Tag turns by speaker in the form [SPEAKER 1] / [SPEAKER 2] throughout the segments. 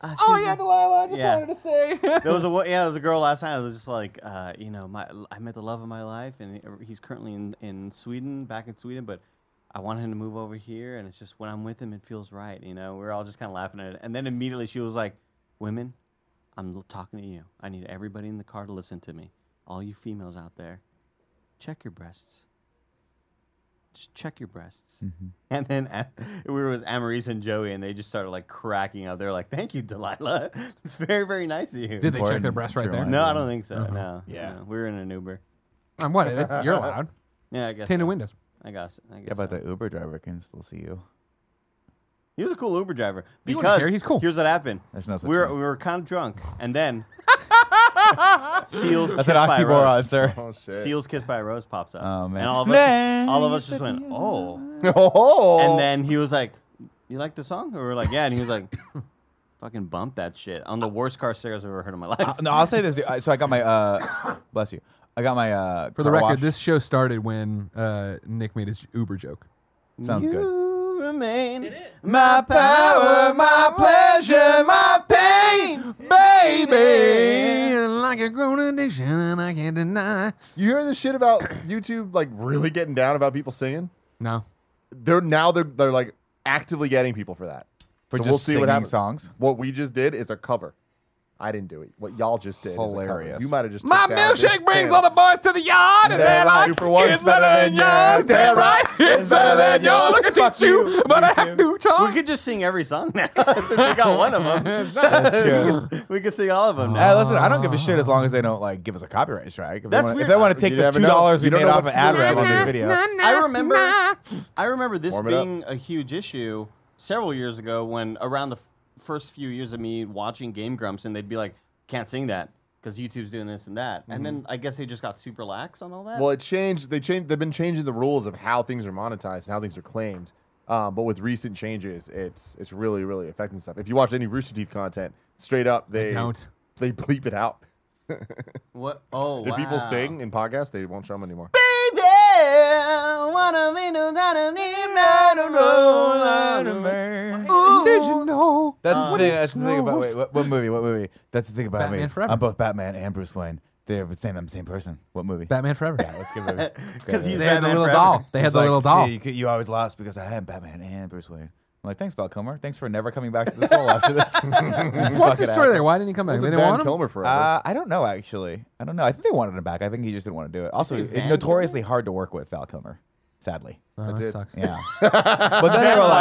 [SPEAKER 1] Uh,
[SPEAKER 2] Oh
[SPEAKER 1] Susan-
[SPEAKER 2] yeah, Delilah. I just
[SPEAKER 1] Yeah.
[SPEAKER 2] wanted to say.
[SPEAKER 1] there was a wo- yeah, there was a girl last night. that was just like, uh, you know, my I met the love of my life, and er, he's currently in, in Sweden, back in Sweden, but I want him to move over here, and it's just when I'm with him, it feels right. You know, we are all just kind of laughing at it, and then immediately she was like, "Women, I'm l- talking to you. I need everybody in the car to listen to me. All you females out there, check your breasts." Just check your breasts, and then a- we were with Amaris and Joey, and they just started like cracking up. They're like, "Thank you, Delilah. It's very, very nice of you."
[SPEAKER 2] Did they check their
[SPEAKER 3] Important
[SPEAKER 2] breasts right
[SPEAKER 3] to
[SPEAKER 2] there?
[SPEAKER 3] remind
[SPEAKER 1] No, I don't think so.
[SPEAKER 2] Uh-huh.
[SPEAKER 1] No.
[SPEAKER 4] Yeah.
[SPEAKER 1] no. we were in an Uber.
[SPEAKER 2] I'm what? That's, you're allowed.
[SPEAKER 1] Yeah, I guess.
[SPEAKER 2] Tinted
[SPEAKER 1] so.
[SPEAKER 2] windows.
[SPEAKER 1] I guess. I guess
[SPEAKER 3] Yeah, but
[SPEAKER 1] so.
[SPEAKER 3] the Uber driver can still see you.
[SPEAKER 1] he was a cool Uber driver
[SPEAKER 2] He wouldn't care.
[SPEAKER 1] because
[SPEAKER 2] He's cool.
[SPEAKER 1] Here's what happened.
[SPEAKER 3] There's no such
[SPEAKER 1] we were
[SPEAKER 3] thing.
[SPEAKER 1] we were kind of drunk, and then Seals.
[SPEAKER 3] That's
[SPEAKER 1] Kiss
[SPEAKER 3] an
[SPEAKER 1] by a
[SPEAKER 3] oxymoron,
[SPEAKER 1] Rose.
[SPEAKER 3] sir.
[SPEAKER 4] Oh shit.
[SPEAKER 1] Seals Kiss by a Rose pops up,
[SPEAKER 3] Oh, man.
[SPEAKER 1] and all of us,
[SPEAKER 3] Let
[SPEAKER 1] all of us
[SPEAKER 3] me
[SPEAKER 1] just
[SPEAKER 3] set
[SPEAKER 1] went,
[SPEAKER 3] the
[SPEAKER 1] oh.
[SPEAKER 3] Oh.
[SPEAKER 1] And then he was like, "You like the song?" And we were like, "Yeah," and he was like, "Fucking bump that shit on the worst car stairs I've ever heard in my life."
[SPEAKER 3] Uh, no, I'll say this. Dude. I- So I got my uh, bless you. I got my uh.
[SPEAKER 2] For the
[SPEAKER 3] car
[SPEAKER 2] record,
[SPEAKER 3] wash.
[SPEAKER 2] this show started when uh, Nick made his Uber joke.
[SPEAKER 3] sounds
[SPEAKER 1] you
[SPEAKER 3] good.
[SPEAKER 1] Remain my power, my
[SPEAKER 3] pleasure,
[SPEAKER 1] my pain, baby.
[SPEAKER 2] like a grown addiction, and I can't deny.
[SPEAKER 4] You hear this shit about YouTube like really getting down about people singing?
[SPEAKER 2] No,
[SPEAKER 4] They're now they're they're like actively getting people for that.
[SPEAKER 3] For
[SPEAKER 4] so
[SPEAKER 3] just
[SPEAKER 4] we'll see
[SPEAKER 3] singing
[SPEAKER 4] what happens.
[SPEAKER 3] songs.
[SPEAKER 4] What we just did is a cover. I didn't do it. What y'all just did is a cover.
[SPEAKER 3] Hilarious.
[SPEAKER 4] You might have just
[SPEAKER 2] my
[SPEAKER 4] took down this
[SPEAKER 2] milkshake brings
[SPEAKER 4] channel.
[SPEAKER 2] all the boys to the yard, and then
[SPEAKER 4] Damn right,
[SPEAKER 2] I
[SPEAKER 4] you for once
[SPEAKER 2] it's better than yours. Damn right, it's better than yours. Look at
[SPEAKER 3] Fuck
[SPEAKER 2] you,
[SPEAKER 3] you.
[SPEAKER 2] but I have to
[SPEAKER 1] We
[SPEAKER 2] talk.
[SPEAKER 1] could just sing every song now since we got one of them.
[SPEAKER 3] That's true.
[SPEAKER 1] We could sing all of them now.
[SPEAKER 3] Hey, listen, I don't give a shit as long as they don't like give us a copyright strike. If
[SPEAKER 1] That's
[SPEAKER 3] they wanna,
[SPEAKER 1] weird.
[SPEAKER 3] If they want to take
[SPEAKER 4] You
[SPEAKER 3] the
[SPEAKER 4] never
[SPEAKER 3] two
[SPEAKER 4] know.
[SPEAKER 3] dollars we
[SPEAKER 4] You don't
[SPEAKER 3] made
[SPEAKER 4] know
[SPEAKER 3] off of
[SPEAKER 4] what's
[SPEAKER 3] ad
[SPEAKER 4] in
[SPEAKER 3] rev
[SPEAKER 4] there.
[SPEAKER 3] on this
[SPEAKER 4] Nah,
[SPEAKER 3] video,
[SPEAKER 1] I remember, I remember this
[SPEAKER 4] Warm it up.
[SPEAKER 1] being a huge issue several years ago when around the f- first few years of me watching Game Grumps, and they'd be like, "Can't sing that." Because YouTube's doing this and that, and then I guess they just got super lax on all that.
[SPEAKER 4] Mm-hmm. Well, it changed. They changed. They've been changing the rules of how things are monetized and how things are claimed. Um, but with recent changes, it's it's really really affecting stuff. If you watch any Rooster Teeth content, straight up they
[SPEAKER 2] don't.
[SPEAKER 4] they bleep it out.
[SPEAKER 1] what? Oh,
[SPEAKER 4] If people
[SPEAKER 1] wow.
[SPEAKER 4] sing in podcasts, they won't show them anymore.
[SPEAKER 1] Baby, wanna be no doubt of me, I don't know.
[SPEAKER 2] Did you know?
[SPEAKER 3] that's the thing. That's the thing about
[SPEAKER 2] knows?
[SPEAKER 3] wait, what, what movie? What movie? That's the thing about
[SPEAKER 2] Uh, Batman
[SPEAKER 3] me.
[SPEAKER 2] Forever.
[SPEAKER 3] I'm both Batman and Bruce Wayne. They're the same. I'm the same person. What movie?
[SPEAKER 2] Batman Forever.
[SPEAKER 3] Let's give it.
[SPEAKER 1] Because he's
[SPEAKER 2] They had the
[SPEAKER 1] Batman
[SPEAKER 2] little
[SPEAKER 1] forever.
[SPEAKER 2] doll. They had
[SPEAKER 3] It's
[SPEAKER 2] the
[SPEAKER 3] like,
[SPEAKER 2] little doll.
[SPEAKER 3] See, you, could- you always lost because I am Batman and Bruce Wayne. I'm like, thanks, Val Kilmer. Thanks for never coming back to this role after this.
[SPEAKER 2] What's the
[SPEAKER 3] Fucking
[SPEAKER 2] story
[SPEAKER 3] asshole.
[SPEAKER 2] there? Why didn't he come back?
[SPEAKER 4] Was
[SPEAKER 2] They
[SPEAKER 4] it
[SPEAKER 2] didn't
[SPEAKER 4] Van
[SPEAKER 2] want him.
[SPEAKER 4] Kilmer forever?
[SPEAKER 3] Uh, I don't know, actually. I don't know. I think they wanted him back. I think he just didn't want to do it. Also,
[SPEAKER 1] Van
[SPEAKER 3] it,
[SPEAKER 1] Kilmer?
[SPEAKER 3] notoriously hard to work with Val Kilmer, sadly.
[SPEAKER 2] Oh,
[SPEAKER 4] That's
[SPEAKER 2] that
[SPEAKER 4] it.
[SPEAKER 2] sucks.
[SPEAKER 3] Yeah. but then they,
[SPEAKER 1] Van
[SPEAKER 3] were like,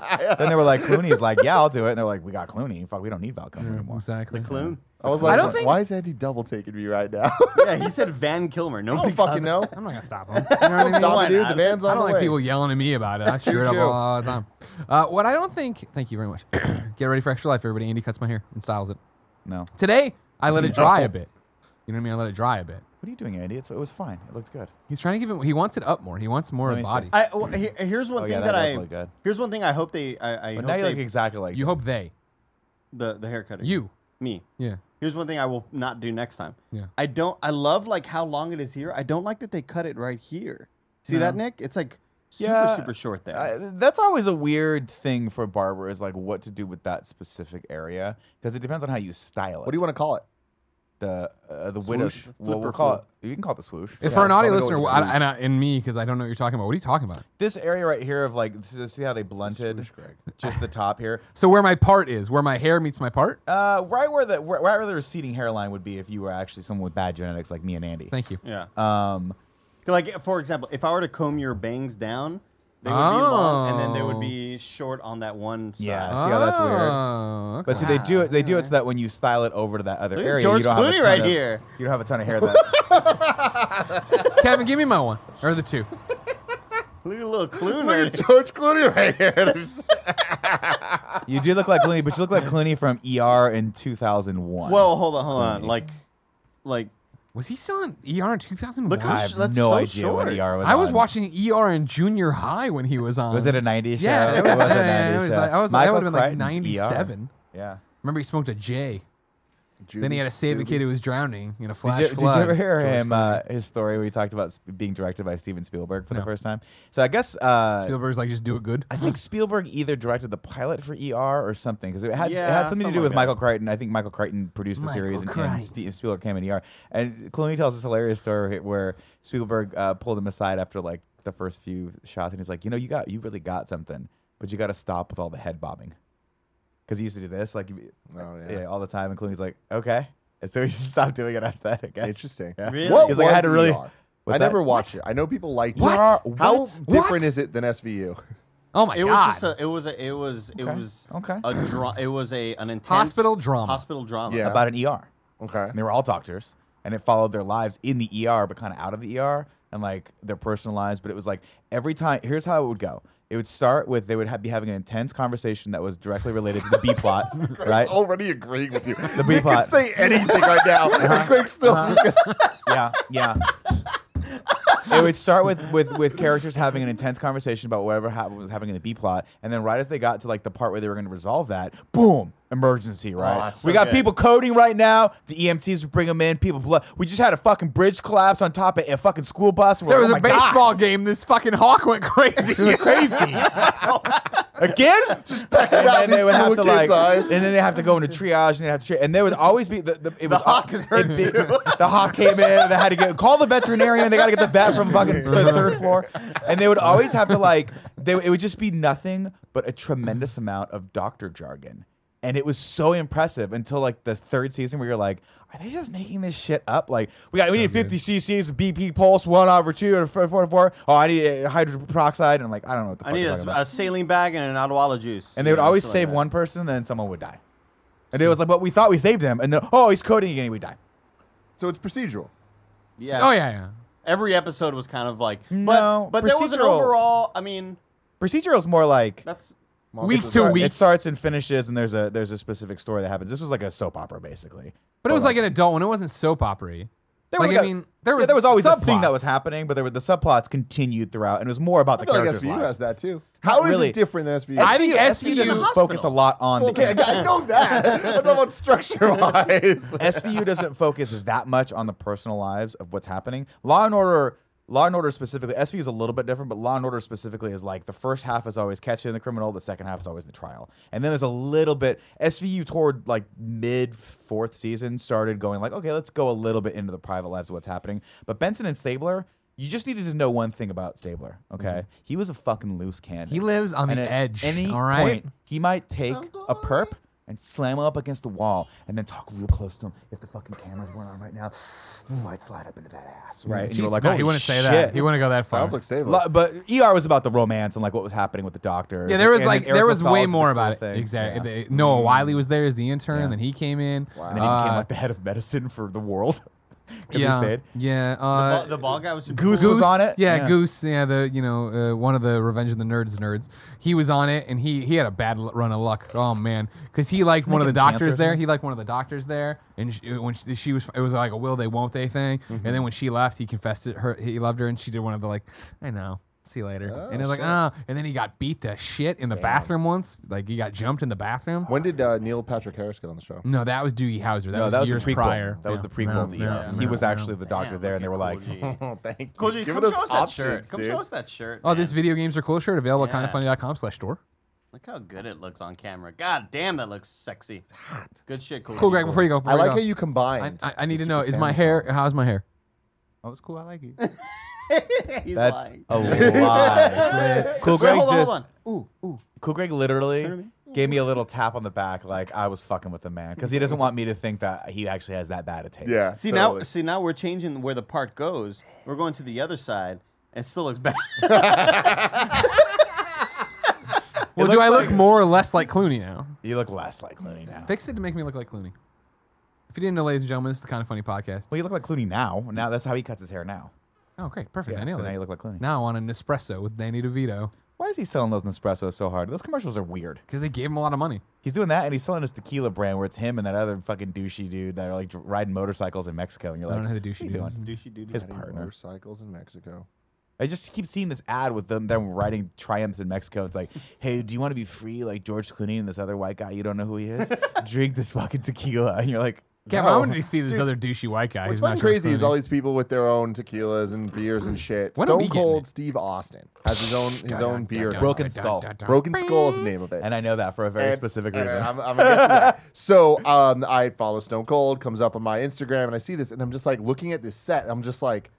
[SPEAKER 1] Wilder,
[SPEAKER 3] then they were like, Clooney's like, yeah, I'll do it. And they're like, we got Clooney. Fuck, we don't need Val Kilmer
[SPEAKER 2] Yeah,
[SPEAKER 3] anymore.
[SPEAKER 2] Exactly.
[SPEAKER 1] Clune.
[SPEAKER 4] I was like,
[SPEAKER 2] don't
[SPEAKER 4] "Why-
[SPEAKER 2] think-
[SPEAKER 4] why is Andy double taking me right now?
[SPEAKER 1] Yeah, he said Van Kilmer.
[SPEAKER 4] I
[SPEAKER 1] Nobody
[SPEAKER 4] don't fucking know.
[SPEAKER 2] I'm not gonna stop him. You know what I mean?
[SPEAKER 4] Stop
[SPEAKER 1] Why
[SPEAKER 4] it, dude.
[SPEAKER 1] not?
[SPEAKER 4] The van's on
[SPEAKER 2] I don't
[SPEAKER 4] the
[SPEAKER 2] like
[SPEAKER 4] way.
[SPEAKER 2] people yelling at me about it. I screw it up
[SPEAKER 4] Choo-choo.
[SPEAKER 2] all the time. Uh, what I don't think. Thank you very much. Get ready for extra life, everybody. Andy cuts my hair and styles it.
[SPEAKER 3] No. What
[SPEAKER 2] Today, I let it dry a bit. You know what I mean? I let it dry a bit.
[SPEAKER 3] are you doing, Andy? It's, it was fine. It looked good.
[SPEAKER 2] He's trying to give it. He wants it up more. He wants more of
[SPEAKER 3] Let me see.
[SPEAKER 2] body.
[SPEAKER 1] I, well, he- here's one
[SPEAKER 3] Oh,
[SPEAKER 1] thing
[SPEAKER 3] yeah,
[SPEAKER 1] that,
[SPEAKER 3] that does
[SPEAKER 1] I
[SPEAKER 3] look good.
[SPEAKER 1] here's one thing I hope they I, I hope
[SPEAKER 3] But now you
[SPEAKER 1] they,
[SPEAKER 3] look exactly like
[SPEAKER 2] You hope they.
[SPEAKER 1] the the haircut
[SPEAKER 2] You.
[SPEAKER 1] me
[SPEAKER 2] Yeah.
[SPEAKER 1] here's one thing I will not do next time
[SPEAKER 2] Yeah.
[SPEAKER 1] I don't I love like how long it is here I don't like that they cut it right here see that Nick it's like super
[SPEAKER 3] Yeah.
[SPEAKER 1] super short there
[SPEAKER 3] I, that's always a weird thing for a barber is like what to do with that specific area because it depends on how you style it.
[SPEAKER 4] What do you want to call it?
[SPEAKER 3] the uh, the widow?
[SPEAKER 1] Swoosh?
[SPEAKER 3] Well,
[SPEAKER 1] Flip or
[SPEAKER 3] we'll call
[SPEAKER 1] flip?
[SPEAKER 3] it. You can call it the swoosh.
[SPEAKER 2] If for an audio
[SPEAKER 4] probably
[SPEAKER 2] listener,
[SPEAKER 4] always
[SPEAKER 2] I, and, I, and me, because I don't know what you're talking about. What are you talking about?
[SPEAKER 3] This area right here of like, s- see how they blunted just the top here.
[SPEAKER 2] So where my part is, where my hair meets my part.
[SPEAKER 3] Uh, right where the where, right where the receding hairline would be if you were actually someone with bad genetics like me and Andy.
[SPEAKER 2] Thank you.
[SPEAKER 1] yeah
[SPEAKER 3] Um,
[SPEAKER 1] like for example if I were to comb your bangs down they would be long and then they would
[SPEAKER 2] Oh.
[SPEAKER 1] be short on that one side
[SPEAKER 3] Yeah, see how that's weird?
[SPEAKER 2] Oh, okay.
[SPEAKER 3] but see, they do it. They do it so that when you style it over to that other
[SPEAKER 1] Look at
[SPEAKER 3] area,
[SPEAKER 1] George
[SPEAKER 3] you don't have
[SPEAKER 1] Clooney
[SPEAKER 3] a ton
[SPEAKER 1] right
[SPEAKER 3] of-
[SPEAKER 1] here.
[SPEAKER 3] You don't have a ton of hair. That
[SPEAKER 2] Kevin, give me my one or the two.
[SPEAKER 1] look at little Clune
[SPEAKER 4] Look
[SPEAKER 1] right
[SPEAKER 4] at George Clooney right here.
[SPEAKER 3] you do look like Clooney, but you look like Clooney from ER in two thousand one.
[SPEAKER 1] Well, hold on, hold on.
[SPEAKER 3] Clooney.
[SPEAKER 1] Like, like
[SPEAKER 2] Was he still on ER in 2001?
[SPEAKER 1] Look how
[SPEAKER 3] I
[SPEAKER 1] sh-
[SPEAKER 3] have
[SPEAKER 1] that's
[SPEAKER 3] no
[SPEAKER 1] so
[SPEAKER 3] idea
[SPEAKER 1] short.
[SPEAKER 3] what ER was.
[SPEAKER 2] I was
[SPEAKER 3] on.
[SPEAKER 2] watching ER in junior high when he was on.
[SPEAKER 3] Was it a '90s show?
[SPEAKER 2] Yeah, it was,
[SPEAKER 3] a
[SPEAKER 2] yeah, yeah, it
[SPEAKER 3] 90s
[SPEAKER 2] was
[SPEAKER 3] show.
[SPEAKER 2] like- I was. I
[SPEAKER 3] Michael E
[SPEAKER 2] would have been like
[SPEAKER 3] Crichton's ER.
[SPEAKER 2] ninety-seven.
[SPEAKER 3] Yeah.
[SPEAKER 2] Remember, he smoked a J. Then he had to save a kid who was drowning in a flash
[SPEAKER 3] Did you, did you
[SPEAKER 2] flood.
[SPEAKER 3] ever hear
[SPEAKER 2] George
[SPEAKER 3] him
[SPEAKER 2] Clooney.
[SPEAKER 3] uh, his story where he talked about sp- being directed by Steven Spielberg for the
[SPEAKER 2] No.
[SPEAKER 3] first time? So I guess uh,
[SPEAKER 2] Spielberg's like, just do it good.
[SPEAKER 3] I think Spielberg either directed the pilot for ER or something because it had, it
[SPEAKER 1] Yeah,
[SPEAKER 3] had something to
[SPEAKER 1] something
[SPEAKER 3] do
[SPEAKER 1] like
[SPEAKER 3] with
[SPEAKER 1] that.
[SPEAKER 3] Michael Crichton. I think Michael Crichton produced the
[SPEAKER 2] Michael
[SPEAKER 3] series and,
[SPEAKER 2] Crichton.
[SPEAKER 3] and Steve Spielberg came in ER. And Clooney tells this hilarious story where Spielberg uh, pulled him aside after like the first few shots and he's like, you know, you got you really got something, but you got to stop with all the head bobbing because he used to do this like you'd be-
[SPEAKER 4] Oh, yeah.
[SPEAKER 3] yeah, all the time. And Clooney's like, okay, and so he stopped doing it after that. I guess.
[SPEAKER 4] Interesting.
[SPEAKER 3] Yeah.
[SPEAKER 1] Really?
[SPEAKER 4] What
[SPEAKER 3] He's like, I had to
[SPEAKER 4] was
[SPEAKER 3] really.
[SPEAKER 4] ER? I
[SPEAKER 3] What's that?
[SPEAKER 4] never watched it. I know people like
[SPEAKER 3] What?
[SPEAKER 4] it. How
[SPEAKER 3] What?
[SPEAKER 2] What?
[SPEAKER 4] different is it than SVU?
[SPEAKER 2] Oh my
[SPEAKER 1] It
[SPEAKER 2] god!
[SPEAKER 1] was just a, it was a, it was it
[SPEAKER 3] Okay,
[SPEAKER 1] was
[SPEAKER 3] okay.
[SPEAKER 1] a dra- it was a an intense
[SPEAKER 2] Hospital drama.
[SPEAKER 1] hospital drama
[SPEAKER 4] Yeah.
[SPEAKER 3] about an ER.
[SPEAKER 4] Okay.
[SPEAKER 3] And they were all doctors, and it followed their lives in the ER, but kind of out of the ER and like their personal lives. But it was like every time. Here's how it would go. It would start with they would ha- be having an intense conversation that was directly related to the B plot, right?
[SPEAKER 4] Greg's already agreeing with you. The
[SPEAKER 3] B plot.
[SPEAKER 4] say anything right now. Greg still.
[SPEAKER 3] yeah, yeah. it would start with, with with characters having an intense conversation about whatever happened was happening in the B plot, and then right as they got to like the part where they were going to resolve that, boom, emergency, right?
[SPEAKER 1] that's
[SPEAKER 3] we
[SPEAKER 1] so
[SPEAKER 3] got
[SPEAKER 1] good.
[SPEAKER 3] people coding right now. The EMTs would bring them in. People, blo- we just had a fucking bridge collapse on top of a fucking school bus. We're
[SPEAKER 2] there
[SPEAKER 3] like,
[SPEAKER 2] was a
[SPEAKER 3] "Oh my God."
[SPEAKER 2] baseball game. This fucking hawk went crazy.
[SPEAKER 3] crazy. Again, just back and
[SPEAKER 4] out
[SPEAKER 3] then they
[SPEAKER 4] these
[SPEAKER 3] would
[SPEAKER 4] little
[SPEAKER 3] have to like,
[SPEAKER 4] kids' eyes.
[SPEAKER 3] and then they have to go into triage, and they have to, tri- and there would always be the, the it was
[SPEAKER 1] hawk is hurt
[SPEAKER 3] it did- The hawk came in, they had to get call the veterinarian, they got to get the vet from fucking the third floor, and they would always have to like, they it would just be nothing but a tremendous amount of doctor jargon. And it was so impressive until like the third season where you're like, are they just making this shit up? Like we got we need 50 cc's of BP pulse, one over two or four, four, four. Oh, I need uh, hydrogen peroxide, and I'm like I don't know what the
[SPEAKER 1] I
[SPEAKER 3] fuck
[SPEAKER 1] need
[SPEAKER 3] you're
[SPEAKER 1] a,
[SPEAKER 3] talking about.
[SPEAKER 1] a saline bag and an Adwala juice
[SPEAKER 3] And they would
[SPEAKER 1] you know,
[SPEAKER 3] always
[SPEAKER 1] shit like
[SPEAKER 3] save
[SPEAKER 1] that.
[SPEAKER 3] one person, then someone would die. And it was like, but we thought we saved him, and then oh, he's coding again, he would die.
[SPEAKER 4] So it's procedural.
[SPEAKER 1] yeah
[SPEAKER 2] oh yeah, yeah.
[SPEAKER 1] every episode was kind of like but
[SPEAKER 3] No,
[SPEAKER 1] but there was an
[SPEAKER 3] procedural.
[SPEAKER 1] overall I mean
[SPEAKER 3] Procedural is more like
[SPEAKER 1] that's
[SPEAKER 2] Weeks to
[SPEAKER 3] it
[SPEAKER 2] weeks.
[SPEAKER 3] starts and finishes, and there's a there's a specific story that happens. This was like a soap opera, basically.
[SPEAKER 2] But it was like an adult one. It wasn't soap opera.
[SPEAKER 3] There
[SPEAKER 2] Like
[SPEAKER 3] was
[SPEAKER 2] I
[SPEAKER 3] a-
[SPEAKER 2] mean, there was
[SPEAKER 3] yeah, there was always a thing that
[SPEAKER 2] subplots.
[SPEAKER 3] was happening, but there were the subplots continued throughout, and it was more about
[SPEAKER 4] I
[SPEAKER 3] the
[SPEAKER 4] feel like
[SPEAKER 3] characters'
[SPEAKER 4] SVU has
[SPEAKER 3] lives.
[SPEAKER 4] that too.
[SPEAKER 3] Not
[SPEAKER 4] How is
[SPEAKER 3] really.
[SPEAKER 4] it different than SVU?
[SPEAKER 2] I think
[SPEAKER 3] SVU
[SPEAKER 2] SVU
[SPEAKER 3] doesn't focus a lot on the
[SPEAKER 4] okay, I I know that. I'm talking about structure wise.
[SPEAKER 3] SVU doesn't focus that much on the personal lives of what's happening. Law and Order, Law and Order specifically, SVU is a little bit different, but Law and Order specifically is like the first half is always catching the criminal, the second half is always the trial, and then there's a little bit SVU toward like mid fourth season started going like, okay, let's go a little bit into the private lives of what's happening. But Benson and Stabler. You just needed to know one thing about Stabler, okay? He was a fucking loose cannon.
[SPEAKER 2] Mm-hmm. He lives on
[SPEAKER 3] And
[SPEAKER 2] the
[SPEAKER 3] at
[SPEAKER 2] edge,
[SPEAKER 3] Any
[SPEAKER 2] all right?
[SPEAKER 3] point, he might take a perp and slam him up against the wall and then talk real close to him. If the fucking cameras weren't on right now, ooh, I'd slide up into that ass, right? And you were
[SPEAKER 2] Jesus,
[SPEAKER 3] like,
[SPEAKER 2] no,
[SPEAKER 3] "Holy
[SPEAKER 2] he wouldn't say
[SPEAKER 3] shit."
[SPEAKER 2] that. He wouldn't go that far.
[SPEAKER 4] Sounds like Stabler.
[SPEAKER 3] Lo- but ER was about the romance and like what was happening with the doctor.
[SPEAKER 2] yeah, there was like there was way more about it. Exactly. They- Noah Wiley was there as the intern.
[SPEAKER 3] Mm-hmm. Yeah.
[SPEAKER 2] Then he came in. Wow.
[SPEAKER 3] And then he became like the head of medicine for the world. 'Cause he
[SPEAKER 2] uh, yeah,
[SPEAKER 3] stayed.
[SPEAKER 2] yeah.
[SPEAKER 1] the,
[SPEAKER 2] Uh,
[SPEAKER 1] ball, the ball guy was super
[SPEAKER 3] Goose was on it.
[SPEAKER 2] Yeah, Goose. Yeah, the you know uh, one of the Revenge of the Nerds nerds. He was on it, and he he had a bad l- run of luck. Oh man, because he liked one of the
[SPEAKER 3] get cancer or
[SPEAKER 2] doctors there.
[SPEAKER 3] something?
[SPEAKER 2] He liked one of the doctors there, and she, when she, she was, it was like a will they won't they thing. And
[SPEAKER 3] Mm-hmm.
[SPEAKER 2] then when she left, he confessed it. Her he loved her, and she did one of the like, I know. See you later. and it was like, oh. And then he got beat to shit in the bathroom once. Like he got jumped in the bathroom.
[SPEAKER 4] when did uh, Neil Patrick Harris get on the show?
[SPEAKER 2] No, that was Doogie Howser. That,
[SPEAKER 3] No,
[SPEAKER 2] was,
[SPEAKER 3] that was
[SPEAKER 2] years
[SPEAKER 3] the prequel.
[SPEAKER 2] prior.
[SPEAKER 3] That was
[SPEAKER 2] No,
[SPEAKER 3] the prequel to ER.
[SPEAKER 2] no, no,
[SPEAKER 3] he
[SPEAKER 2] no,
[SPEAKER 3] was
[SPEAKER 2] no.
[SPEAKER 3] actually the doctor there, and they were like,
[SPEAKER 4] Oh, thank you.
[SPEAKER 1] Cool G,
[SPEAKER 4] Give
[SPEAKER 1] come
[SPEAKER 4] us
[SPEAKER 1] show us that shirt.
[SPEAKER 4] options,
[SPEAKER 1] Come
[SPEAKER 4] dude.
[SPEAKER 1] show us that shirt.
[SPEAKER 2] Oh,
[SPEAKER 1] man.
[SPEAKER 2] this video games are cool shirt available
[SPEAKER 1] Yeah.
[SPEAKER 2] at kindoffunny.com slash store.
[SPEAKER 1] Look how good it looks on camera. God damn, that looks sexy. Good shit, cool.
[SPEAKER 2] Cool,
[SPEAKER 1] G.
[SPEAKER 2] Greg. Before you go, before
[SPEAKER 4] I
[SPEAKER 2] you
[SPEAKER 4] like
[SPEAKER 2] go.
[SPEAKER 4] how you combined.
[SPEAKER 2] I, I, I need
[SPEAKER 3] the
[SPEAKER 2] to know:
[SPEAKER 3] super
[SPEAKER 2] is my
[SPEAKER 3] family
[SPEAKER 2] hair? How's my hair?
[SPEAKER 3] "Oh, it's cool. I like it."
[SPEAKER 1] He's
[SPEAKER 3] That's
[SPEAKER 1] lying.
[SPEAKER 3] a lie. cool.
[SPEAKER 1] Wait,
[SPEAKER 3] Greg
[SPEAKER 1] hold on,
[SPEAKER 3] just
[SPEAKER 1] hold on.
[SPEAKER 2] Ooh, ooh.
[SPEAKER 3] Cool Greg literally
[SPEAKER 1] Turn
[SPEAKER 3] gave me a little tap on the back, like I was fucking with the man, because he doesn't want me to think that he actually has that bad a taste.
[SPEAKER 4] yeah.
[SPEAKER 1] See now,
[SPEAKER 4] totally.
[SPEAKER 1] see now, we're changing where the part goes. We're going to the other side, and it still looks bad.
[SPEAKER 2] Well, do
[SPEAKER 3] looks
[SPEAKER 2] I look
[SPEAKER 3] like-
[SPEAKER 2] more or less like Clooney now?
[SPEAKER 3] you look less like Clooney now.
[SPEAKER 2] Fix it to make me look like Clooney. If you didn't know, ladies and gentlemen, this is the kind of funny podcast.
[SPEAKER 3] Well, you look like Clooney now. Now that's how he cuts his hair now.
[SPEAKER 2] Oh, great, perfect.
[SPEAKER 3] Yeah,
[SPEAKER 2] I nailed
[SPEAKER 3] so now
[SPEAKER 2] it.
[SPEAKER 3] you look like Clooney.
[SPEAKER 2] now I want an espresso with Danny DeVito
[SPEAKER 3] Why is he selling those Nespresso so hard? Those commercials are weird.
[SPEAKER 2] because they gave him a lot of money.
[SPEAKER 3] He's doing that, and he's selling his tequila brand, where it's him and that other fucking douchey dude that are like dr- riding motorcycles in Mexico, and you're
[SPEAKER 2] I
[SPEAKER 3] like,
[SPEAKER 2] don't know who the
[SPEAKER 3] "What are
[SPEAKER 2] douchey
[SPEAKER 3] you
[SPEAKER 2] dude
[SPEAKER 3] doing?"
[SPEAKER 2] is.
[SPEAKER 1] Douchey doody.
[SPEAKER 3] His
[SPEAKER 1] doody.
[SPEAKER 4] Riding
[SPEAKER 3] partner.
[SPEAKER 4] Motorcycles in Mexico.
[SPEAKER 3] I just keep seeing this ad with them them riding triumphs in Mexico. It's like, hey, do you want to be free like George Clooney and this other white guy? You don't know who he is. Drink this fucking tequila, and you're like,
[SPEAKER 2] Cam,
[SPEAKER 4] No.
[SPEAKER 2] I wanted to see this other douchey white guy. who's
[SPEAKER 4] What's fucking
[SPEAKER 2] not sure
[SPEAKER 4] crazy is
[SPEAKER 2] funny.
[SPEAKER 4] all these people with their own tequilas and beers and shit.
[SPEAKER 2] When are we
[SPEAKER 4] Stone
[SPEAKER 2] getting
[SPEAKER 4] Cold
[SPEAKER 2] it?
[SPEAKER 4] Steve Austin has his own his own beer.
[SPEAKER 3] dun. Broken Skull.
[SPEAKER 4] Broken Skull is the name of it.
[SPEAKER 3] And I know that for a very
[SPEAKER 4] And-
[SPEAKER 3] specific
[SPEAKER 4] and uh,
[SPEAKER 3] reason.
[SPEAKER 4] I'm, I'm gonna get to that. So um, I follow Stone Cold, comes up on my Instagram, and I see this, and I'm just like looking at this set, and I'm just like,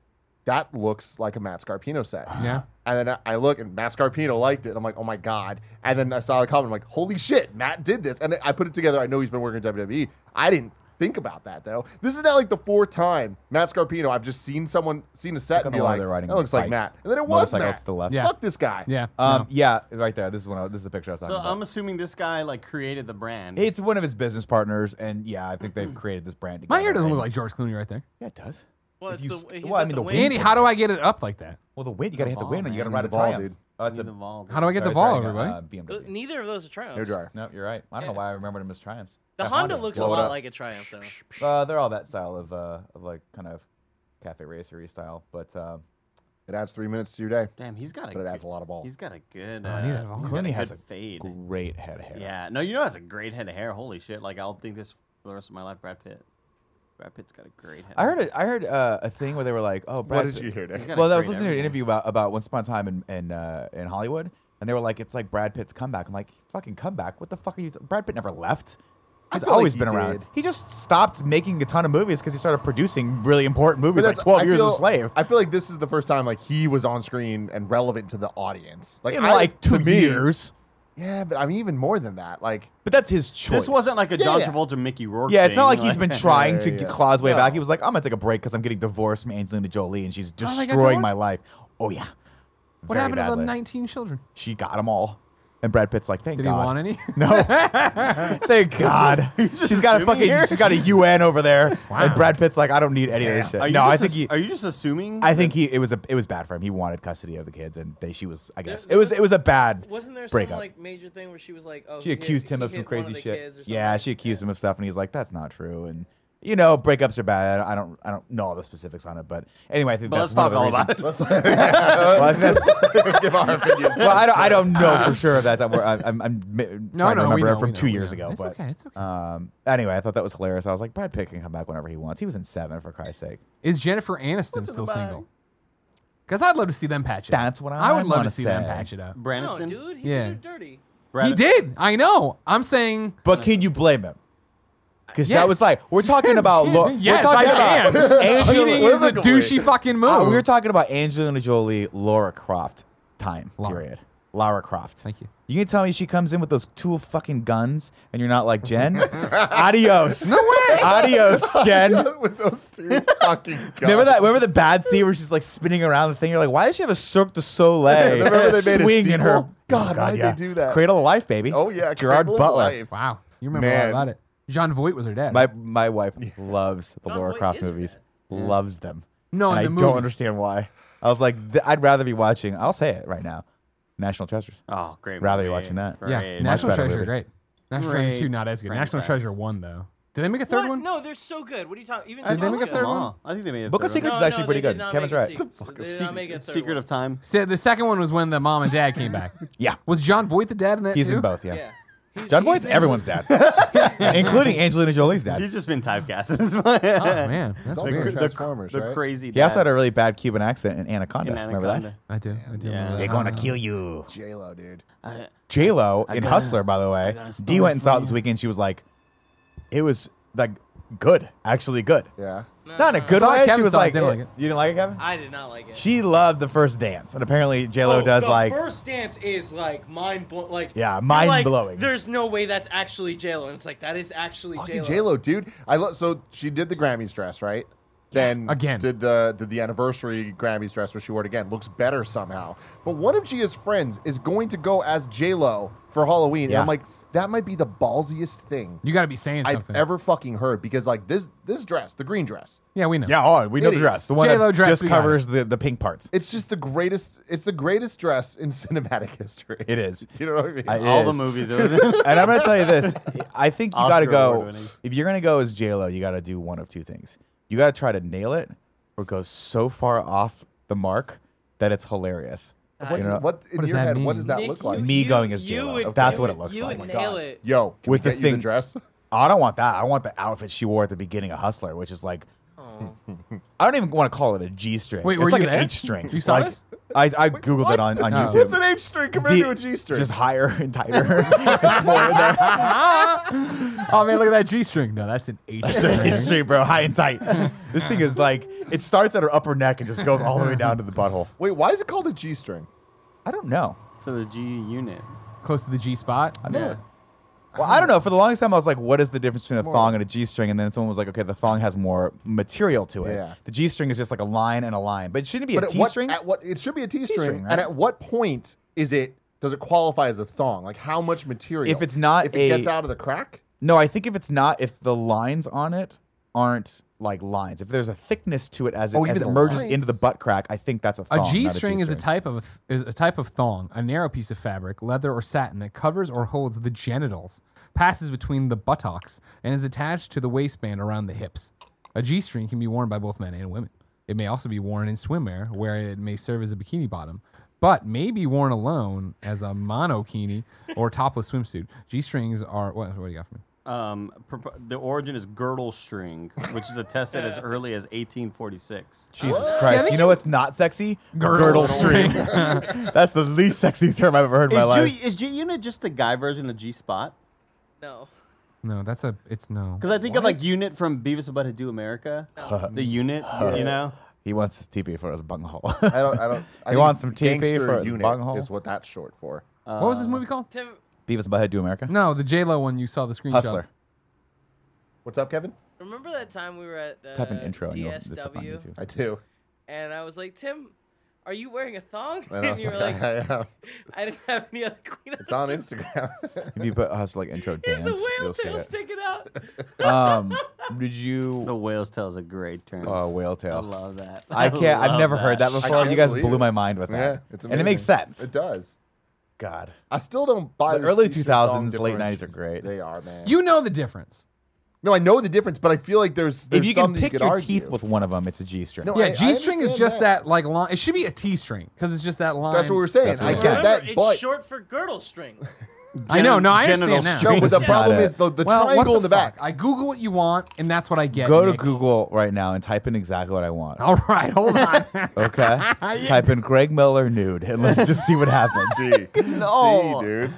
[SPEAKER 4] that looks like a Matt Scarpino set.
[SPEAKER 2] Yeah.
[SPEAKER 4] And then I I look, and Matt Scarpino liked it. and I'm like, oh my god. And then I saw the comment. I'm like, holy shit, Matt did this. And I put it together. I know he's been working at WWE. E. I didn't think about that though. This is not like the fourth time Matt Scarpino. I've just seen someone seen a set and
[SPEAKER 3] on
[SPEAKER 4] be
[SPEAKER 3] the one
[SPEAKER 4] like,
[SPEAKER 3] they're
[SPEAKER 4] that
[SPEAKER 3] riding
[SPEAKER 4] looks like
[SPEAKER 3] bikes.
[SPEAKER 4] Matt. And then it was
[SPEAKER 3] Motorcycles
[SPEAKER 4] Matt.
[SPEAKER 3] to the left.
[SPEAKER 2] Yeah.
[SPEAKER 4] Fuck this guy.
[SPEAKER 2] Yeah.
[SPEAKER 3] Um, yeah, right there. This is one. I, this is the picture I was talking
[SPEAKER 1] So
[SPEAKER 3] about.
[SPEAKER 1] I'm assuming this guy like created the brand.
[SPEAKER 3] it's one of his business partners, and yeah, I think they've created this brand.
[SPEAKER 2] Mm. My
[SPEAKER 3] together,
[SPEAKER 2] hair doesn't
[SPEAKER 3] and-
[SPEAKER 2] look like George Clooney right there.
[SPEAKER 3] Yeah, it does.
[SPEAKER 5] Well, it's
[SPEAKER 3] you
[SPEAKER 5] the,
[SPEAKER 3] s-
[SPEAKER 5] he's
[SPEAKER 3] well,
[SPEAKER 5] got
[SPEAKER 3] I mean, the
[SPEAKER 5] the
[SPEAKER 3] wings
[SPEAKER 5] wings.
[SPEAKER 2] Andy, how do I get it up like that?
[SPEAKER 3] Well, the win. You got to hit the
[SPEAKER 1] ball,
[SPEAKER 3] win, and you got to
[SPEAKER 1] man.
[SPEAKER 3] ride
[SPEAKER 4] The
[SPEAKER 3] a
[SPEAKER 4] ball,
[SPEAKER 3] triumph.
[SPEAKER 4] dude.
[SPEAKER 3] Oh, it's
[SPEAKER 1] Need
[SPEAKER 3] a,
[SPEAKER 1] the ball,
[SPEAKER 2] How do I get the
[SPEAKER 3] sorry,
[SPEAKER 2] ball,
[SPEAKER 3] sorry, uh,
[SPEAKER 2] everybody?
[SPEAKER 5] Uh,
[SPEAKER 3] BMW.
[SPEAKER 5] Neither of those are triumphs.
[SPEAKER 4] Hair dryer.
[SPEAKER 3] No, you're right. I don't know why I remember them as triumphs.
[SPEAKER 5] The
[SPEAKER 3] Yeah,
[SPEAKER 5] Honda
[SPEAKER 3] Hondas.
[SPEAKER 5] looks a
[SPEAKER 4] Blow it
[SPEAKER 5] lot
[SPEAKER 4] up.
[SPEAKER 5] like a triumph, though.
[SPEAKER 3] Uh, they're all that style of uh, of like kind of cafe racery style, but um,
[SPEAKER 4] It adds three minutes to your day.
[SPEAKER 1] Damn, he's got a.
[SPEAKER 4] But it adds
[SPEAKER 1] good-
[SPEAKER 4] a lot of balls.
[SPEAKER 1] He's got a good. Uh,
[SPEAKER 2] Oh, I need that ball.
[SPEAKER 1] he's got a
[SPEAKER 3] Clooney has
[SPEAKER 1] good
[SPEAKER 3] a
[SPEAKER 1] fade.
[SPEAKER 3] great head of hair.
[SPEAKER 1] Yeah. No, you know, has a great head of hair. Holy shit! Like I'll think this for the rest of my life. Brad Pitt. Brad Pitt's got a great head.
[SPEAKER 3] I
[SPEAKER 1] of
[SPEAKER 3] heard
[SPEAKER 1] hair.
[SPEAKER 3] a, I heard uh, a thing where they were like, "Oh,
[SPEAKER 4] What
[SPEAKER 3] Brad
[SPEAKER 4] did
[SPEAKER 3] Pitt-
[SPEAKER 4] you hear, Nick?
[SPEAKER 1] He's got a
[SPEAKER 3] Well, I was
[SPEAKER 1] great
[SPEAKER 3] listening to an
[SPEAKER 1] everything.
[SPEAKER 3] interview about, about Once Upon a Time in in, uh, in Hollywood, and they were like, "It's like Brad Pitt's comeback." I'm like, "Fucking comeback? What the fuck are you? Brad Pitt never left.
[SPEAKER 4] I
[SPEAKER 3] He's
[SPEAKER 4] feel like
[SPEAKER 3] always
[SPEAKER 4] he
[SPEAKER 3] been around.
[SPEAKER 4] did.
[SPEAKER 3] He just stopped making a ton of movies because he started producing really important movies,
[SPEAKER 4] But
[SPEAKER 3] like
[SPEAKER 4] that's-
[SPEAKER 3] 12
[SPEAKER 4] I
[SPEAKER 3] Years a
[SPEAKER 4] feel-
[SPEAKER 3] Slave.
[SPEAKER 4] I feel like this is the first time like he was on screen and relevant to the audience. Like
[SPEAKER 3] in
[SPEAKER 4] I-
[SPEAKER 3] like
[SPEAKER 4] to
[SPEAKER 3] two
[SPEAKER 4] me-
[SPEAKER 3] years,
[SPEAKER 4] yeah, but I mean even more than that. Like
[SPEAKER 3] but that's his choice.
[SPEAKER 1] This wasn't like a
[SPEAKER 4] Yeah,
[SPEAKER 1] John
[SPEAKER 4] yeah.
[SPEAKER 1] Travolta, Mickey Rourke.
[SPEAKER 3] Yeah, it's not
[SPEAKER 1] thing,
[SPEAKER 3] like he's been trying to
[SPEAKER 4] Yeah,
[SPEAKER 3] g-
[SPEAKER 4] yeah.
[SPEAKER 3] claw his way back.
[SPEAKER 4] No.
[SPEAKER 3] He was like, "I'm gonna take a break because I'm getting divorced from Angelina Jolie, and she's
[SPEAKER 2] they got
[SPEAKER 3] destroying my
[SPEAKER 2] divorced?
[SPEAKER 3] life." Oh yeah.
[SPEAKER 2] What
[SPEAKER 3] Very
[SPEAKER 2] happened to the
[SPEAKER 3] badly.
[SPEAKER 2] 19 children?
[SPEAKER 3] She got them all, and Brad Pitt's like, "Thank
[SPEAKER 2] Did
[SPEAKER 3] God."
[SPEAKER 2] he want any?
[SPEAKER 3] No. Thank God. She's got a
[SPEAKER 1] assuming
[SPEAKER 3] fucking
[SPEAKER 1] here?
[SPEAKER 3] she's got a UN over there.
[SPEAKER 2] Wow.
[SPEAKER 3] And Brad Pitt's like, I don't need any of this
[SPEAKER 1] Are
[SPEAKER 3] shit.
[SPEAKER 1] you
[SPEAKER 3] No, I
[SPEAKER 1] just
[SPEAKER 3] think
[SPEAKER 1] ass-
[SPEAKER 3] he
[SPEAKER 1] Are you just assuming?
[SPEAKER 3] I think he it was a it was bad for him. He wanted custody of the kids and they she was I guess.
[SPEAKER 5] there
[SPEAKER 3] It was
[SPEAKER 5] was-
[SPEAKER 3] it was a bad
[SPEAKER 5] Wasn't there some
[SPEAKER 3] breakup.
[SPEAKER 5] like major thing where she was like, "Oh,
[SPEAKER 3] she
[SPEAKER 5] he hit-
[SPEAKER 3] accused him
[SPEAKER 5] he
[SPEAKER 3] of some
[SPEAKER 5] hit one
[SPEAKER 3] crazy
[SPEAKER 5] the
[SPEAKER 3] shit.
[SPEAKER 5] kids or something
[SPEAKER 3] Yeah,
[SPEAKER 5] like
[SPEAKER 3] she
[SPEAKER 5] that.
[SPEAKER 3] accused him of stuff and he's like, That's not true and you know, breakups are bad. I don't I don't know all the specifics on it, but anyway, I think
[SPEAKER 1] But
[SPEAKER 3] that's
[SPEAKER 1] let's
[SPEAKER 3] one
[SPEAKER 1] talk
[SPEAKER 3] of the
[SPEAKER 1] all
[SPEAKER 3] reasons-
[SPEAKER 1] about it.
[SPEAKER 3] Well, I think that's
[SPEAKER 4] give our opinions.
[SPEAKER 3] well, I don't, I don't know for sure if that's I'm, I'm, I'm mi- trying
[SPEAKER 2] No,
[SPEAKER 3] to
[SPEAKER 2] no, we
[SPEAKER 3] remember
[SPEAKER 2] know,
[SPEAKER 3] it from
[SPEAKER 2] we know,
[SPEAKER 3] two
[SPEAKER 2] we
[SPEAKER 3] years
[SPEAKER 2] know.
[SPEAKER 3] ago.
[SPEAKER 2] It's
[SPEAKER 3] but,
[SPEAKER 2] okay, it's okay.
[SPEAKER 3] Um, anyway, I thought that was hilarious. I was like, Brad Pitt can come back whenever he wants. He was in Seven for Christ's sake.
[SPEAKER 2] Is Jennifer Aniston still single? Because I'd love to see them patch it.
[SPEAKER 3] That's what
[SPEAKER 2] I
[SPEAKER 3] I
[SPEAKER 2] would love
[SPEAKER 3] wanna
[SPEAKER 2] to see them
[SPEAKER 3] say.
[SPEAKER 2] patch it up.
[SPEAKER 1] Braniston.
[SPEAKER 5] No, dude, he
[SPEAKER 2] Yeah.
[SPEAKER 5] did her dirty.
[SPEAKER 1] Brad-
[SPEAKER 2] He did. I know. I'm saying.
[SPEAKER 3] But can you blame him? Because that
[SPEAKER 2] Yes.
[SPEAKER 3] was like we're talking about. Lo-
[SPEAKER 2] Yes,
[SPEAKER 3] we're talking
[SPEAKER 2] I
[SPEAKER 3] about
[SPEAKER 2] can.
[SPEAKER 3] Angela-
[SPEAKER 2] Cheating is a
[SPEAKER 4] Perfectly.
[SPEAKER 2] douchey fucking move.
[SPEAKER 3] Uh, we were talking about Angelina Jolie, Laura Croft time
[SPEAKER 2] Laura.
[SPEAKER 3] period. Laura Croft.
[SPEAKER 2] Thank you.
[SPEAKER 3] You can tell me she comes in with those two fucking guns, and you're not like Jen. Adios. No way. Adios, Jen.
[SPEAKER 4] with those two fucking guns.
[SPEAKER 3] Remember that? Remember the bad scene where she's like spinning around the thing? You're like, why does she have a Cirque du Soleil
[SPEAKER 4] Remember they made a
[SPEAKER 3] swing in her? Oh,
[SPEAKER 4] sequel? God, why'd they do that?
[SPEAKER 3] Cradle of Life, baby.
[SPEAKER 4] Oh yeah,
[SPEAKER 3] Gerard
[SPEAKER 4] Cradle of
[SPEAKER 3] Butler.
[SPEAKER 4] Life.
[SPEAKER 2] Wow. You remember
[SPEAKER 4] Man.
[SPEAKER 2] a lot about it. John Voight was her dad.
[SPEAKER 3] My my wife loves the
[SPEAKER 5] John
[SPEAKER 3] Laura
[SPEAKER 5] Voight
[SPEAKER 3] Croft
[SPEAKER 5] is her
[SPEAKER 3] movies. Loves them.
[SPEAKER 2] no,
[SPEAKER 3] and
[SPEAKER 2] in
[SPEAKER 3] I
[SPEAKER 2] the movie.
[SPEAKER 3] don't understand why. I was like, th- I'd rather be watching. I'll say it right now. National Treasures.
[SPEAKER 1] Oh, great.
[SPEAKER 3] Rather you
[SPEAKER 1] movie.
[SPEAKER 3] watching that.
[SPEAKER 2] Yeah,
[SPEAKER 1] Great.
[SPEAKER 2] National
[SPEAKER 3] better
[SPEAKER 2] Treasure,
[SPEAKER 3] movie.
[SPEAKER 2] great. National
[SPEAKER 1] Great
[SPEAKER 2] Treasure two, not as good. National
[SPEAKER 1] franchise.
[SPEAKER 2] Treasure one though. Did they make a third
[SPEAKER 5] What?
[SPEAKER 2] one?
[SPEAKER 5] No, they're so good. What are you talking? Even
[SPEAKER 1] I think
[SPEAKER 5] Tom's
[SPEAKER 1] they make a
[SPEAKER 5] good.
[SPEAKER 2] third
[SPEAKER 1] third
[SPEAKER 2] one?
[SPEAKER 1] one. I think they made a
[SPEAKER 3] Book of
[SPEAKER 1] third
[SPEAKER 3] Secrets
[SPEAKER 5] No,
[SPEAKER 3] is
[SPEAKER 5] no,
[SPEAKER 3] actually
[SPEAKER 5] they
[SPEAKER 3] pretty
[SPEAKER 5] did
[SPEAKER 3] good.
[SPEAKER 5] not
[SPEAKER 3] Kevin's
[SPEAKER 5] make a
[SPEAKER 3] right.
[SPEAKER 5] sequel. They did not make a
[SPEAKER 1] one.
[SPEAKER 5] third
[SPEAKER 1] Secret
[SPEAKER 5] one.
[SPEAKER 1] of Time.
[SPEAKER 2] So the second one was when the mom and dad came back.
[SPEAKER 3] Yeah,
[SPEAKER 2] Was John Voight the dad in that
[SPEAKER 3] he's
[SPEAKER 2] too?
[SPEAKER 3] in both. Yeah,
[SPEAKER 5] Yeah. He's-
[SPEAKER 3] John
[SPEAKER 5] he's
[SPEAKER 3] Boy's
[SPEAKER 5] in
[SPEAKER 3] everyone's
[SPEAKER 5] this-
[SPEAKER 3] dad, including Angelina Jolie's dad.
[SPEAKER 1] He's just been typecast. This oh
[SPEAKER 2] Oh man, that's
[SPEAKER 4] also
[SPEAKER 2] weird.
[SPEAKER 4] good. Transformers,
[SPEAKER 1] the,
[SPEAKER 4] right?
[SPEAKER 1] crazy.
[SPEAKER 3] He also
[SPEAKER 1] dad
[SPEAKER 3] had a really bad Cuban accent in Anaconda.
[SPEAKER 1] in
[SPEAKER 3] Remember that?
[SPEAKER 1] Anaconda.
[SPEAKER 2] I do. I do.
[SPEAKER 1] Yeah.
[SPEAKER 2] remember
[SPEAKER 1] They're
[SPEAKER 2] that. Uh,
[SPEAKER 3] gonna kill you.
[SPEAKER 4] J Lo, dude.
[SPEAKER 1] I-
[SPEAKER 3] J Lo
[SPEAKER 1] I
[SPEAKER 3] in
[SPEAKER 1] gotta-
[SPEAKER 3] Hustler, by the way.
[SPEAKER 1] gotta
[SPEAKER 3] D went and
[SPEAKER 1] start
[SPEAKER 3] saw it
[SPEAKER 1] from
[SPEAKER 3] this
[SPEAKER 1] you.
[SPEAKER 3] weekend. She was like, it was like good, actually good.
[SPEAKER 4] Yeah.
[SPEAKER 3] Not in a good
[SPEAKER 2] Saw it,
[SPEAKER 3] way. She
[SPEAKER 2] Kevin
[SPEAKER 3] was
[SPEAKER 2] saw it,
[SPEAKER 3] like,
[SPEAKER 2] didn't
[SPEAKER 3] eh,
[SPEAKER 2] like it.
[SPEAKER 3] you didn't like it, Kevin?
[SPEAKER 5] I did not like it.
[SPEAKER 3] She loved the first dance, and apparently J Lo
[SPEAKER 5] Oh,
[SPEAKER 3] does
[SPEAKER 5] the
[SPEAKER 3] like
[SPEAKER 5] first dance is like mind blowing. Like
[SPEAKER 3] Yeah,
[SPEAKER 5] you're
[SPEAKER 3] mind
[SPEAKER 5] like,
[SPEAKER 3] blowing.
[SPEAKER 5] There's no way that's actually J Lo, and it's like that is actually
[SPEAKER 4] Fucking
[SPEAKER 5] J
[SPEAKER 4] J
[SPEAKER 5] Lo.
[SPEAKER 4] Lo, dude. I love. So she did the Grammys dress, right? Then
[SPEAKER 2] Again.
[SPEAKER 4] did the did the anniversary Grammys dress where she wore it again. Looks better somehow. But one of Gia's friends is going to go as J Lo for Halloween,
[SPEAKER 3] Yeah.
[SPEAKER 4] and I'm like, that might be the ballsiest thing
[SPEAKER 2] You got to be saying
[SPEAKER 4] I've
[SPEAKER 2] something.
[SPEAKER 4] ever fucking heard because like this this dress, the green dress,
[SPEAKER 2] yeah, we know.
[SPEAKER 3] yeah. Oh, we know
[SPEAKER 4] It
[SPEAKER 3] the
[SPEAKER 4] is.
[SPEAKER 3] dress, the one
[SPEAKER 2] J-Lo
[SPEAKER 3] that
[SPEAKER 2] dress,
[SPEAKER 3] just
[SPEAKER 2] we got it.
[SPEAKER 3] covers the, the pink parts.
[SPEAKER 4] it's just the greatest. It's the greatest dress in cinematic history.
[SPEAKER 3] It is.
[SPEAKER 4] You know what I mean?
[SPEAKER 3] I-
[SPEAKER 1] All the
[SPEAKER 3] is.
[SPEAKER 1] movies it was in.
[SPEAKER 3] and I'm gonna tell you this: I think you gotta
[SPEAKER 1] Oscar
[SPEAKER 3] go.
[SPEAKER 1] award-winning.
[SPEAKER 3] If you're gonna go as J Lo, you gotta do one of two things. You gotta try to nail it, or go so far off the mark that it's hilarious.
[SPEAKER 4] what,
[SPEAKER 3] you
[SPEAKER 4] does-
[SPEAKER 3] know,
[SPEAKER 4] what in
[SPEAKER 2] does
[SPEAKER 4] your
[SPEAKER 2] that
[SPEAKER 4] head? What
[SPEAKER 2] mean?
[SPEAKER 4] does that
[SPEAKER 5] Nick,
[SPEAKER 4] look like?
[SPEAKER 5] you-
[SPEAKER 3] Me going as
[SPEAKER 5] you
[SPEAKER 3] J-Lo.
[SPEAKER 5] would-
[SPEAKER 3] That's
[SPEAKER 5] you
[SPEAKER 3] what it
[SPEAKER 5] would-
[SPEAKER 3] looks
[SPEAKER 5] you
[SPEAKER 3] like.
[SPEAKER 5] would
[SPEAKER 4] God.
[SPEAKER 5] nail it.
[SPEAKER 4] Yo, can
[SPEAKER 3] With
[SPEAKER 4] we
[SPEAKER 3] the
[SPEAKER 4] get you
[SPEAKER 3] thing-
[SPEAKER 4] the dress.
[SPEAKER 3] I don't want that. I want the outfit she wore at the beginning of Hustler, which is like
[SPEAKER 5] Oh.
[SPEAKER 3] I don't even want to call it a G string.
[SPEAKER 2] Wait,
[SPEAKER 3] it's
[SPEAKER 2] were
[SPEAKER 3] like
[SPEAKER 2] you
[SPEAKER 3] an
[SPEAKER 2] there?
[SPEAKER 3] H string.
[SPEAKER 2] You saw
[SPEAKER 3] like,
[SPEAKER 2] this?
[SPEAKER 3] I, I googled
[SPEAKER 4] What?
[SPEAKER 3] it on, on
[SPEAKER 4] No.
[SPEAKER 3] YouTube.
[SPEAKER 4] What's an H string compared
[SPEAKER 3] D-
[SPEAKER 4] to a G string?
[SPEAKER 3] Just higher and tighter. it's more in there.
[SPEAKER 2] Oh man, look at that G string. No, that's an H
[SPEAKER 3] It's an H
[SPEAKER 2] string.
[SPEAKER 3] string, bro. High and tight. This thing is like it starts at her upper neck and just goes all the way down to the butthole.
[SPEAKER 4] Wait, why is it called a G string?
[SPEAKER 3] I don't know.
[SPEAKER 1] for the G unit.
[SPEAKER 2] Close to the G spot.
[SPEAKER 1] Yeah.
[SPEAKER 3] Well, I don't know. For the longest time, I was like, "What is the difference between a thong and a g-string?" And then someone was like, "Okay, the thong has more material to it.
[SPEAKER 4] Yeah.
[SPEAKER 3] The g-string is just like a line and a line, but shouldn't it be
[SPEAKER 4] But
[SPEAKER 3] a
[SPEAKER 4] at what,
[SPEAKER 3] t-string?"
[SPEAKER 4] at what- it should be a T string.
[SPEAKER 3] T-string, right?
[SPEAKER 4] And at what point is it? Does it qualify as a thong? Like how much material?
[SPEAKER 3] If it's not
[SPEAKER 4] if it
[SPEAKER 3] a-
[SPEAKER 4] gets out of the crack,
[SPEAKER 3] no, I think if it's not, if the lines on it aren't like lines, if there's a thickness to it as it,
[SPEAKER 4] Oh,
[SPEAKER 3] as
[SPEAKER 4] even
[SPEAKER 3] it
[SPEAKER 4] the
[SPEAKER 3] merges
[SPEAKER 4] lines?
[SPEAKER 3] into the butt crack, I think that's a thong.
[SPEAKER 2] A
[SPEAKER 3] not
[SPEAKER 2] G string is a
[SPEAKER 3] G-string.
[SPEAKER 2] type of is a type of thong, a narrow piece of fabric, leather or satin that covers or holds the genitals, passes between the buttocks, and is attached to the waistband around the hips. A G string can be worn by both men and women. It may also be worn in swimwear, where it may serve as a bikini bottom, but may be worn alone as a monokini or topless swimsuit. G strings are what? What do you got for me?
[SPEAKER 1] Um, prop- the origin is girdle string, which is attested as early as 1846.
[SPEAKER 3] Jesus Christ! You know what's not sexy? string. that's the least sexy term I've ever heard in my life.
[SPEAKER 1] Is G, is G unit just the guy version of G spot?
[SPEAKER 5] No.
[SPEAKER 2] no, that's a. It's no.
[SPEAKER 1] Because I think of like unit from Beavis and Butthead Do America, the unit, you know.
[SPEAKER 3] He wants his TP for his bunghole.
[SPEAKER 4] I don't. I don't.
[SPEAKER 3] He
[SPEAKER 4] I think
[SPEAKER 3] wants some TP
[SPEAKER 4] gangster
[SPEAKER 3] for his
[SPEAKER 4] unit
[SPEAKER 3] bunghole?
[SPEAKER 4] Is what that's short for.
[SPEAKER 2] what was this movie called?
[SPEAKER 5] Tim,
[SPEAKER 3] Beavis and Butthead do America.
[SPEAKER 2] No, the J Lo one you saw the screenshot.
[SPEAKER 3] Hustler.
[SPEAKER 4] What's up, Kevin?
[SPEAKER 5] remember that time we were at uh,
[SPEAKER 3] Type an intro and you'll, it's up on
[SPEAKER 5] DSW,
[SPEAKER 3] YouTube.
[SPEAKER 4] I do.
[SPEAKER 5] and I was like, Tim, are you wearing a thong?
[SPEAKER 4] And I
[SPEAKER 5] And
[SPEAKER 4] was
[SPEAKER 5] you were
[SPEAKER 4] like,
[SPEAKER 5] like,
[SPEAKER 4] I am.
[SPEAKER 5] I didn't have any other cleanup.
[SPEAKER 4] It's on Instagram.
[SPEAKER 3] If you put Hustler like intro dance,
[SPEAKER 5] It's a whale
[SPEAKER 3] you'll see
[SPEAKER 5] tail
[SPEAKER 3] it.
[SPEAKER 5] sticking out.
[SPEAKER 3] Um, did
[SPEAKER 1] The
[SPEAKER 3] you?
[SPEAKER 1] whale's tail is a great term.
[SPEAKER 3] Oh, whale
[SPEAKER 1] I
[SPEAKER 3] tail.
[SPEAKER 1] love that.
[SPEAKER 3] I can't. I've
[SPEAKER 1] love
[SPEAKER 3] never heard that before.
[SPEAKER 4] can't
[SPEAKER 3] You guys
[SPEAKER 4] believe
[SPEAKER 3] blew
[SPEAKER 4] it.
[SPEAKER 3] my mind with that.
[SPEAKER 4] yeah, it's amazing.
[SPEAKER 3] and it makes sense.
[SPEAKER 4] It does.
[SPEAKER 3] God,
[SPEAKER 4] I still don't buy
[SPEAKER 3] The
[SPEAKER 4] this
[SPEAKER 3] early
[SPEAKER 4] T-shirt thong
[SPEAKER 3] 2000s, late 90s are
[SPEAKER 4] differential.
[SPEAKER 3] great.
[SPEAKER 4] They are, man.
[SPEAKER 2] You know the difference.
[SPEAKER 4] no, I know the difference, but I feel like there's, there's
[SPEAKER 3] if you can
[SPEAKER 4] some that
[SPEAKER 3] pick
[SPEAKER 4] could
[SPEAKER 3] your
[SPEAKER 4] argue.
[SPEAKER 3] teeth with one of them, it's a G string.
[SPEAKER 4] No, I-
[SPEAKER 2] Yeah,
[SPEAKER 4] I
[SPEAKER 2] G string is
[SPEAKER 4] understand
[SPEAKER 2] just
[SPEAKER 4] that.
[SPEAKER 2] that. like line. It should be a T string because it's just that line.
[SPEAKER 4] That's what we're saying.
[SPEAKER 3] That's what
[SPEAKER 4] I
[SPEAKER 3] we're
[SPEAKER 4] get
[SPEAKER 3] saying.
[SPEAKER 5] Remember,
[SPEAKER 4] that,
[SPEAKER 5] it's
[SPEAKER 4] but
[SPEAKER 5] short for girdle string.
[SPEAKER 2] I know. No, I
[SPEAKER 1] Genital
[SPEAKER 2] understand now.
[SPEAKER 1] string.
[SPEAKER 4] no, but the
[SPEAKER 3] It's not
[SPEAKER 4] problem
[SPEAKER 3] it.
[SPEAKER 4] is the, the
[SPEAKER 2] Well, what
[SPEAKER 4] triangle in the
[SPEAKER 2] fuck?
[SPEAKER 4] back.
[SPEAKER 2] I Google what you want, and that's what I get.
[SPEAKER 3] Go to
[SPEAKER 2] Nick.
[SPEAKER 3] Google right now and type in exactly what I want.
[SPEAKER 2] All right, hold on.
[SPEAKER 3] Okay. Type in Greg Miller nude and let's just see what happens.
[SPEAKER 4] See,
[SPEAKER 1] No.
[SPEAKER 4] see, dude.
[SPEAKER 1] I don't
[SPEAKER 3] Let's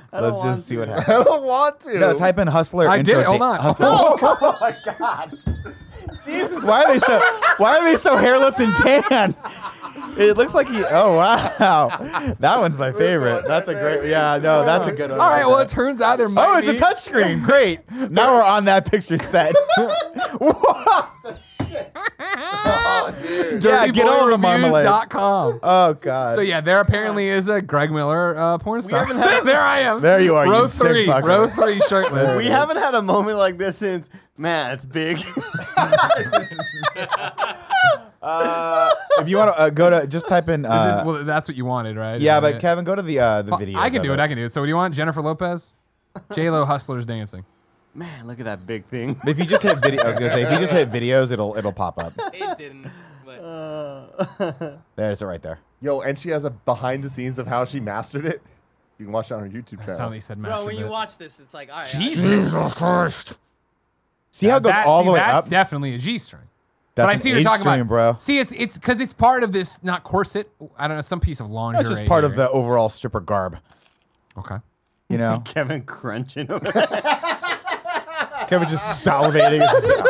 [SPEAKER 1] want
[SPEAKER 3] just see what
[SPEAKER 1] to.
[SPEAKER 3] happens.
[SPEAKER 4] Oh. I don't want to.
[SPEAKER 3] No, type in Hustler.
[SPEAKER 2] I
[SPEAKER 3] intro
[SPEAKER 2] did it. Hold
[SPEAKER 3] da-
[SPEAKER 2] on.
[SPEAKER 3] Hustler.
[SPEAKER 2] Oh,
[SPEAKER 4] Oh my god.
[SPEAKER 3] Why are they so Why are they so hairless and tan? It looks like he. Oh wow, that one's my favorite.
[SPEAKER 4] one
[SPEAKER 3] That's a
[SPEAKER 4] right
[SPEAKER 3] great. Yeah, no, that's a good one.
[SPEAKER 2] All right. Well, it turns out there might
[SPEAKER 3] Oh, it's a
[SPEAKER 2] be-
[SPEAKER 3] touchscreen. Great. Now we're on that picture set. Whoa.
[SPEAKER 4] Oh, dude.
[SPEAKER 3] Yeah, get all the marmalade.
[SPEAKER 2] dirtyboyreviews.com.
[SPEAKER 3] Oh god.
[SPEAKER 2] So yeah, there apparently is a Greg Miller uh, porn star. there I am.
[SPEAKER 3] There you are, you
[SPEAKER 2] Row
[SPEAKER 3] sick
[SPEAKER 2] three.
[SPEAKER 3] fucker.
[SPEAKER 2] Row three shirtless.
[SPEAKER 1] We haven't had a moment like this since. Man, it's big.
[SPEAKER 3] if you want to uh, go to, just type in.
[SPEAKER 2] This is,
[SPEAKER 3] Uh,
[SPEAKER 2] well, that's what you wanted, right?
[SPEAKER 3] yeah,
[SPEAKER 2] Is that
[SPEAKER 3] but
[SPEAKER 2] it?
[SPEAKER 3] Kevin, go to the uh, the video.
[SPEAKER 2] I can do it. I can do it. So, what do you want? Jennifer Lopez, J Lo, hustlers dancing.
[SPEAKER 1] Man, look at that big thing.
[SPEAKER 3] If you just hit video, I was gonna say if you just hit videos, it'll it'll pop up.
[SPEAKER 5] it didn't. But
[SPEAKER 3] Uh, There's it right there.
[SPEAKER 4] Yo, and she has a behind the scenes of how she mastered it. You can watch it on her YouTube
[SPEAKER 2] That's how
[SPEAKER 4] channel.
[SPEAKER 2] they said
[SPEAKER 5] bro, when you
[SPEAKER 2] masturbate.
[SPEAKER 5] watch this, it's like, all right.
[SPEAKER 2] Jesus Christ!
[SPEAKER 3] See how it goes all the way
[SPEAKER 2] that's
[SPEAKER 3] up.
[SPEAKER 2] definitely a G string.
[SPEAKER 3] That's
[SPEAKER 2] But I
[SPEAKER 3] an
[SPEAKER 2] see what
[SPEAKER 3] age
[SPEAKER 2] you're talking
[SPEAKER 3] stream,
[SPEAKER 2] about,
[SPEAKER 3] bro.
[SPEAKER 2] See, it's it's because it's part of this not corset. I don't know, some piece of lingerie.
[SPEAKER 3] That's just part of
[SPEAKER 2] here.
[SPEAKER 3] the overall stripper garb.
[SPEAKER 2] Okay.
[SPEAKER 3] You know,
[SPEAKER 1] Kevin crunching. Him.
[SPEAKER 3] Kevin's just "Ah, salivating. It's just-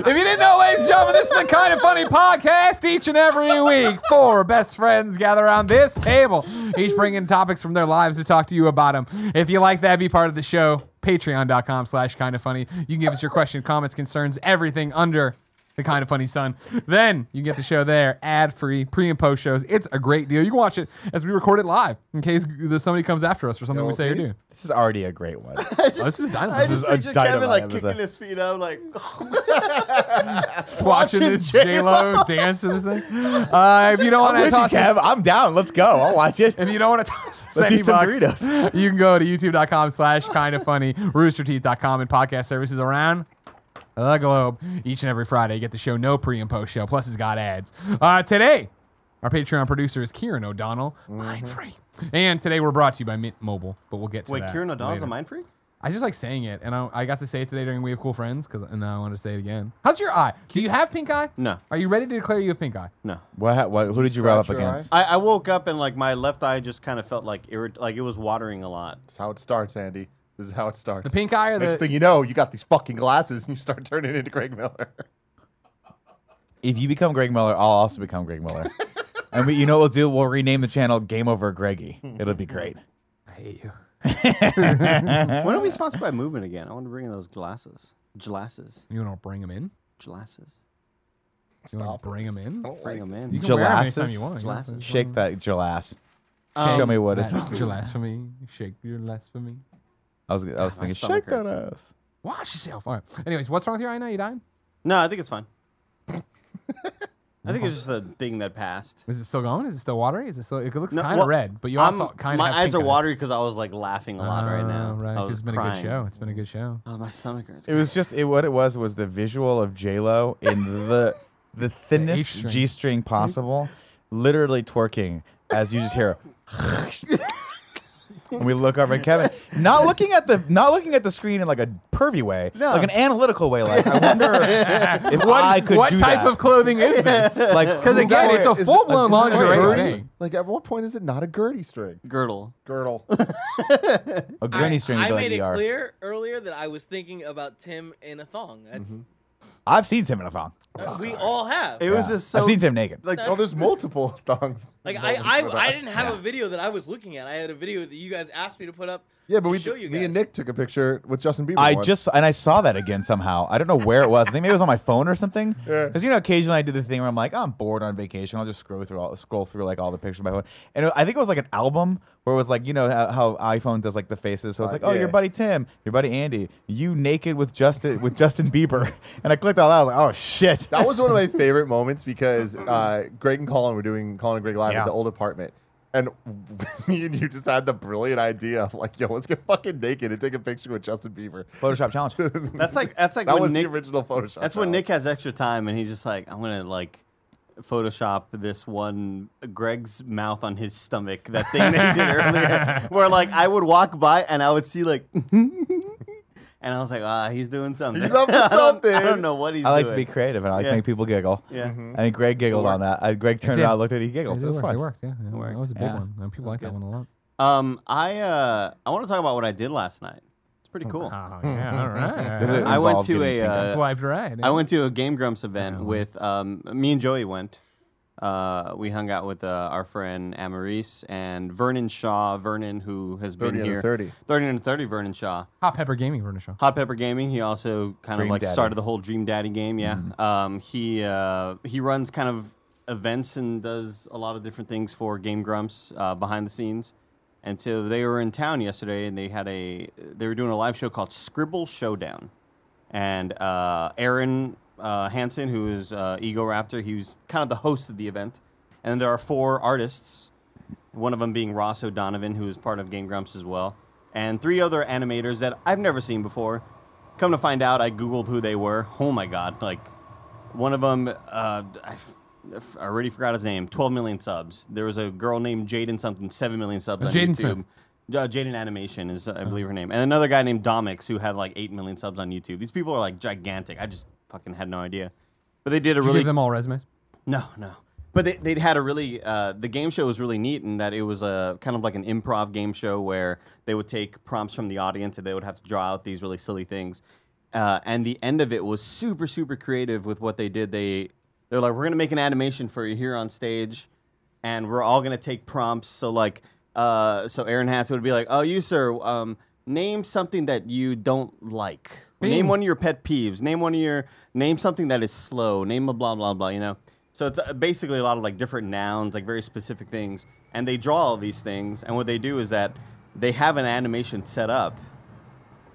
[SPEAKER 2] If you didn't know, ladies and gentlemen, this is the kind of funny podcast. Each and every week, four best friends gather around this table, each bringing topics from their lives to talk to you about them. If you like that, be part of the show. Patreon.com slash kind of funny. You can give us your question, comments, concerns, everything under the kind of funny sun. Then you get the show there, ad free, pre and post shows. It's a great deal. You can watch it as we record it live in case there's somebody comes after us for something we say or do.
[SPEAKER 3] this is already a great one.
[SPEAKER 2] Oh, this is dynamite.
[SPEAKER 1] I
[SPEAKER 3] is
[SPEAKER 1] just
[SPEAKER 3] a
[SPEAKER 1] picture Kevin
[SPEAKER 3] dynamite
[SPEAKER 1] like
[SPEAKER 3] episode.
[SPEAKER 1] kicking his feet up, like
[SPEAKER 2] Just
[SPEAKER 1] watching
[SPEAKER 2] watching this J Lo dance to this thing. Uh, if you don't want
[SPEAKER 3] With
[SPEAKER 2] to
[SPEAKER 3] you,
[SPEAKER 2] toss
[SPEAKER 3] Kev,
[SPEAKER 2] us,
[SPEAKER 3] I'm down. Let's go. I'll watch it.
[SPEAKER 2] If you don't want to toss us
[SPEAKER 3] Let's
[SPEAKER 2] any
[SPEAKER 3] eat some
[SPEAKER 2] bucks, you can go to youtube.com slash kind of funny, roosterteeth.com, and podcast services around the globe each and every Friday. You get the show no pre and post show, plus it's got ads. Uh, today, our Patreon producer is Kieran
[SPEAKER 1] Mm-hmm.
[SPEAKER 2] O'Donnell, mind free. And today we're brought to you by Mint Mobile, but we'll get to
[SPEAKER 1] wait,
[SPEAKER 2] that.
[SPEAKER 1] Kieran O'Donnell's
[SPEAKER 2] later.
[SPEAKER 1] a mind freak.
[SPEAKER 2] I just like saying it, and I, I got to say it today during We Have Cool Friends, because and now I want to say it again. How's your eye? Do you have pink eye?
[SPEAKER 1] No.
[SPEAKER 2] Are you ready to declare you have pink eye?
[SPEAKER 1] No.
[SPEAKER 3] What, ha- what? Who did you rub up
[SPEAKER 4] Scratch your
[SPEAKER 3] against?
[SPEAKER 1] I, I woke up and like my left eye just kind of felt like irrit- like it was watering a lot.
[SPEAKER 4] That's how it starts, Andy. This is how it starts.
[SPEAKER 2] The pink eye or
[SPEAKER 4] Next
[SPEAKER 2] the
[SPEAKER 4] thing you know, you got these fucking glasses and you start turning into Greg Miller.
[SPEAKER 3] If you become Greg Miller, I'll also become Greg Miller. and we, you know what we'll do? We'll rename the channel Game Over Greggy. It'll be great.
[SPEAKER 2] I hate you.
[SPEAKER 1] When are we sponsored by Movement again? I want to bring in those glasses. Glasses.
[SPEAKER 2] You want to bring them in?
[SPEAKER 1] Glasses.
[SPEAKER 2] You want to bring them in?
[SPEAKER 4] Don't
[SPEAKER 1] Bring them in.
[SPEAKER 2] You can wear 'em anytime
[SPEAKER 3] Glasses?
[SPEAKER 2] you want.
[SPEAKER 1] Glasses.
[SPEAKER 3] Shake that gelass.
[SPEAKER 1] Um,
[SPEAKER 3] Show me what it's.
[SPEAKER 2] That's your blasphemy. Shake your blasphemy.
[SPEAKER 3] I was, I was
[SPEAKER 1] my
[SPEAKER 3] thinking,
[SPEAKER 1] stomach
[SPEAKER 3] shake that
[SPEAKER 1] hurts.
[SPEAKER 3] ass.
[SPEAKER 2] Wash yourself. All right. Anyways, what's wrong with your eye now? You dying?
[SPEAKER 1] No, I think it's fine. I think it's just a thing that passed.
[SPEAKER 2] Is it still going? Is it still watery? Is it still? It looks
[SPEAKER 1] No,
[SPEAKER 2] kind of
[SPEAKER 1] well,
[SPEAKER 2] red, but you
[SPEAKER 1] I'm-
[SPEAKER 2] also kind of.
[SPEAKER 1] my eyes are watery because I was like laughing a lot right now.
[SPEAKER 2] Right.
[SPEAKER 1] I
[SPEAKER 2] 'cause
[SPEAKER 1] was
[SPEAKER 2] It's been a
[SPEAKER 1] crying.
[SPEAKER 2] good show. It's been a good show.
[SPEAKER 1] Oh, my stomach hurts.
[SPEAKER 3] It was just it, what it was was the visual of J Lo in the the thinnest
[SPEAKER 2] H-string.
[SPEAKER 3] G string possible, literally twerking as you just hear. and we look over at Kevin, not looking at the not looking at the screen in like a pervy way, like an analytical way. Like I wonder if I could
[SPEAKER 2] what
[SPEAKER 3] do
[SPEAKER 2] type
[SPEAKER 3] that.
[SPEAKER 2] of clothing is this?
[SPEAKER 3] like
[SPEAKER 2] Because
[SPEAKER 3] who
[SPEAKER 2] again,
[SPEAKER 3] wore
[SPEAKER 2] it's a
[SPEAKER 3] it?
[SPEAKER 2] full blown
[SPEAKER 4] Is it a
[SPEAKER 2] lingerie
[SPEAKER 4] gurney?
[SPEAKER 2] thing.
[SPEAKER 4] Like at what point is it not a gurdy string?
[SPEAKER 1] girdle.
[SPEAKER 4] Girdle.
[SPEAKER 3] a granny string.
[SPEAKER 5] I
[SPEAKER 3] I
[SPEAKER 5] made
[SPEAKER 3] like
[SPEAKER 5] it
[SPEAKER 3] ER.
[SPEAKER 5] clear earlier that I was thinking about Tim in a thong. That's
[SPEAKER 3] Mm-hmm. I've seen Tim in a thong.
[SPEAKER 5] uh, we all have.
[SPEAKER 1] It was
[SPEAKER 3] Yeah.
[SPEAKER 1] just so.
[SPEAKER 3] I've seen Tim naked.
[SPEAKER 1] Like,
[SPEAKER 4] oh, there's multiple thongs.
[SPEAKER 5] like I, I, I didn't have a video that I was looking at. I had a video that you guys asked me to put up.
[SPEAKER 4] Yeah, but
[SPEAKER 5] to
[SPEAKER 4] we,
[SPEAKER 5] show you
[SPEAKER 4] me
[SPEAKER 5] guys.
[SPEAKER 4] and Nick took a picture with Justin Bieber.
[SPEAKER 3] I
[SPEAKER 4] once.
[SPEAKER 3] just and I saw that again somehow. I don't know where it was. I think maybe it was on my phone or something.
[SPEAKER 4] Yeah.
[SPEAKER 3] Because you know, occasionally I do the thing where I'm like, I'm bored on vacation. I'll just scroll through all scroll through like all the pictures on my phone. And it- I think it was like an album where it was like, you know how, how iPhone does like the faces. So it's
[SPEAKER 4] Uh,
[SPEAKER 3] like, oh,
[SPEAKER 4] yeah.
[SPEAKER 3] your buddy Tim, your buddy Andy, you naked with Justin with Justin Bieber. And I clicked on that. I was like, oh shit.
[SPEAKER 4] That was one of my favorite moments because uh, Greg and Colin were doing Colin and Greg live
[SPEAKER 3] Yeah.
[SPEAKER 4] at the old apartment. And me and you just had the brilliant idea of like, yo, let's get fucking naked and take a picture with Justin Bieber.
[SPEAKER 3] Photoshop challenge.
[SPEAKER 1] that's like that's like
[SPEAKER 4] That
[SPEAKER 1] when
[SPEAKER 4] was
[SPEAKER 1] Nick.
[SPEAKER 4] the original Photoshop.
[SPEAKER 1] That's when
[SPEAKER 4] challenge.
[SPEAKER 1] Nick has extra time and he's just like, I'm gonna like Photoshop this one Greg's mouth on his stomach. That thing that he did earlier, where like I would walk by and I would see like, and I was like, ah, he's doing something.
[SPEAKER 4] He's up to
[SPEAKER 1] I don't- I
[SPEAKER 4] something.
[SPEAKER 1] don't, know what he's.
[SPEAKER 3] I like to
[SPEAKER 1] doing.
[SPEAKER 3] be creative and I like
[SPEAKER 1] Yeah.
[SPEAKER 3] to make people giggle.
[SPEAKER 1] Yeah.
[SPEAKER 3] I think Greg giggled on that. I, Greg turned
[SPEAKER 2] did.
[SPEAKER 3] around, looked at it, he
[SPEAKER 2] It,
[SPEAKER 3] giggled.
[SPEAKER 2] did
[SPEAKER 3] It was
[SPEAKER 2] work,
[SPEAKER 3] fun.
[SPEAKER 2] it worked. Yeah, yeah.
[SPEAKER 1] worked.
[SPEAKER 2] that was a big
[SPEAKER 3] Yeah.
[SPEAKER 2] one. And people like that one a lot.
[SPEAKER 1] Um, I uh, I want to talk about what I did last night. It's pretty cool.
[SPEAKER 2] Oh yeah, all right.
[SPEAKER 3] Does it
[SPEAKER 1] I went
[SPEAKER 3] involve
[SPEAKER 1] to
[SPEAKER 3] getting
[SPEAKER 1] a,
[SPEAKER 3] pink eye?
[SPEAKER 1] uh,
[SPEAKER 2] Swiped right.
[SPEAKER 1] I went to a Game Grumps event with um, me and Joey went. Uh, we hung out with uh, our friend Amaris and Vernon Shaw. Vernon, who has
[SPEAKER 4] 30
[SPEAKER 1] been
[SPEAKER 4] under
[SPEAKER 1] here
[SPEAKER 4] 30.
[SPEAKER 1] 30 under 30. Vernon Shaw.
[SPEAKER 2] Hot Pepper Gaming for the show.
[SPEAKER 1] Hot Pepper Gaming. He also kind
[SPEAKER 3] Dream
[SPEAKER 1] of like
[SPEAKER 3] Daddy. Mm-hmm.
[SPEAKER 1] started the whole Dream Daddy game. Yeah. Um, he uh, he runs kind of events and does a lot of different things for Game Grumps uh, behind the scenes. And so they were in town yesterday, and they had a they were doing a live show called Scribble Showdown, and uh, Aaron uh, Hansen, who is uh, Ego Raptor, he was kind of the host of the event. And there are four artists one of them being Ross O'Donovan, who is part of Game Grumps as well, and three other animators that I've never seen before. Come to find out, I Googled who they were. Oh my God. Like, one of them, uh, I, f- I f- I already forgot his name, 12 million subs. There was a girl named Jaden something, 7 million subs. on
[SPEAKER 2] Jaden
[SPEAKER 1] YouTube.
[SPEAKER 2] Smith. Oh.
[SPEAKER 1] Uh, Jaden Animation is, uh, I believe, her name. And another guy named Domix, who had like 8 million subs on YouTube. These people are like gigantic. I just fucking had no idea. But they did a
[SPEAKER 2] Did you
[SPEAKER 1] really
[SPEAKER 2] give them all resumes?
[SPEAKER 1] no, no. But they, they'd had a really, uh, the game show was really neat in that it was a kind of like an improv game show where they would take prompts from the audience and they would have to draw out these really silly things. Uh, and the end of it was super, super creative with what they did. They they're like, we're gonna make an animation for you here on stage, and we're all gonna take prompts. So like, uh, so Aaron Hatz would be like, oh, you sir, um, name something that you don't like. Name
[SPEAKER 2] Beans.
[SPEAKER 1] one of your pet peeves. Name one of your name something that is slow. Name a blah blah blah. You know. So it's uh, basically a lot of like different nouns, like very specific things, and they draw all these things. And what they do is that they have an animation set up,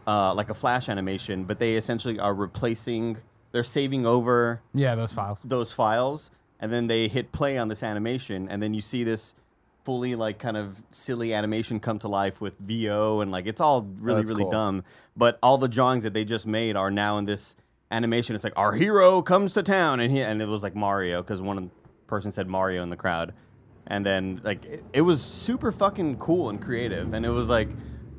[SPEAKER 1] uh, like a flash animation, but they essentially are replacing. They're saving over
[SPEAKER 2] Yeah, those files.
[SPEAKER 1] those files and then they hit play on this animation and then you see this fully like kind of silly animation come to life with VO and like it's all really
[SPEAKER 3] that's
[SPEAKER 1] really
[SPEAKER 3] cool.
[SPEAKER 1] dumb but all the drawings that they just made are now in this animation it's like our hero comes to town and he and it was like Mario cuz one person said Mario in the crowd and then like it, it was super fucking cool and creative and it was like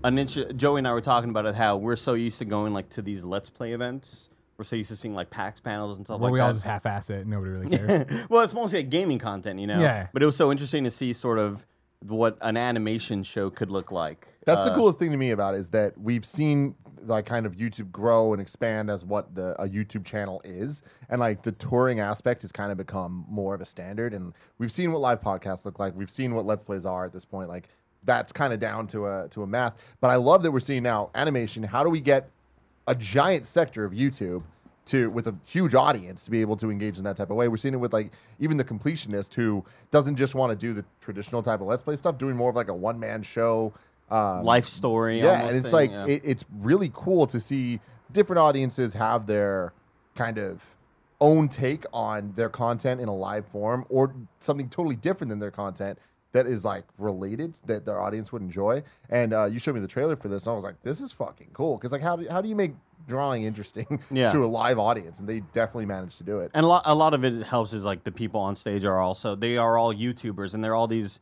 [SPEAKER 1] an inch. Joey and I were talking about it. How we're so used to going like to these Let's Play events. We're so used to seeing like PAX panels and stuff
[SPEAKER 2] Where
[SPEAKER 1] like
[SPEAKER 2] we
[SPEAKER 1] that.
[SPEAKER 2] all just half-ass it. and Nobody really cares.
[SPEAKER 1] well, it's mostly like gaming content, you know.
[SPEAKER 2] Yeah.
[SPEAKER 1] But it was so interesting to see sort of what an animation show could look like.
[SPEAKER 4] That's
[SPEAKER 1] Uh,
[SPEAKER 4] the coolest thing to me about it is that we've seen like kind of YouTube grow and expand as what the a YouTube channel is, and like the touring aspect has kind of become more of a standard. And we've seen what live podcasts look like. We've seen what Let's Plays are at this point. Like that's kind of down to a to a math. But I love that we're seeing now animation. How do we get a giant sector of YouTube to with a huge audience to be able to engage in that type of way. We're seeing it with like even the completionist who doesn't just want to do the traditional type of let's play stuff, doing more of like a one man show. Um,
[SPEAKER 1] life story.
[SPEAKER 4] yeah,
[SPEAKER 1] almost
[SPEAKER 4] and it's
[SPEAKER 1] thing,
[SPEAKER 4] like
[SPEAKER 1] yeah.
[SPEAKER 4] It, it's really cool to see different audiences have their kind of own take on their content in a live form or something totally different than their content that is like related that their audience would enjoy. And uh, you showed me the trailer for this, and I was like, this is fucking cool because like how do, how do you make drawing interesting
[SPEAKER 1] Yeah.
[SPEAKER 4] to a live audience? And they definitely managed to do it.
[SPEAKER 1] and a lot, a lot of it helps is like the people on stage are also they are all YouTubers and they're all these.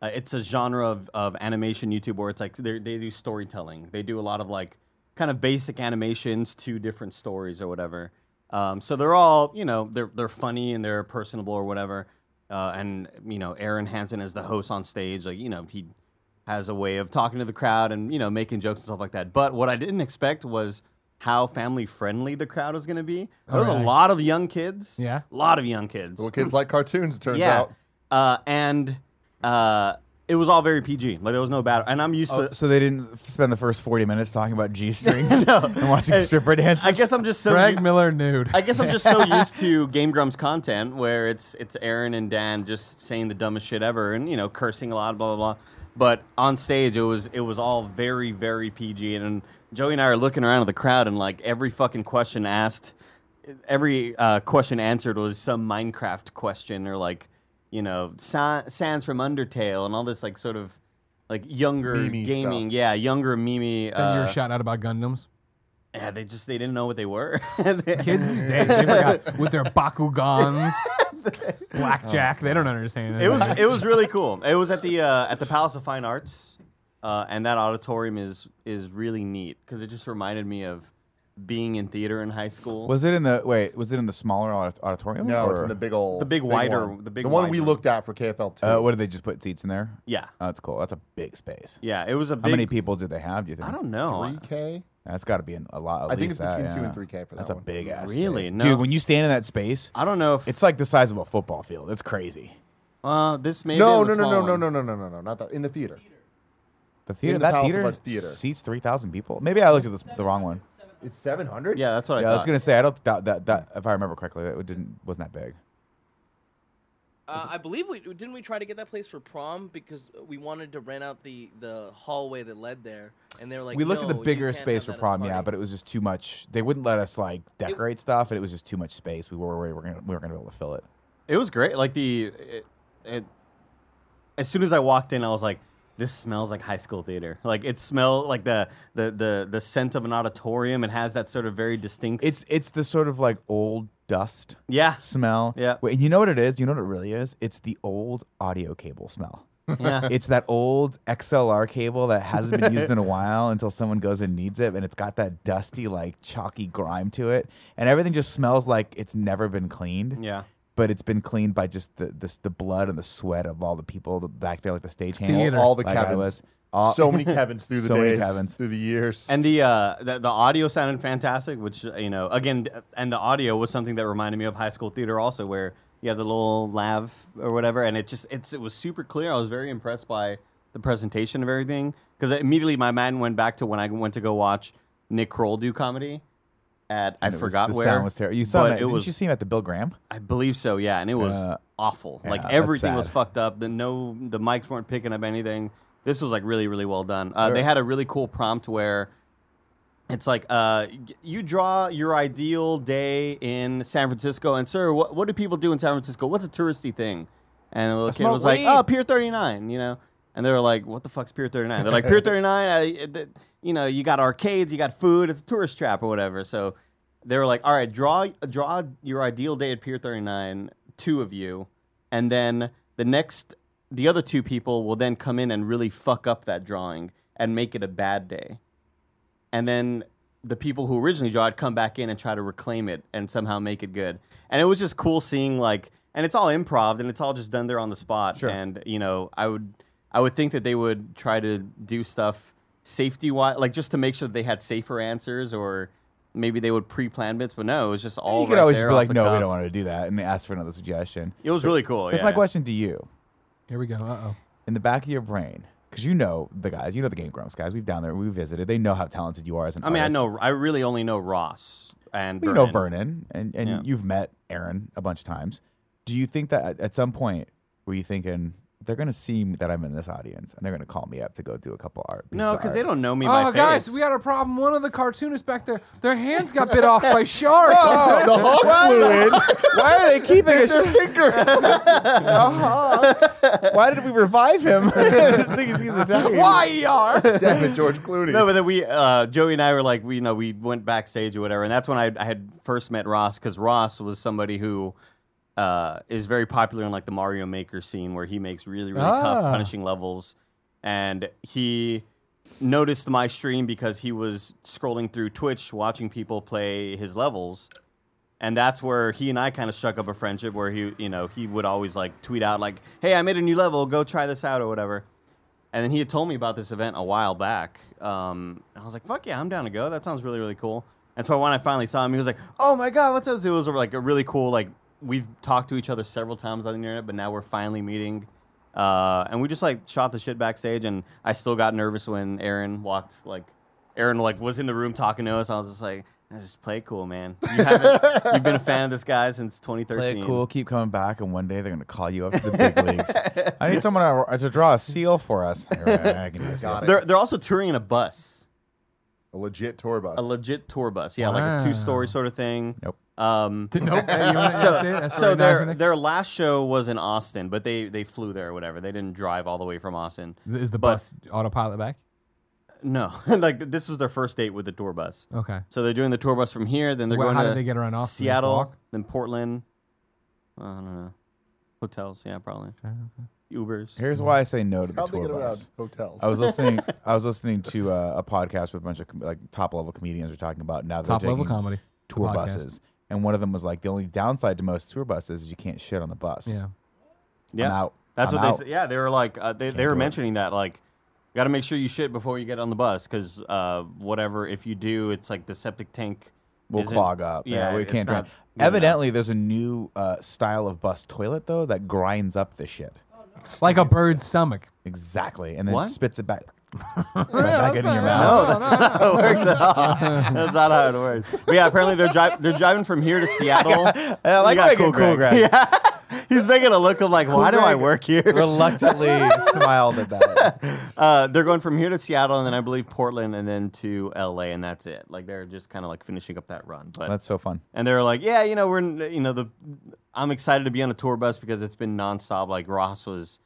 [SPEAKER 1] Uh, it's a genre of, of animation YouTube where it's like they they do storytelling. They do a lot of like kind of basic animations to different stories or whatever. Um, so they're all you know they're they're funny and they're personable or whatever. Uh, and you know Aaron Hansen as the host on stage, like you know he has a way of talking to the crowd and you know making jokes and stuff like that. But what I didn't expect was how family friendly the crowd was going to be. There was
[SPEAKER 2] really?
[SPEAKER 1] a lot of young kids.
[SPEAKER 2] Yeah.
[SPEAKER 1] A lot of yown kids.
[SPEAKER 4] Well, kids like cartoons, it turns
[SPEAKER 1] yeah.
[SPEAKER 4] out.
[SPEAKER 1] Uh, and uh, it was all very PG. Like there was no battle. And I'm used
[SPEAKER 3] Oh,
[SPEAKER 1] to.
[SPEAKER 3] so they didn't spend the first 40 minutes talking about G strings and watching
[SPEAKER 1] Hey,
[SPEAKER 3] stripper dances.
[SPEAKER 1] I guess I'm just so.
[SPEAKER 2] Greg
[SPEAKER 1] u-
[SPEAKER 2] Miller nude.
[SPEAKER 1] I guess I'm just so used to Game Grumps content where it's it's Aaron and Dan just saying the dumbest shit ever and you know cursing a lot, blah blah blah. But on stage, it was it was all very very PG, and, Joey and I are looking around at the crowd, and like every fucking question asked, every uh, question answered was some Minecraft question or like you know Sa- Sans from Undertale and all this like sort of like younger
[SPEAKER 4] Meme-y
[SPEAKER 1] gaming, yeah, younger Mimi.
[SPEAKER 2] Then you were
[SPEAKER 1] Uh,
[SPEAKER 2] shot out about Gundams.
[SPEAKER 1] yeah, they just they didn't know what they were.
[SPEAKER 2] Kids these days, they forgot with their Bakugans, blackjack. They don't understand.
[SPEAKER 1] it was it was really cool. It was at the uh, at the Palace of Fine Arts, uh, and that auditorium is is really neat because it just reminded me of being in theater in high school.
[SPEAKER 3] was it in the wait? Was it in the smaller audit- auditorium?
[SPEAKER 4] No,
[SPEAKER 3] or,
[SPEAKER 4] it's in the big old
[SPEAKER 1] The big wider-
[SPEAKER 4] one.
[SPEAKER 1] the big
[SPEAKER 4] the one we
[SPEAKER 1] wider.
[SPEAKER 4] looked at for KFL two.
[SPEAKER 3] Uh, what did they just put seats in there?
[SPEAKER 1] yeah,
[SPEAKER 3] Oh, that's cool. That's a big space.
[SPEAKER 1] yeah. It was a
[SPEAKER 3] How
[SPEAKER 1] big.
[SPEAKER 3] many people did they have? Do you think?
[SPEAKER 1] I don't know.
[SPEAKER 4] 3K?
[SPEAKER 3] That's got to be in a lot. At
[SPEAKER 4] I think
[SPEAKER 3] least
[SPEAKER 4] it's
[SPEAKER 3] that,
[SPEAKER 4] between two
[SPEAKER 3] yeah.
[SPEAKER 4] and 3K for that
[SPEAKER 3] That's a
[SPEAKER 4] one.
[SPEAKER 3] big ass.
[SPEAKER 1] Really?
[SPEAKER 3] space.
[SPEAKER 1] No.
[SPEAKER 3] dude. When you stand in that space,
[SPEAKER 1] I don't know if
[SPEAKER 3] it's like the size of a football field. It's crazy.
[SPEAKER 1] uh, this may
[SPEAKER 4] No,
[SPEAKER 1] have
[SPEAKER 4] no,
[SPEAKER 1] been the
[SPEAKER 4] no, no,
[SPEAKER 1] small
[SPEAKER 4] no,
[SPEAKER 1] one.
[SPEAKER 4] no, no, no, no, no, not that in the theater.
[SPEAKER 3] The theater,
[SPEAKER 4] the
[SPEAKER 3] that
[SPEAKER 4] Palace of
[SPEAKER 3] theater,
[SPEAKER 4] Arts theater.
[SPEAKER 3] seats three thousand people. Maybe I looked at this, the wrong one.
[SPEAKER 4] It's seven hundred.
[SPEAKER 1] Yeah, that's what
[SPEAKER 3] yeah,
[SPEAKER 1] I
[SPEAKER 3] I was
[SPEAKER 1] thought.
[SPEAKER 3] gonna say I don't that, that that if I remember correctly, that didn't wasn't that big.
[SPEAKER 5] Uh, I believe we didn't we try to get that place for prom because we wanted to rent out the the hallway that led there, and they were like,
[SPEAKER 3] we looked at
[SPEAKER 5] "No,
[SPEAKER 3] the
[SPEAKER 5] you
[SPEAKER 3] bigger
[SPEAKER 5] can't
[SPEAKER 3] space
[SPEAKER 5] have
[SPEAKER 3] for
[SPEAKER 5] that as a
[SPEAKER 3] prom, yeah,
[SPEAKER 5] party."
[SPEAKER 3] but it was just too much. They wouldn't let us like decorate stuff, and it was just too much space. We were worried we were gonna, we were gonna be able to fill it.
[SPEAKER 1] It was great. Like the, it, it, as soon as I walked in, I was like, "This smells like high school theater. Like it smelled like the the the the scent of an auditorium. It has that sort of very distinct.
[SPEAKER 3] It's it's the sort of like old dust
[SPEAKER 1] yeah,
[SPEAKER 3] smell.
[SPEAKER 1] Yeah.
[SPEAKER 3] Wait, and you know what it is? You know what it really is? It's the old audio cable smell.
[SPEAKER 1] yeah.
[SPEAKER 3] it's that old XLR cable that hasn't been used in a while until someone goes and needs it, and it's got that dusty, like chalky grime to it, and everything just smells like it's never been cleaned.
[SPEAKER 1] yeah.
[SPEAKER 3] but it's been cleaned by just the the, the blood and the sweat of all the people that- back there, like the stagehands,
[SPEAKER 2] Theater.
[SPEAKER 4] all the
[SPEAKER 3] like I
[SPEAKER 4] Kevins.
[SPEAKER 3] was. All-
[SPEAKER 4] Uh, so many Kevins through the
[SPEAKER 3] So many
[SPEAKER 4] days,
[SPEAKER 3] Kevins.
[SPEAKER 4] through the years.
[SPEAKER 1] And the, uh, the the audio sounded fantastic, which you know, again, and the audio was something that reminded me of high school theater, also where you have the little lav or whatever, and it just it's it was super clear. I was very impressed by the presentation of everything because immediately my mind went back to when I went to go watch Nick Kroll do comedy at I
[SPEAKER 3] And it was-
[SPEAKER 1] forgot
[SPEAKER 3] the
[SPEAKER 1] where.
[SPEAKER 3] sound was terrible. You saw
[SPEAKER 1] but
[SPEAKER 3] that?
[SPEAKER 1] it
[SPEAKER 3] Didn't
[SPEAKER 1] was
[SPEAKER 3] you see him at the Bill Graham?
[SPEAKER 1] I believe so, yeah, and it was
[SPEAKER 3] Uh,
[SPEAKER 1] awful. like
[SPEAKER 3] yeah, that's
[SPEAKER 1] everything was
[SPEAKER 3] sad.
[SPEAKER 1] fucked up. The no, the mics weren't picking up anything. This was like really, really well done. Uh, They had a really cool prompt where it's like uh, y- you draw your ideal day in San Francisco, and sir, what what do people do in San Francisco? What's a touristy thing? And the little kid
[SPEAKER 3] smoke
[SPEAKER 1] was
[SPEAKER 3] weed.
[SPEAKER 1] like, oh, Pier 39, you know. And they were like, what the fuck's Pier 39? They're like, Pier 39, I, it- it- you know, you got arcades, you got food, it's a tourist trap or whatever. So they were like, all right, draw draw your ideal day at Pier 39, two of you, and then the next the other two people will then come in and really fuck up that drawing. and make it a bad day. And then the people who originally draw it come back in and try to reclaim it and somehow make it good. And it was just cool seeing like and it's all improv and it's all just done there on the spot.
[SPEAKER 3] Sure.
[SPEAKER 1] And you know, I would I would think that they would try to do stuff safety wise like just to make sure that they had safer answers or maybe they would pre-plan bits, but no, it was just all
[SPEAKER 3] you could
[SPEAKER 1] right
[SPEAKER 3] always
[SPEAKER 1] there
[SPEAKER 3] be
[SPEAKER 1] off
[SPEAKER 3] like,
[SPEAKER 1] the
[SPEAKER 3] no, we
[SPEAKER 1] cuff.
[SPEAKER 3] don't want to do that, and ask for another suggestion.
[SPEAKER 1] It was really cool.
[SPEAKER 3] Here's
[SPEAKER 1] yeah.
[SPEAKER 3] my question to you:
[SPEAKER 2] Here we go. Uh oh.
[SPEAKER 3] in the back of your brain, because you know the guys, you know the Game Grumps guys. We've down there, we visited. They know how talented you are as an
[SPEAKER 1] I mean, I
[SPEAKER 3] artist.
[SPEAKER 1] know I really only know Ross and
[SPEAKER 3] Well, you know Vernon, and, and
[SPEAKER 1] Yeah.
[SPEAKER 3] you've met Aaron a bunch of times. Do you think that at, at some point were you thinking they're going to see that I'm in this audience and they're going to call me up to go do a couple art? pieces
[SPEAKER 1] No,
[SPEAKER 3] of
[SPEAKER 1] because
[SPEAKER 3] art?
[SPEAKER 1] they don't know me by
[SPEAKER 2] Oh, guys,
[SPEAKER 1] face.
[SPEAKER 2] we had a problem. One of the cartoonists back there, their hands got bit off by sharks.
[SPEAKER 4] The hawk flew in.
[SPEAKER 3] Why are they keeping a sh-
[SPEAKER 4] Fingers.
[SPEAKER 3] Why did we revive him? this thing is he's attacking.
[SPEAKER 2] Why are?
[SPEAKER 4] Damn it, George Clooney.
[SPEAKER 1] No, but then we, uh, Joey and I were like, we, you know, we went backstage or whatever, and that's when I, I had first met Ross because Ross was somebody who uh, is very popular in like the Mario Maker scene where he makes really really tough
[SPEAKER 2] Ah.
[SPEAKER 1] punishing levels, and he noticed my stream because he was scrolling through Twitch watching people play his levels. And that's where he and I kind of struck up a friendship where he, you know, he would always like tweet out like, "Hey, I made a new level. Go try this out or whatever." And then he had told me about this event a while back. Um, and I was like, fuck yeah, I'm down to go. That sounds really, really cool. And so when I finally saw him, he was like, oh my God, what's up? It was like a really cool, like, we've talked to each other several times on the internet, but now we're finally meeting. Uh, and we just like shot the shit backstage. And I still got nervous when Aaron walked, like, Aaron like was in the room talking to us. I was just like, just play it cool, man. You haven't, you've been a fan of this guy since 2013.
[SPEAKER 3] Play it cool, keep coming back, and one day they're going to call you up to the big leagues. I need someone to, to draw a seal for us. All right, I can do a seal.
[SPEAKER 4] Got it.
[SPEAKER 1] They're, they're also touring in a bus.
[SPEAKER 4] A legit tour bus.
[SPEAKER 1] a legit tour bus. Yeah, like a
[SPEAKER 2] Wow.
[SPEAKER 1] two story sort of thing.
[SPEAKER 3] Nope.
[SPEAKER 1] Um,
[SPEAKER 2] nope. Hey, you wanna-
[SPEAKER 1] so
[SPEAKER 2] that's it? That's
[SPEAKER 1] so
[SPEAKER 2] right,
[SPEAKER 1] their
[SPEAKER 2] nice,
[SPEAKER 1] their last show was in Austin, but they they flew there or whatever. They didn't drive all the way from Austin.
[SPEAKER 2] isn't it? Is the
[SPEAKER 1] but-
[SPEAKER 2] bus autopilot back?
[SPEAKER 1] No, like th- this was their first date with the tour bus.
[SPEAKER 2] Okay.
[SPEAKER 1] So they're doing the tour bus from here. Then they're
[SPEAKER 2] Wha-
[SPEAKER 1] going
[SPEAKER 2] how
[SPEAKER 1] to
[SPEAKER 2] did they get around Austin? Just
[SPEAKER 1] Seattle,
[SPEAKER 2] walk?
[SPEAKER 1] then Portland. I don't know. Hotels, yeah, probably. Ubers.
[SPEAKER 3] Here's why I say no to the
[SPEAKER 4] How'd they
[SPEAKER 3] tour
[SPEAKER 4] get
[SPEAKER 3] bus.
[SPEAKER 4] around hotels?
[SPEAKER 3] I was listening. I was listening to uh, a podcast with a bunch of com- like top level comedians were talking about now they're
[SPEAKER 2] Top level
[SPEAKER 3] taking
[SPEAKER 2] comedy.
[SPEAKER 3] tour
[SPEAKER 2] podcast.
[SPEAKER 3] buses, and one of them was like the only downside to most tour buses is you can't shit on the bus.
[SPEAKER 2] Yeah.
[SPEAKER 1] yeah,
[SPEAKER 3] I'm out.
[SPEAKER 1] that's
[SPEAKER 3] I'm
[SPEAKER 1] what
[SPEAKER 3] out.
[SPEAKER 1] they said. Yeah, they were like uh, they they
[SPEAKER 3] do
[SPEAKER 1] were
[SPEAKER 3] it.
[SPEAKER 1] mentioning that like. Got to make sure you shit before you get on the bus, because uh, whatever if you do, it's like the septic tank
[SPEAKER 3] We'll
[SPEAKER 1] isn't-
[SPEAKER 3] clog up. Yeah, we
[SPEAKER 1] it's
[SPEAKER 3] can't
[SPEAKER 1] not
[SPEAKER 3] drive.
[SPEAKER 1] good enough.
[SPEAKER 3] Evidently, there's a new uh, style of bus toilet though that grinds up the shit
[SPEAKER 2] Like a bird's stomach.
[SPEAKER 3] exactly, and then
[SPEAKER 1] What?
[SPEAKER 3] spits it back. right back in your mouth.
[SPEAKER 1] No, that's not how it works at all. That's not how it works. But yeah, apparently they're driving. They're driving from here to Seattle.
[SPEAKER 3] I like
[SPEAKER 1] You got
[SPEAKER 3] making cool Greg.
[SPEAKER 1] Yeah. He's making a look of like, why do I
[SPEAKER 3] Greg.
[SPEAKER 1] work here?
[SPEAKER 3] Reluctantly smiled at that.
[SPEAKER 1] Uh, they're going from here to Seattle, and then I believe Portland, and then to L.A., and that's it. Like they're just kind of like finishing up that run. But
[SPEAKER 3] That's so fun.
[SPEAKER 1] and they were like, yeah, you know, we're in- you know the I'm excited to be on a tour bus because it's been nonstop. Like Ross was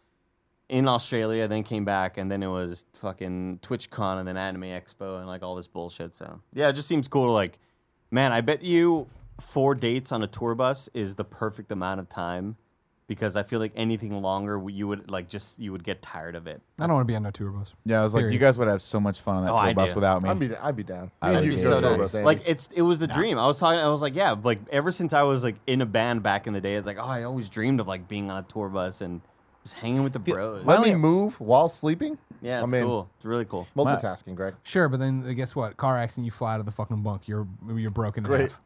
[SPEAKER 1] in Australia, then came back, and then it was fucking TwitchCon and then Anime Expo and like all this bullshit. So yeah, it just seems cool. To, like, man, I bet you four dates on a tour bus is the perfect amount of time because I feel like anything longer, you would like just you would get tired of it.
[SPEAKER 2] I don't want to be on no tour bus.
[SPEAKER 3] Yeah, I was like, you
[SPEAKER 2] Period.
[SPEAKER 3] guys would have so much fun on that
[SPEAKER 1] Oh,
[SPEAKER 3] tour
[SPEAKER 1] I
[SPEAKER 3] bus
[SPEAKER 1] do.
[SPEAKER 3] without me.
[SPEAKER 4] I'd be, I'd be down.
[SPEAKER 3] I
[SPEAKER 4] Me
[SPEAKER 3] would
[SPEAKER 4] and
[SPEAKER 3] be
[SPEAKER 4] you
[SPEAKER 1] It's
[SPEAKER 4] could go
[SPEAKER 1] so
[SPEAKER 3] down.
[SPEAKER 4] tour
[SPEAKER 1] nice.
[SPEAKER 4] bus, Andy.
[SPEAKER 1] Like it's it was the dream. I was talking. I was like, yeah, like ever since I was like in a band back in the day, it's like, oh, I always dreamed of like being on a tour bus and just hanging with the bros.
[SPEAKER 4] Let me move while sleeping.
[SPEAKER 1] yeah,
[SPEAKER 4] I
[SPEAKER 1] it's
[SPEAKER 4] mean,
[SPEAKER 1] cool. It's really cool.
[SPEAKER 4] Multitasking, Greg.
[SPEAKER 2] Sure, but then uh, guess what? Car accident, you fly out of the fucking bunk. You're you're broken. in
[SPEAKER 4] Great.
[SPEAKER 2] half.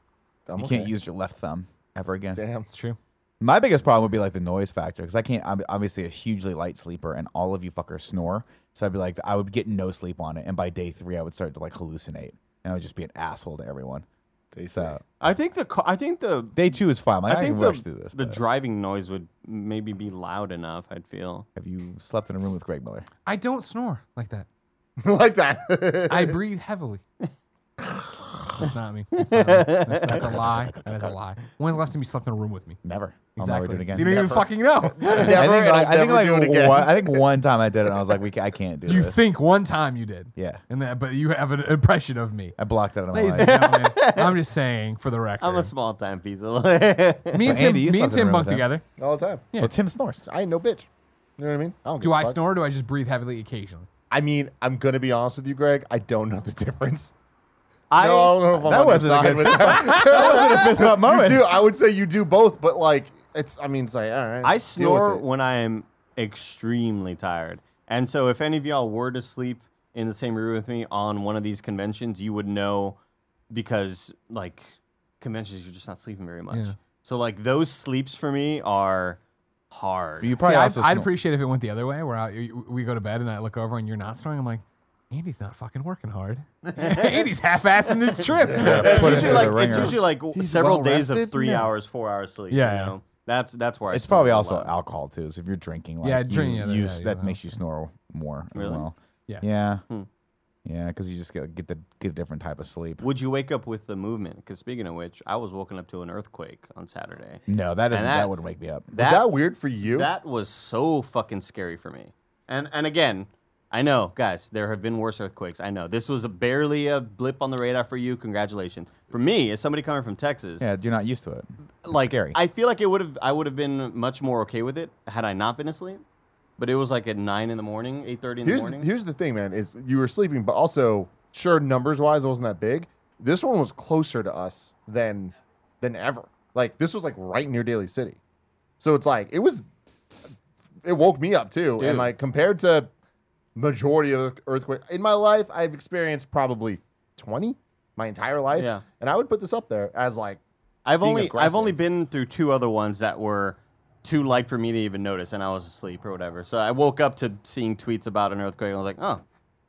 [SPEAKER 4] I'm
[SPEAKER 3] You
[SPEAKER 4] okay.
[SPEAKER 3] can't use your left thumb ever again.
[SPEAKER 4] Damn.
[SPEAKER 2] It's true.
[SPEAKER 3] My biggest problem would be like the noise factor because I can't. I'm obviously a hugely light sleeper, and all of you fuckers snore. So I'd be like, I would get no sleep on it, and by day three, I would start to like hallucinate, and I would just be an asshole to everyone. So
[SPEAKER 1] I think the ca- I think the
[SPEAKER 3] day two is fine. Like, I,
[SPEAKER 1] I
[SPEAKER 3] can
[SPEAKER 1] think
[SPEAKER 3] rush
[SPEAKER 1] the,
[SPEAKER 3] through this.
[SPEAKER 1] the
[SPEAKER 3] but
[SPEAKER 1] driving noise would maybe be loud enough. I'd feel.
[SPEAKER 3] have you slept in a room with Greg Miller?
[SPEAKER 2] I don't snore like that.
[SPEAKER 4] like that.
[SPEAKER 2] I breathe heavily. That's not me. That's, not me. That's, that's a lie. That is a lie. When's the last time you slept in a room with me?
[SPEAKER 3] Never. I'll never
[SPEAKER 2] Exactly.
[SPEAKER 3] do it again.
[SPEAKER 2] So you don't even fucking know.
[SPEAKER 3] I
[SPEAKER 4] Never,
[SPEAKER 3] think
[SPEAKER 4] and
[SPEAKER 3] like,
[SPEAKER 4] I'll
[SPEAKER 3] I think
[SPEAKER 4] never do
[SPEAKER 3] like
[SPEAKER 4] it again.
[SPEAKER 3] one. I think one time I did it, and I was like, we, ca- I can't do
[SPEAKER 2] you
[SPEAKER 3] this.
[SPEAKER 2] think one time you did.
[SPEAKER 3] Yeah,
[SPEAKER 2] And that, but you have an impression of me.
[SPEAKER 3] I blocked it. out of my
[SPEAKER 2] Ladies and
[SPEAKER 3] life.
[SPEAKER 2] gentlemen, I'm just saying for the record.
[SPEAKER 1] I'm a small time pizza.
[SPEAKER 2] me and
[SPEAKER 3] But
[SPEAKER 2] Tim,
[SPEAKER 3] Andy,
[SPEAKER 2] me
[SPEAKER 3] you slept in
[SPEAKER 2] and
[SPEAKER 3] a room
[SPEAKER 2] Tim bunk
[SPEAKER 3] with him.
[SPEAKER 2] together.
[SPEAKER 4] All the time.
[SPEAKER 2] Yeah.
[SPEAKER 3] Well, Tim snores.
[SPEAKER 4] I ain't no bitch. You know what I mean? don't
[SPEAKER 2] Do
[SPEAKER 4] give a
[SPEAKER 2] I
[SPEAKER 4] fuck.
[SPEAKER 2] snore or do I just breathe heavily occasionally?
[SPEAKER 4] I mean, I'm gonna be honest with you, Greg. I don't know the difference.
[SPEAKER 1] I
[SPEAKER 4] no, I don't know if I'm
[SPEAKER 3] that
[SPEAKER 4] on your
[SPEAKER 3] wasn't a
[SPEAKER 4] side
[SPEAKER 3] good-
[SPEAKER 4] with that.
[SPEAKER 3] That wasn't a fist bump
[SPEAKER 4] You
[SPEAKER 3] moment.
[SPEAKER 4] do. I would say you do both, but like it's. I mean, it's like all
[SPEAKER 1] I
[SPEAKER 4] right. deal with
[SPEAKER 1] snore
[SPEAKER 4] it.
[SPEAKER 1] when I am extremely tired. And so if any of y'all were to sleep in the same room with me on one of these conventions, you would know because like conventions you're just not sleeping very much.
[SPEAKER 2] Yeah.
[SPEAKER 1] So like those sleeps for me are hard.
[SPEAKER 3] You
[SPEAKER 2] See,
[SPEAKER 3] probably
[SPEAKER 2] I'd-
[SPEAKER 3] also
[SPEAKER 2] I'd
[SPEAKER 3] snore.
[SPEAKER 2] appreciate if it went the other way, where I, we go to bed and I look over and you're not snoring. I'm like, Andy's not fucking working hard. Andy's half-assing this trip.
[SPEAKER 1] it's
[SPEAKER 3] Put it
[SPEAKER 1] usually
[SPEAKER 3] through the
[SPEAKER 1] like it's
[SPEAKER 3] ringer.
[SPEAKER 1] usually like w-
[SPEAKER 4] He's
[SPEAKER 1] several
[SPEAKER 4] well
[SPEAKER 1] days of
[SPEAKER 4] rested?
[SPEAKER 1] three
[SPEAKER 4] No.
[SPEAKER 1] hours, four hours sleep.
[SPEAKER 2] Yeah,
[SPEAKER 1] you
[SPEAKER 2] yeah.
[SPEAKER 1] know? that's that's where I
[SPEAKER 3] It's
[SPEAKER 1] snore
[SPEAKER 3] probably
[SPEAKER 1] a
[SPEAKER 3] also
[SPEAKER 1] lot.
[SPEAKER 3] alcohol too. So if you're drinking, like,
[SPEAKER 2] Yeah,
[SPEAKER 3] you,
[SPEAKER 2] drink- yeah,
[SPEAKER 3] you-
[SPEAKER 2] yeah,
[SPEAKER 3] that
[SPEAKER 2] yeah.
[SPEAKER 3] makes you snore more as
[SPEAKER 1] Really?
[SPEAKER 3] well.
[SPEAKER 2] Yeah.
[SPEAKER 3] yeah,
[SPEAKER 1] Hmm.
[SPEAKER 3] yeah, because you just get get the get a different type of sleep.
[SPEAKER 1] Would you wake up with the movement? Because speaking of which, I was woken up to an earthquake on Saturday.
[SPEAKER 3] No, that doesn't.
[SPEAKER 1] that-
[SPEAKER 3] That, wouldn't wake me up.
[SPEAKER 4] Is that weird for you?
[SPEAKER 1] That was so fucking scary for me. And and again, I know, guys, there have been worse earthquakes. I know. This was a barely a blip on the radar for you. Congratulations. For me, as somebody coming from Texas,
[SPEAKER 3] Yeah, you're not used to it. It's
[SPEAKER 1] like
[SPEAKER 3] scary.
[SPEAKER 1] I feel like it would have I would have been much more okay with it had I not been asleep. But it was like at nine in the morning, eight thirty in
[SPEAKER 4] here's
[SPEAKER 1] the
[SPEAKER 4] the,
[SPEAKER 1] morning.
[SPEAKER 4] here's the thing, man. Is you were sleeping, but also sure numbers wise, it wasn't that big. This one was closer to us than than ever. Like this was like right near Daly City, so it's like it was. It woke me up too,
[SPEAKER 1] Dude.
[SPEAKER 4] and like compared to majority of earthquake in my life, I've experienced probably twenty my entire life.
[SPEAKER 1] Yeah.
[SPEAKER 4] and I would put this up there as like
[SPEAKER 1] I've
[SPEAKER 4] being
[SPEAKER 1] only I've only
[SPEAKER 4] aggressive.
[SPEAKER 1] been through two other ones that were too light for me to even notice, and I was asleep or whatever. So I woke up to seeing tweets about an earthquake. And I was like, oh,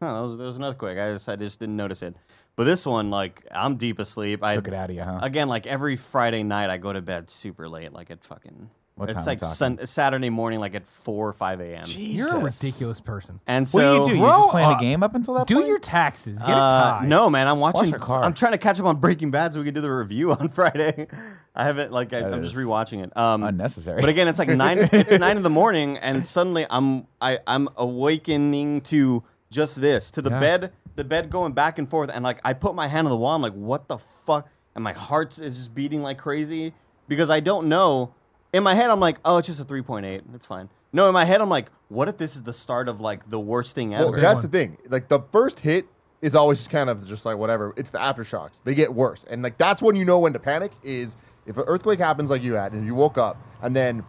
[SPEAKER 1] huh, that was there was an earthquake. I just I just didn't notice it. But this one, like, I'm deep asleep. I
[SPEAKER 3] Took it out of you, huh?
[SPEAKER 1] again, like every Friday night, I go to bed super late, like at fucking.
[SPEAKER 3] What
[SPEAKER 1] it's
[SPEAKER 3] time we
[SPEAKER 1] like
[SPEAKER 3] talking?
[SPEAKER 1] sun, Saturday morning, like at four or five a.m.
[SPEAKER 2] You're a ridiculous person.
[SPEAKER 1] And
[SPEAKER 3] What
[SPEAKER 1] so,
[SPEAKER 3] do you do?
[SPEAKER 2] grow
[SPEAKER 3] You're just playing
[SPEAKER 2] up.
[SPEAKER 3] a game up until that
[SPEAKER 2] Do
[SPEAKER 3] point.
[SPEAKER 2] your taxes. Get a
[SPEAKER 1] Uh,
[SPEAKER 2] tie.
[SPEAKER 1] no, man, I'm watching.
[SPEAKER 3] your car.
[SPEAKER 1] I'm trying to catch up on Breaking Bad so we can do the review on Friday. I haven't like I,
[SPEAKER 3] That
[SPEAKER 1] I'm just
[SPEAKER 3] is
[SPEAKER 1] rewatching it. Um,
[SPEAKER 3] unnecessary.
[SPEAKER 1] But again, it's like nine. it's nine in the morning, and suddenly I'm I I'm awakening to just this to the
[SPEAKER 2] Yeah.
[SPEAKER 1] bed, the bed going back and forth, and like I put my hand on the wall. I'm like, what the fuck? And my heart is just beating like crazy because I don't know. In my head, I'm like, oh, it's just a 3.8. It's fine. No, in my head, I'm like, what if this is the start of like the worst thing ever?
[SPEAKER 4] Well, that's
[SPEAKER 2] one.
[SPEAKER 4] the thing. Like the first hit is always just kind of just like whatever. It's the aftershocks. They get worse, and like that's when you know when to panic is if an earthquake happens like you had, and you woke up, and then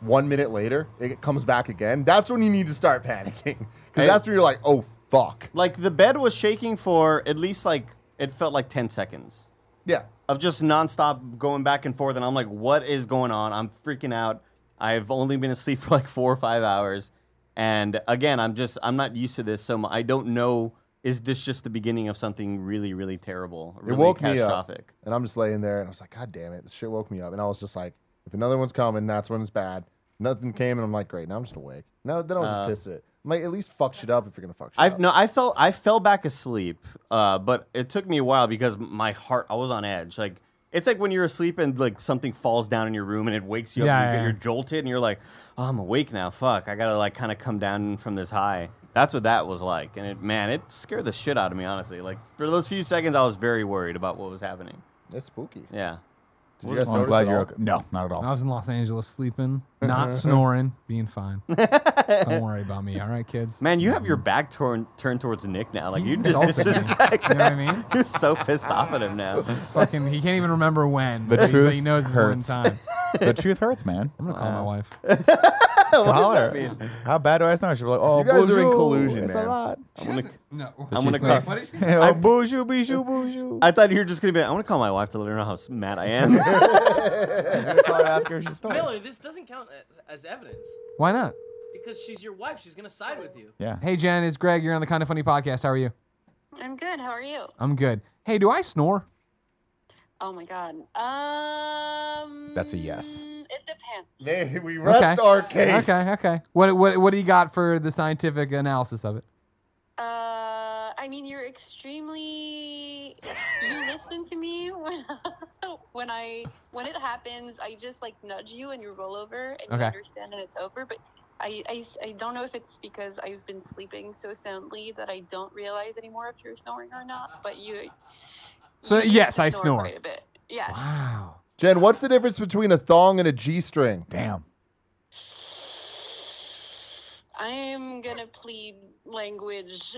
[SPEAKER 4] one minute later it comes back again. That's when you need to start panicking
[SPEAKER 1] I-
[SPEAKER 4] because that's when you're like, oh fuck,
[SPEAKER 1] Like the bed was shaking for at least like it felt like ten seconds
[SPEAKER 4] yeah.
[SPEAKER 1] of just nonstop going back and forth, and I'm like, what is going on? I'm freaking out. I've only been asleep for like four or five hours, and again, I'm just I'm not used to this, so m- I don't know. Is this just the beginning of something really, really terrible? Really
[SPEAKER 4] it woke me up,
[SPEAKER 1] catastrophic?
[SPEAKER 4] and I'm just laying there, and I was like, God damn it, this shit woke me up, and I was just like, if another one's coming, that's when it's bad. Nothing came, and I'm like, great, now I'm just awake. Now then I was
[SPEAKER 1] Uh,
[SPEAKER 4] just pissed at it. I'm like, at least fuck shit up if you're gonna fuck shit
[SPEAKER 1] I
[SPEAKER 4] up.
[SPEAKER 1] no, I fell I fell back asleep, uh, but it took me a while because my heart I was on edge. Like it's like when you're asleep and like something falls down in your room and it wakes you up.
[SPEAKER 2] Yeah,
[SPEAKER 1] And you
[SPEAKER 2] yeah.
[SPEAKER 1] get, you're jolted and you're like, oh, I'm awake now. Fuck, I gotta like kind of come down from this high. That's what that was like, and it man, it scared the shit out of me. Honestly, like for those few seconds, I was very worried about what was happening.
[SPEAKER 4] It's spooky.
[SPEAKER 1] Yeah,
[SPEAKER 4] Did you guys
[SPEAKER 3] Oh, I'm
[SPEAKER 4] notice
[SPEAKER 3] glad
[SPEAKER 4] at
[SPEAKER 3] you're
[SPEAKER 4] all?
[SPEAKER 3] okay. No, not at all.
[SPEAKER 2] I was in Los Angeles sleeping,
[SPEAKER 1] Uh-huh.
[SPEAKER 2] not snoring, being fine. Don't worry about me. All right, kids.
[SPEAKER 1] man, you have your back torn turned towards Nick now. Like
[SPEAKER 2] Mm-hmm. He's
[SPEAKER 1] you just
[SPEAKER 2] insulting me. You
[SPEAKER 1] disrespect.
[SPEAKER 2] know what I mean?
[SPEAKER 1] You're so pissed off at him now.
[SPEAKER 2] Fucking, he can't even remember when.
[SPEAKER 3] The
[SPEAKER 2] but he's-
[SPEAKER 3] truth
[SPEAKER 2] he knows it's
[SPEAKER 3] hurts.
[SPEAKER 2] one time.
[SPEAKER 3] the truth hurts, man.
[SPEAKER 2] I'm gonna call my wife.
[SPEAKER 1] what does
[SPEAKER 3] Dollar.
[SPEAKER 1] that mean?
[SPEAKER 3] How bad do I snore? She'll be like, oh,
[SPEAKER 4] You guys are in
[SPEAKER 3] bonjour.
[SPEAKER 4] collusion,
[SPEAKER 3] It's
[SPEAKER 4] man.
[SPEAKER 3] a lot.
[SPEAKER 2] She
[SPEAKER 1] gonna-
[SPEAKER 2] doesn't- no.
[SPEAKER 1] I'm
[SPEAKER 2] She
[SPEAKER 1] gonna
[SPEAKER 2] snorted.
[SPEAKER 1] call-
[SPEAKER 2] What did she say?
[SPEAKER 3] oh, bonjour, bijou, bonjour.
[SPEAKER 1] I thought you were just gonna be. Like, I want to call my wife to let her know how s- mad I am.
[SPEAKER 3] I thought I'd ask her if she snores.
[SPEAKER 5] Melanie, this doesn't count as, as evidence
[SPEAKER 2] Why not?
[SPEAKER 5] because she's your wife. She's gonna side with you.
[SPEAKER 3] Yeah.
[SPEAKER 2] Hey, Jen, it's Greg. You're on the Kind of Funny podcast. How are you?
[SPEAKER 6] I'm good. How are you?
[SPEAKER 2] I'm good. Hey, do I snore?
[SPEAKER 6] Oh my god. Um.
[SPEAKER 3] That's a yes.
[SPEAKER 6] It depends.
[SPEAKER 4] Nay, we rest our case.
[SPEAKER 2] Okay, okay. What what what do you got for the scientific analysis of it?
[SPEAKER 6] Uh, I mean, you're extremely. you listen to me when when I when it happens. I just like nudge you and you roll over and
[SPEAKER 2] Okay.
[SPEAKER 6] you understand that it's over. But I, I s- I don't know if it's because I've been sleeping so soundly that I don't realize anymore if you're snoring or not. But you.
[SPEAKER 2] So,
[SPEAKER 6] you used
[SPEAKER 2] yes,
[SPEAKER 6] to
[SPEAKER 2] I snore.
[SPEAKER 6] Quite a bit. Yeah.
[SPEAKER 2] Wow.
[SPEAKER 4] Jen, what's the difference between a thong and a G string?
[SPEAKER 3] Damn.
[SPEAKER 6] I am gonna plead language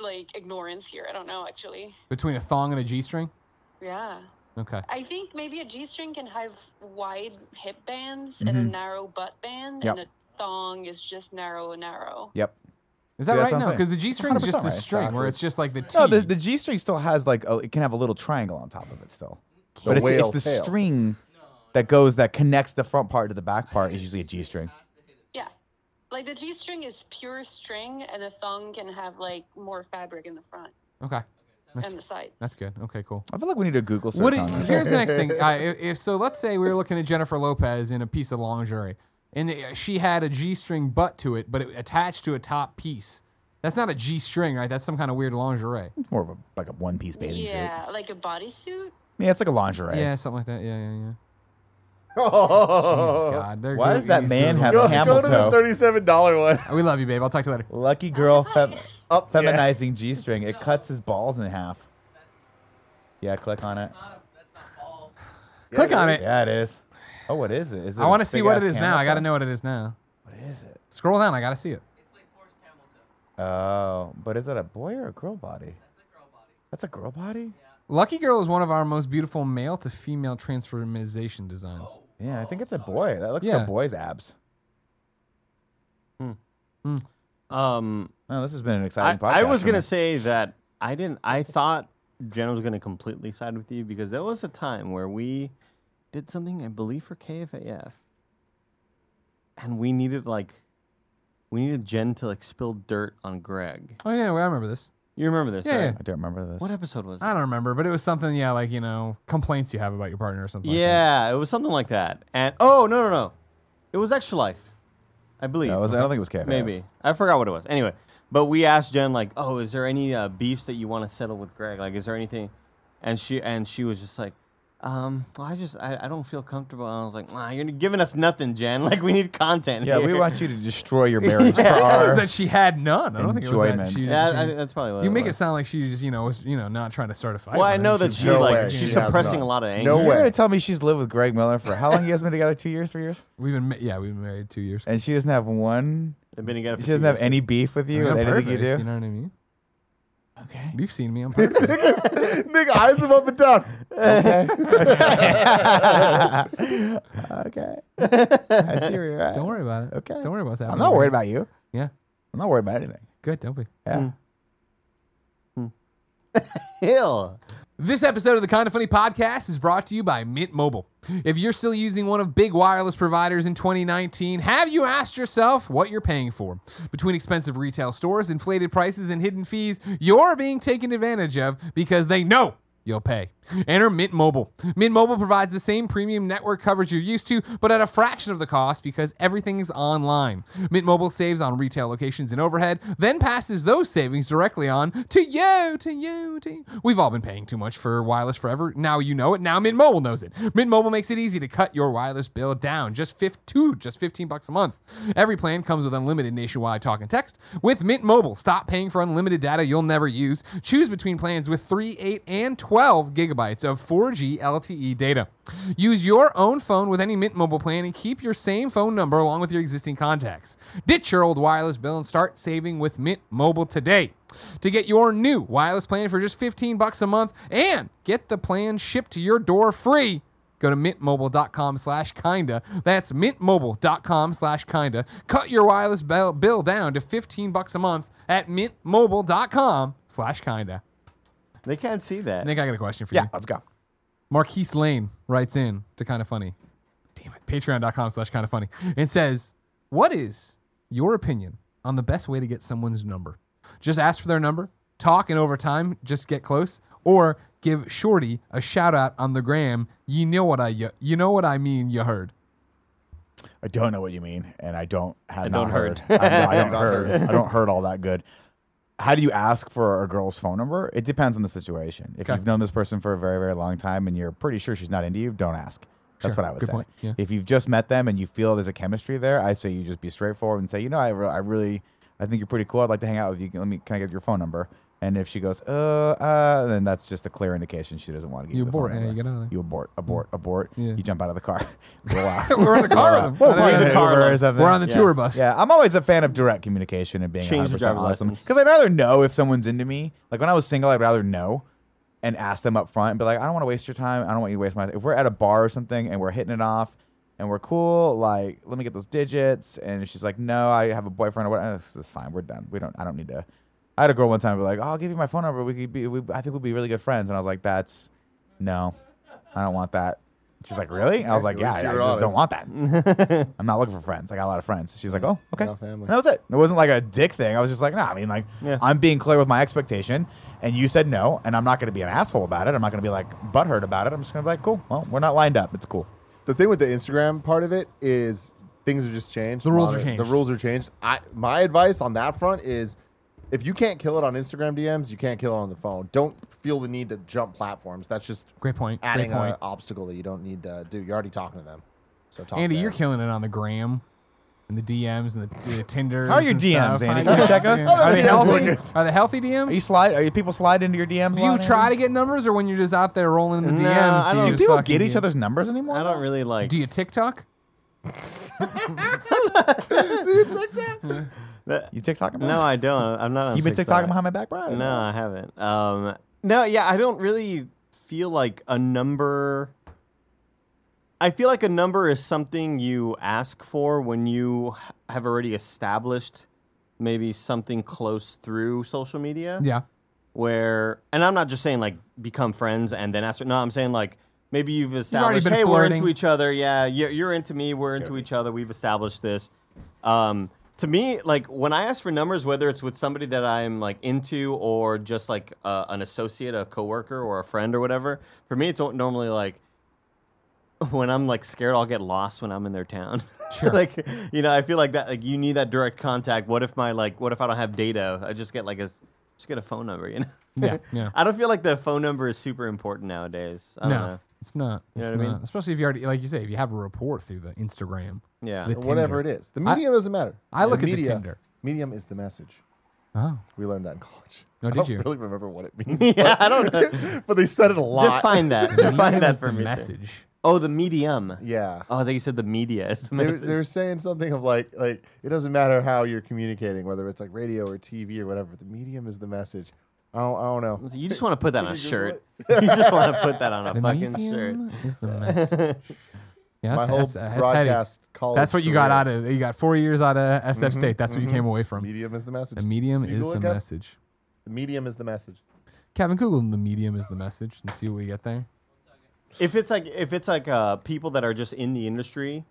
[SPEAKER 6] like ignorance here. I don't know actually.
[SPEAKER 2] Between a thong and a G string?
[SPEAKER 6] Yeah.
[SPEAKER 2] Okay.
[SPEAKER 6] I think maybe a G string can have wide hip bands and a
[SPEAKER 2] Mhm.
[SPEAKER 6] narrow butt band,
[SPEAKER 3] Mm-hmm. Yep.
[SPEAKER 6] and a thong is just narrow, narrow.
[SPEAKER 3] Yep.
[SPEAKER 2] Is
[SPEAKER 3] See,
[SPEAKER 2] that
[SPEAKER 3] that's
[SPEAKER 2] right?
[SPEAKER 3] what I'm
[SPEAKER 2] No,
[SPEAKER 3] saying.
[SPEAKER 2] because the G string is just
[SPEAKER 3] 100%
[SPEAKER 2] the
[SPEAKER 3] right.
[SPEAKER 2] string where it's just like the T.
[SPEAKER 3] No, the, the G string still has like a, it can have a little triangle on top of it still, but it's, it's
[SPEAKER 4] whale
[SPEAKER 3] the
[SPEAKER 4] tail.
[SPEAKER 3] string that goes that connects the front part to the back part is usually a G string.
[SPEAKER 6] Yeah. Like the G string is pure string, and a thong can have like more fabric in the front
[SPEAKER 2] okay. That's,
[SPEAKER 6] and the sides.
[SPEAKER 2] that's good. Okay, cool.
[SPEAKER 3] I feel like we need a Google search
[SPEAKER 2] What it,
[SPEAKER 3] on this.
[SPEAKER 2] here's the next thing. Uh, i- if, so, let's say we were looking at Jennifer Lopez in a piece of lingerie, and uh, she had a G-string butt to it, but it attached to a top piece. That's not a G-string, right? That's some kind of weird lingerie.
[SPEAKER 3] It's more of a like a one piece bathing suit.
[SPEAKER 6] Yeah, like a bodysuit.
[SPEAKER 3] Yeah, it's like a lingerie.
[SPEAKER 2] Yeah, something like that. Yeah, yeah, yeah. Jesus
[SPEAKER 4] Why
[SPEAKER 2] God, they're
[SPEAKER 3] Oh, Why
[SPEAKER 2] Goog-
[SPEAKER 3] does that
[SPEAKER 2] he's
[SPEAKER 3] man
[SPEAKER 2] Googling.
[SPEAKER 3] have
[SPEAKER 4] Oh, Go,
[SPEAKER 3] camel
[SPEAKER 4] go to the
[SPEAKER 3] toe?
[SPEAKER 4] thirty-seven dollar one.
[SPEAKER 2] We love you, babe. I'll talk to you later.
[SPEAKER 3] Lucky girl fem-
[SPEAKER 4] Up, yeah.
[SPEAKER 3] feminizing G string. It cuts his balls in half. Yeah, click on it.
[SPEAKER 2] Click on it.
[SPEAKER 3] Yeah, it is. Oh, what is it? Is it
[SPEAKER 2] I want
[SPEAKER 3] a
[SPEAKER 2] to see
[SPEAKER 3] big
[SPEAKER 2] what
[SPEAKER 3] ass
[SPEAKER 2] it is now.
[SPEAKER 3] camel
[SPEAKER 2] I got to
[SPEAKER 3] toe?
[SPEAKER 2] know what it is now.
[SPEAKER 3] What is it?
[SPEAKER 2] Scroll down. I got to see it.
[SPEAKER 3] Oh, but is that a boy or a girl body? That's a girl body.
[SPEAKER 2] Lucky Girl is one of our most beautiful male to female transformization designs.
[SPEAKER 3] Yeah, I think
[SPEAKER 1] Oh,
[SPEAKER 3] it's a boy. That looks like
[SPEAKER 2] Yeah.
[SPEAKER 3] a boy's abs.
[SPEAKER 1] Um,
[SPEAKER 3] Oh, this has been an
[SPEAKER 1] I,
[SPEAKER 3] exciting podcast.
[SPEAKER 1] I was
[SPEAKER 3] for
[SPEAKER 1] gonna
[SPEAKER 3] me.
[SPEAKER 1] say that I didn't. I thought Jen was gonna completely side with you because there was a time where we did something, I believe, for KFAF, and we needed like we needed Jen to like spill dirt on Greg.
[SPEAKER 2] Oh yeah, well, I remember this.
[SPEAKER 1] You remember this?
[SPEAKER 2] Yeah,
[SPEAKER 1] right?
[SPEAKER 2] yeah.
[SPEAKER 3] I don't remember this.
[SPEAKER 1] What episode was
[SPEAKER 2] I
[SPEAKER 1] it?
[SPEAKER 2] don't remember, but it was something. Yeah, like you know, complaints you have about your partner or something. like that.
[SPEAKER 1] Yeah, it was something like that. And oh no no no, it was Extra Life, I believe.
[SPEAKER 3] No, it was- I don't think it was KFAF.
[SPEAKER 1] Maybe I forgot what it was. Anyway, but we asked Jen like, "Oh, is there any uh, beefs that you want to settle with Greg? Like, is there anything?" And she and she was just like, "Um, well, I just I, I don't feel comfortable." And I was like, "Nah, you're giving us nothing, Jen. Like, we need content."
[SPEAKER 3] Yeah, we
[SPEAKER 1] here."
[SPEAKER 3] want you to destroy your marriage
[SPEAKER 1] Yeah.
[SPEAKER 3] for
[SPEAKER 2] It was
[SPEAKER 3] our.
[SPEAKER 2] that she had none. I don't think it was
[SPEAKER 3] Enjoyment.
[SPEAKER 2] that she.
[SPEAKER 1] Yeah,
[SPEAKER 2] she-
[SPEAKER 1] I, that's probably what
[SPEAKER 2] you
[SPEAKER 1] it
[SPEAKER 2] make it
[SPEAKER 1] was.
[SPEAKER 2] sound like she just you know was you know not trying to start a fight.
[SPEAKER 1] Well, I
[SPEAKER 2] with him.
[SPEAKER 1] know that
[SPEAKER 2] was
[SPEAKER 1] she
[SPEAKER 2] just-
[SPEAKER 4] No
[SPEAKER 1] like
[SPEAKER 4] way.
[SPEAKER 1] she's
[SPEAKER 4] She has
[SPEAKER 1] suppressing
[SPEAKER 4] not.
[SPEAKER 1] a lot of anger.
[SPEAKER 4] No
[SPEAKER 3] You're
[SPEAKER 4] way.
[SPEAKER 3] gonna tell me she's lived with Greg Miller for how long? You guys been together? Two years, three years,
[SPEAKER 2] We've been ma- yeah we've been married two years.
[SPEAKER 3] and she doesn't have one.
[SPEAKER 1] They've been together. For
[SPEAKER 3] She
[SPEAKER 1] two
[SPEAKER 3] doesn't have
[SPEAKER 1] years.
[SPEAKER 3] any beef with you.
[SPEAKER 2] I'm
[SPEAKER 3] with anything you
[SPEAKER 2] perfect,
[SPEAKER 3] do.
[SPEAKER 2] know what I mean?
[SPEAKER 3] Okay.
[SPEAKER 2] You've seen me. I'm perfect.
[SPEAKER 4] Nigga, eyes him up and down.
[SPEAKER 3] okay. I see where you're at.
[SPEAKER 2] Don't worry about it.
[SPEAKER 3] Okay.
[SPEAKER 2] Don't worry about that.
[SPEAKER 3] I'm not worried about you.
[SPEAKER 2] Yeah.
[SPEAKER 3] I'm not worried about anything.
[SPEAKER 2] Good. Don't be.
[SPEAKER 3] Yeah.
[SPEAKER 1] Hill.
[SPEAKER 2] This episode of the Kind of Funny podcast is brought to you by Mint Mobile. If you're still using one of big wireless providers in 2019, have you asked yourself what you're paying for? Between expensive retail stores, inflated prices, and hidden fees, you're being taken advantage of because they know you'll pay. Enter Mint Mobile. Mint Mobile provides the same premium network coverage you're used to, but at a fraction of the cost because everything's online. Mint Mobile saves on retail locations and overhead, then passes those savings directly on to you, to you, to you. We've all been paying too much for wireless forever. Now you know it. Now Mint Mobile knows it. Mint Mobile makes it easy to cut your wireless bill down just fif- to just 15 bucks a month. Every plan comes with unlimited nationwide talk and text. With Mint Mobile, stop paying for unlimited data you'll never use. Choose between plans with 3, 8, and 12 gigabytes of 4G LTE E data. Use your own phone with any Mint Mobile plan and keep your same phone number along with your existing contacts. Ditch your old wireless bill and start saving with Mint Mobile today. To get your new wireless plan for just 15 bucks a month and get the plan shipped to your door free, go to mintmobile.com slash kinda. That's mintmobile.com slash kinda. Cut your wireless bill bill down to 15 bucks a month at mintmobile.com slash kinda.
[SPEAKER 1] They can't see that.
[SPEAKER 2] Nick, I got a question for
[SPEAKER 3] Yeah.
[SPEAKER 2] you.
[SPEAKER 3] Let's go.
[SPEAKER 2] Marquise Lane writes in to Kind of Funny. Damn it. Patreon.com slash Kind of Funny. And says, What is your opinion on the best way to get someone's number? Just ask for their number, talk, and over time, just get close, or give Shorty a shout out on the gram. You know what I, you, you know what I mean, you heard.
[SPEAKER 3] I don't know what you mean, and I don't have
[SPEAKER 1] I
[SPEAKER 3] not
[SPEAKER 1] don't
[SPEAKER 3] heard.
[SPEAKER 1] heard.
[SPEAKER 3] I, don't- I don't heard. I don't heard all that good. How do you ask for a girl's phone number? It depends on the situation. If
[SPEAKER 2] Okay.
[SPEAKER 3] you've known this person for a very, very long time and you're pretty sure she's not into you, don't ask. That's
[SPEAKER 2] Sure.
[SPEAKER 3] what I would
[SPEAKER 2] Good
[SPEAKER 3] say.
[SPEAKER 2] point. Yeah.
[SPEAKER 3] If you've just met them and you feel there's a chemistry there, I say you just be straightforward and say, you know, I, re- I really, I think you're pretty cool. I'd like to hang out with you. Let me, can I get your phone number? And if she goes, uh, uh, then that's just a clear indication she doesn't want to get
[SPEAKER 2] You
[SPEAKER 3] you the phone
[SPEAKER 2] abort, yeah,
[SPEAKER 3] number.
[SPEAKER 2] you get out of there.
[SPEAKER 3] You abort, abort, abort.
[SPEAKER 2] Yeah.
[SPEAKER 3] You jump out of the car. Roll out.
[SPEAKER 2] We're in the car with
[SPEAKER 3] Whoa,
[SPEAKER 2] them.
[SPEAKER 3] we're in the car.
[SPEAKER 2] We're
[SPEAKER 3] or something.
[SPEAKER 2] on the
[SPEAKER 1] Yeah.
[SPEAKER 2] tour bus.
[SPEAKER 3] Yeah, I'm always a fan of direct communication and being
[SPEAKER 1] Change
[SPEAKER 3] 100%
[SPEAKER 1] your driver's
[SPEAKER 3] honest
[SPEAKER 1] license.
[SPEAKER 3] because I'd rather know if someone's into me. Like when I was single, I'd rather know and ask them up front and be like, I don't want to waste your time. I don't want you to waste my. If we're at a bar or something and we're hitting it off and we're cool, like let me get those digits. And if she's like, No, I have a boyfriend or whatever. This is fine. We're done. We don't. I don't need to. I had a girl one time be like, oh, I'll give you my phone number. We could be. We, I think we'll be really good friends. And I was like, That's no, I don't want that. She's like, really? I was like,
[SPEAKER 4] At
[SPEAKER 3] yeah,
[SPEAKER 4] least
[SPEAKER 3] I, I
[SPEAKER 4] you
[SPEAKER 3] just
[SPEAKER 4] were
[SPEAKER 3] don't
[SPEAKER 4] honest.
[SPEAKER 3] want that. I'm not looking for friends. I got a lot of friends. She's like, oh, okay.
[SPEAKER 4] Yeah, family.
[SPEAKER 3] And that was it. It wasn't like a dick thing. I was just like, nah, I mean, like,
[SPEAKER 1] Yeah.
[SPEAKER 3] I'm being clear with my expectation, and you said no, and I'm not going to be an asshole about it. I'm not going to be like butthurt about it. I'm just going to be like, cool. Well, we're not lined up. It's cool.
[SPEAKER 4] the thing with the Instagram part of it is things have just changed.
[SPEAKER 2] The rules are
[SPEAKER 4] Modern-
[SPEAKER 2] changed.
[SPEAKER 4] The rules are changed. I my advice on that front is if you can't kill it on Instagram DMs, you can't kill it on the phone. Don't feel the need to jump platforms. That's just
[SPEAKER 2] Great point. Great
[SPEAKER 4] adding
[SPEAKER 2] point.
[SPEAKER 4] an obstacle that you don't need to do. You're already talking to them. So talk
[SPEAKER 2] Andy,
[SPEAKER 4] there.
[SPEAKER 2] you're killing it on the gram and the DMs and the, the Tinder.
[SPEAKER 3] How are your DMs, Andy? Can you check us? How
[SPEAKER 2] Are
[SPEAKER 4] are
[SPEAKER 2] they
[SPEAKER 4] the DMs
[SPEAKER 2] healthy?
[SPEAKER 4] looking?
[SPEAKER 2] Are they healthy DMs?
[SPEAKER 3] Are you slide? Are you people slide into your DMs?
[SPEAKER 2] do
[SPEAKER 3] a lot,
[SPEAKER 2] you
[SPEAKER 3] Andy?
[SPEAKER 2] try to get numbers, or when you're just out there rolling in the
[SPEAKER 1] No,
[SPEAKER 2] DMs?
[SPEAKER 1] I
[SPEAKER 2] you
[SPEAKER 1] don't-
[SPEAKER 3] Do
[SPEAKER 2] just
[SPEAKER 3] people
[SPEAKER 2] fucking
[SPEAKER 3] get each
[SPEAKER 2] do-
[SPEAKER 3] other's numbers anymore?
[SPEAKER 1] I don't really like.
[SPEAKER 2] Do you TikTok?
[SPEAKER 1] that-
[SPEAKER 3] You TikTok about
[SPEAKER 1] no, I don't. I'm not. On
[SPEAKER 3] You've been
[SPEAKER 1] TikTok
[SPEAKER 3] TikToking behind my back, bro?
[SPEAKER 1] No, I haven't. Um, no, yeah, I don't really feel like a number. I feel like a number is something you ask for when you h- have already established maybe something close through social media.
[SPEAKER 2] Yeah.
[SPEAKER 1] Where, and I'm not just saying like become friends and then ask. No, I'm saying like maybe you've
[SPEAKER 2] already
[SPEAKER 1] established,
[SPEAKER 2] been
[SPEAKER 1] hey, we're into
[SPEAKER 2] flirting.
[SPEAKER 1] each other. Yeah, you're, you're into me. We're into each other. We've established this. Um, to me, like when I ask for numbers, whether it's with somebody that I'm like into or just like uh, an associate, a coworker, or a friend or whatever, for me, it's normally like when I'm like scared, I'll get lost when I'm in their town.
[SPEAKER 2] Sure.
[SPEAKER 1] like you know, I feel like that. Like you need that direct contact. What if my like? What if I don't have data? I just get like a s- just get a phone number. You know.
[SPEAKER 2] Yeah. Yeah.
[SPEAKER 1] I don't feel like the phone number is super important nowadays. I don't
[SPEAKER 2] no,
[SPEAKER 1] know.
[SPEAKER 2] it's not.
[SPEAKER 1] You know
[SPEAKER 2] it's
[SPEAKER 1] what I mean?
[SPEAKER 2] not. Especially if you already, like you say, if you have a report through the Instagram.
[SPEAKER 1] Yeah.
[SPEAKER 2] The
[SPEAKER 4] Or whatever it
[SPEAKER 2] Tinder.
[SPEAKER 4] is. The medium doesn't matter.
[SPEAKER 2] I look at the
[SPEAKER 4] media-
[SPEAKER 2] Tinder.
[SPEAKER 4] Medium is the message.
[SPEAKER 2] Oh,
[SPEAKER 4] We learned that in college.
[SPEAKER 2] No,
[SPEAKER 4] I
[SPEAKER 2] did
[SPEAKER 4] don't
[SPEAKER 2] you?
[SPEAKER 4] really remember what it means.
[SPEAKER 1] yeah, I don't know.
[SPEAKER 4] but they said it a lot.
[SPEAKER 1] Define that. Define
[SPEAKER 2] Medium
[SPEAKER 1] that
[SPEAKER 2] is
[SPEAKER 1] for
[SPEAKER 2] the
[SPEAKER 1] me. too.
[SPEAKER 2] message.
[SPEAKER 1] Oh, the medium.
[SPEAKER 4] Yeah.
[SPEAKER 1] Oh, I thought you said the media is the
[SPEAKER 4] they,
[SPEAKER 1] message.
[SPEAKER 4] they were saying something of like like it doesn't matter how you're communicating, whether it's like radio or TV or whatever. The medium is the message. I don't, I don't know.
[SPEAKER 1] you just want to put that
[SPEAKER 4] Did
[SPEAKER 1] on a
[SPEAKER 4] you Google
[SPEAKER 1] shirt. you just want to put that on a
[SPEAKER 2] The
[SPEAKER 1] fucking
[SPEAKER 2] medium
[SPEAKER 1] shirt.
[SPEAKER 2] is the message. Yeah,
[SPEAKER 4] My
[SPEAKER 2] that's,
[SPEAKER 4] whole
[SPEAKER 2] that's, that's heavy.
[SPEAKER 4] broadcast college.
[SPEAKER 2] That's what you got
[SPEAKER 4] career,
[SPEAKER 2] out of. You got four years out of SF
[SPEAKER 1] Mm-hmm,
[SPEAKER 4] Mhm,
[SPEAKER 2] State. That's what
[SPEAKER 4] mhm.
[SPEAKER 2] you came away from.
[SPEAKER 4] Medium is the message.
[SPEAKER 2] The medium
[SPEAKER 4] You
[SPEAKER 2] is
[SPEAKER 4] go
[SPEAKER 2] the
[SPEAKER 4] look up-
[SPEAKER 2] message.
[SPEAKER 4] The medium is the message.
[SPEAKER 2] Kevin, Google the medium is the message and see what we get there.
[SPEAKER 1] If it's like if it's like uh, people that are just in the industry,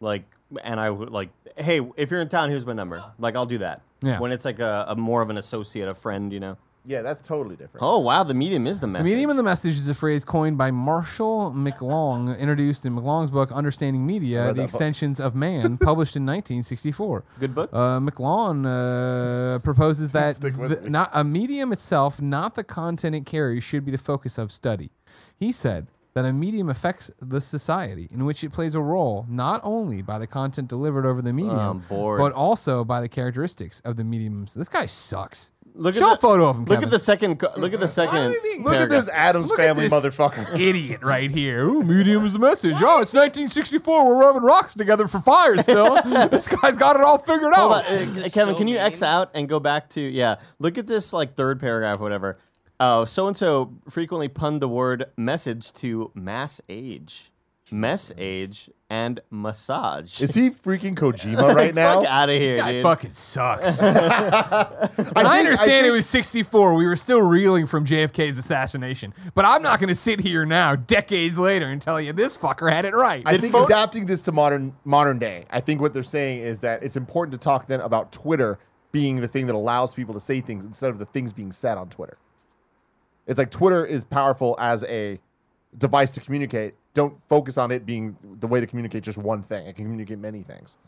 [SPEAKER 1] like and I would like, hey, if you're in town, here's my number. Like I'll do that.
[SPEAKER 2] Yeah.
[SPEAKER 1] When it's like a, a more of an associate, a friend, you know.
[SPEAKER 4] Yeah, that's totally different.
[SPEAKER 1] Oh wow, the medium is the
[SPEAKER 2] The
[SPEAKER 1] message.
[SPEAKER 2] medium and the message is a phrase coined by Marshall McLong, introduced in McLong's book Understanding Media:
[SPEAKER 4] read
[SPEAKER 2] The
[SPEAKER 4] that book.
[SPEAKER 2] Extensions of Man, published in 1964.
[SPEAKER 1] Good book.
[SPEAKER 2] Uh, McLawn uh, proposes that
[SPEAKER 4] Stick with
[SPEAKER 2] th-
[SPEAKER 4] me.
[SPEAKER 2] not a medium itself, not the content it carries, should be the focus of study. He said that a medium affects the society in which it plays a role, not only by the content delivered over the medium,
[SPEAKER 1] bored.
[SPEAKER 2] but also by the characteristics of the mediums. This guy sucks.
[SPEAKER 1] Look
[SPEAKER 2] Show
[SPEAKER 1] at
[SPEAKER 2] a
[SPEAKER 1] the,
[SPEAKER 2] photo of him.
[SPEAKER 1] Look
[SPEAKER 2] Kevin.
[SPEAKER 1] at the second. co- Look at the second.
[SPEAKER 5] are we being-
[SPEAKER 4] Look at
[SPEAKER 1] paragraph.
[SPEAKER 4] this Adams
[SPEAKER 2] Look at
[SPEAKER 4] family
[SPEAKER 2] this.
[SPEAKER 4] motherfucker.
[SPEAKER 2] idiot right here. Ooh, medium is the message. Oh, it's 1964. We're rubbing rocks together for fire still. this guy's got it all figured
[SPEAKER 1] Hold
[SPEAKER 2] out.
[SPEAKER 1] on, uh,
[SPEAKER 5] That's
[SPEAKER 1] Kevin,
[SPEAKER 5] so
[SPEAKER 1] can you X
[SPEAKER 5] mean.
[SPEAKER 1] out and go back to yeah? Look at this like third paragraph, or whatever. Oh, so and so frequently punned the word message to mass age, mess age, and massage.
[SPEAKER 4] Is he freaking Kojima right now?
[SPEAKER 1] Fuck out of
[SPEAKER 2] This
[SPEAKER 1] here,
[SPEAKER 2] guy
[SPEAKER 1] dude.
[SPEAKER 2] fucking sucks.
[SPEAKER 4] I,
[SPEAKER 2] And I,
[SPEAKER 4] think-
[SPEAKER 2] understand
[SPEAKER 4] think-
[SPEAKER 2] it was 64. We were still reeling from JFK's assassination. But I'm not going to sit here now, decades later, and tell you this fucker had it right.
[SPEAKER 4] I think adapting this to modern modern day, I think what they're saying is that it's important to talk then about Twitter being the thing that allows people to say things instead of the things being said on Twitter. It's like Twitter is powerful as a device to communicate. Don't focus on it being the way to communicate just one thing. It can communicate many things.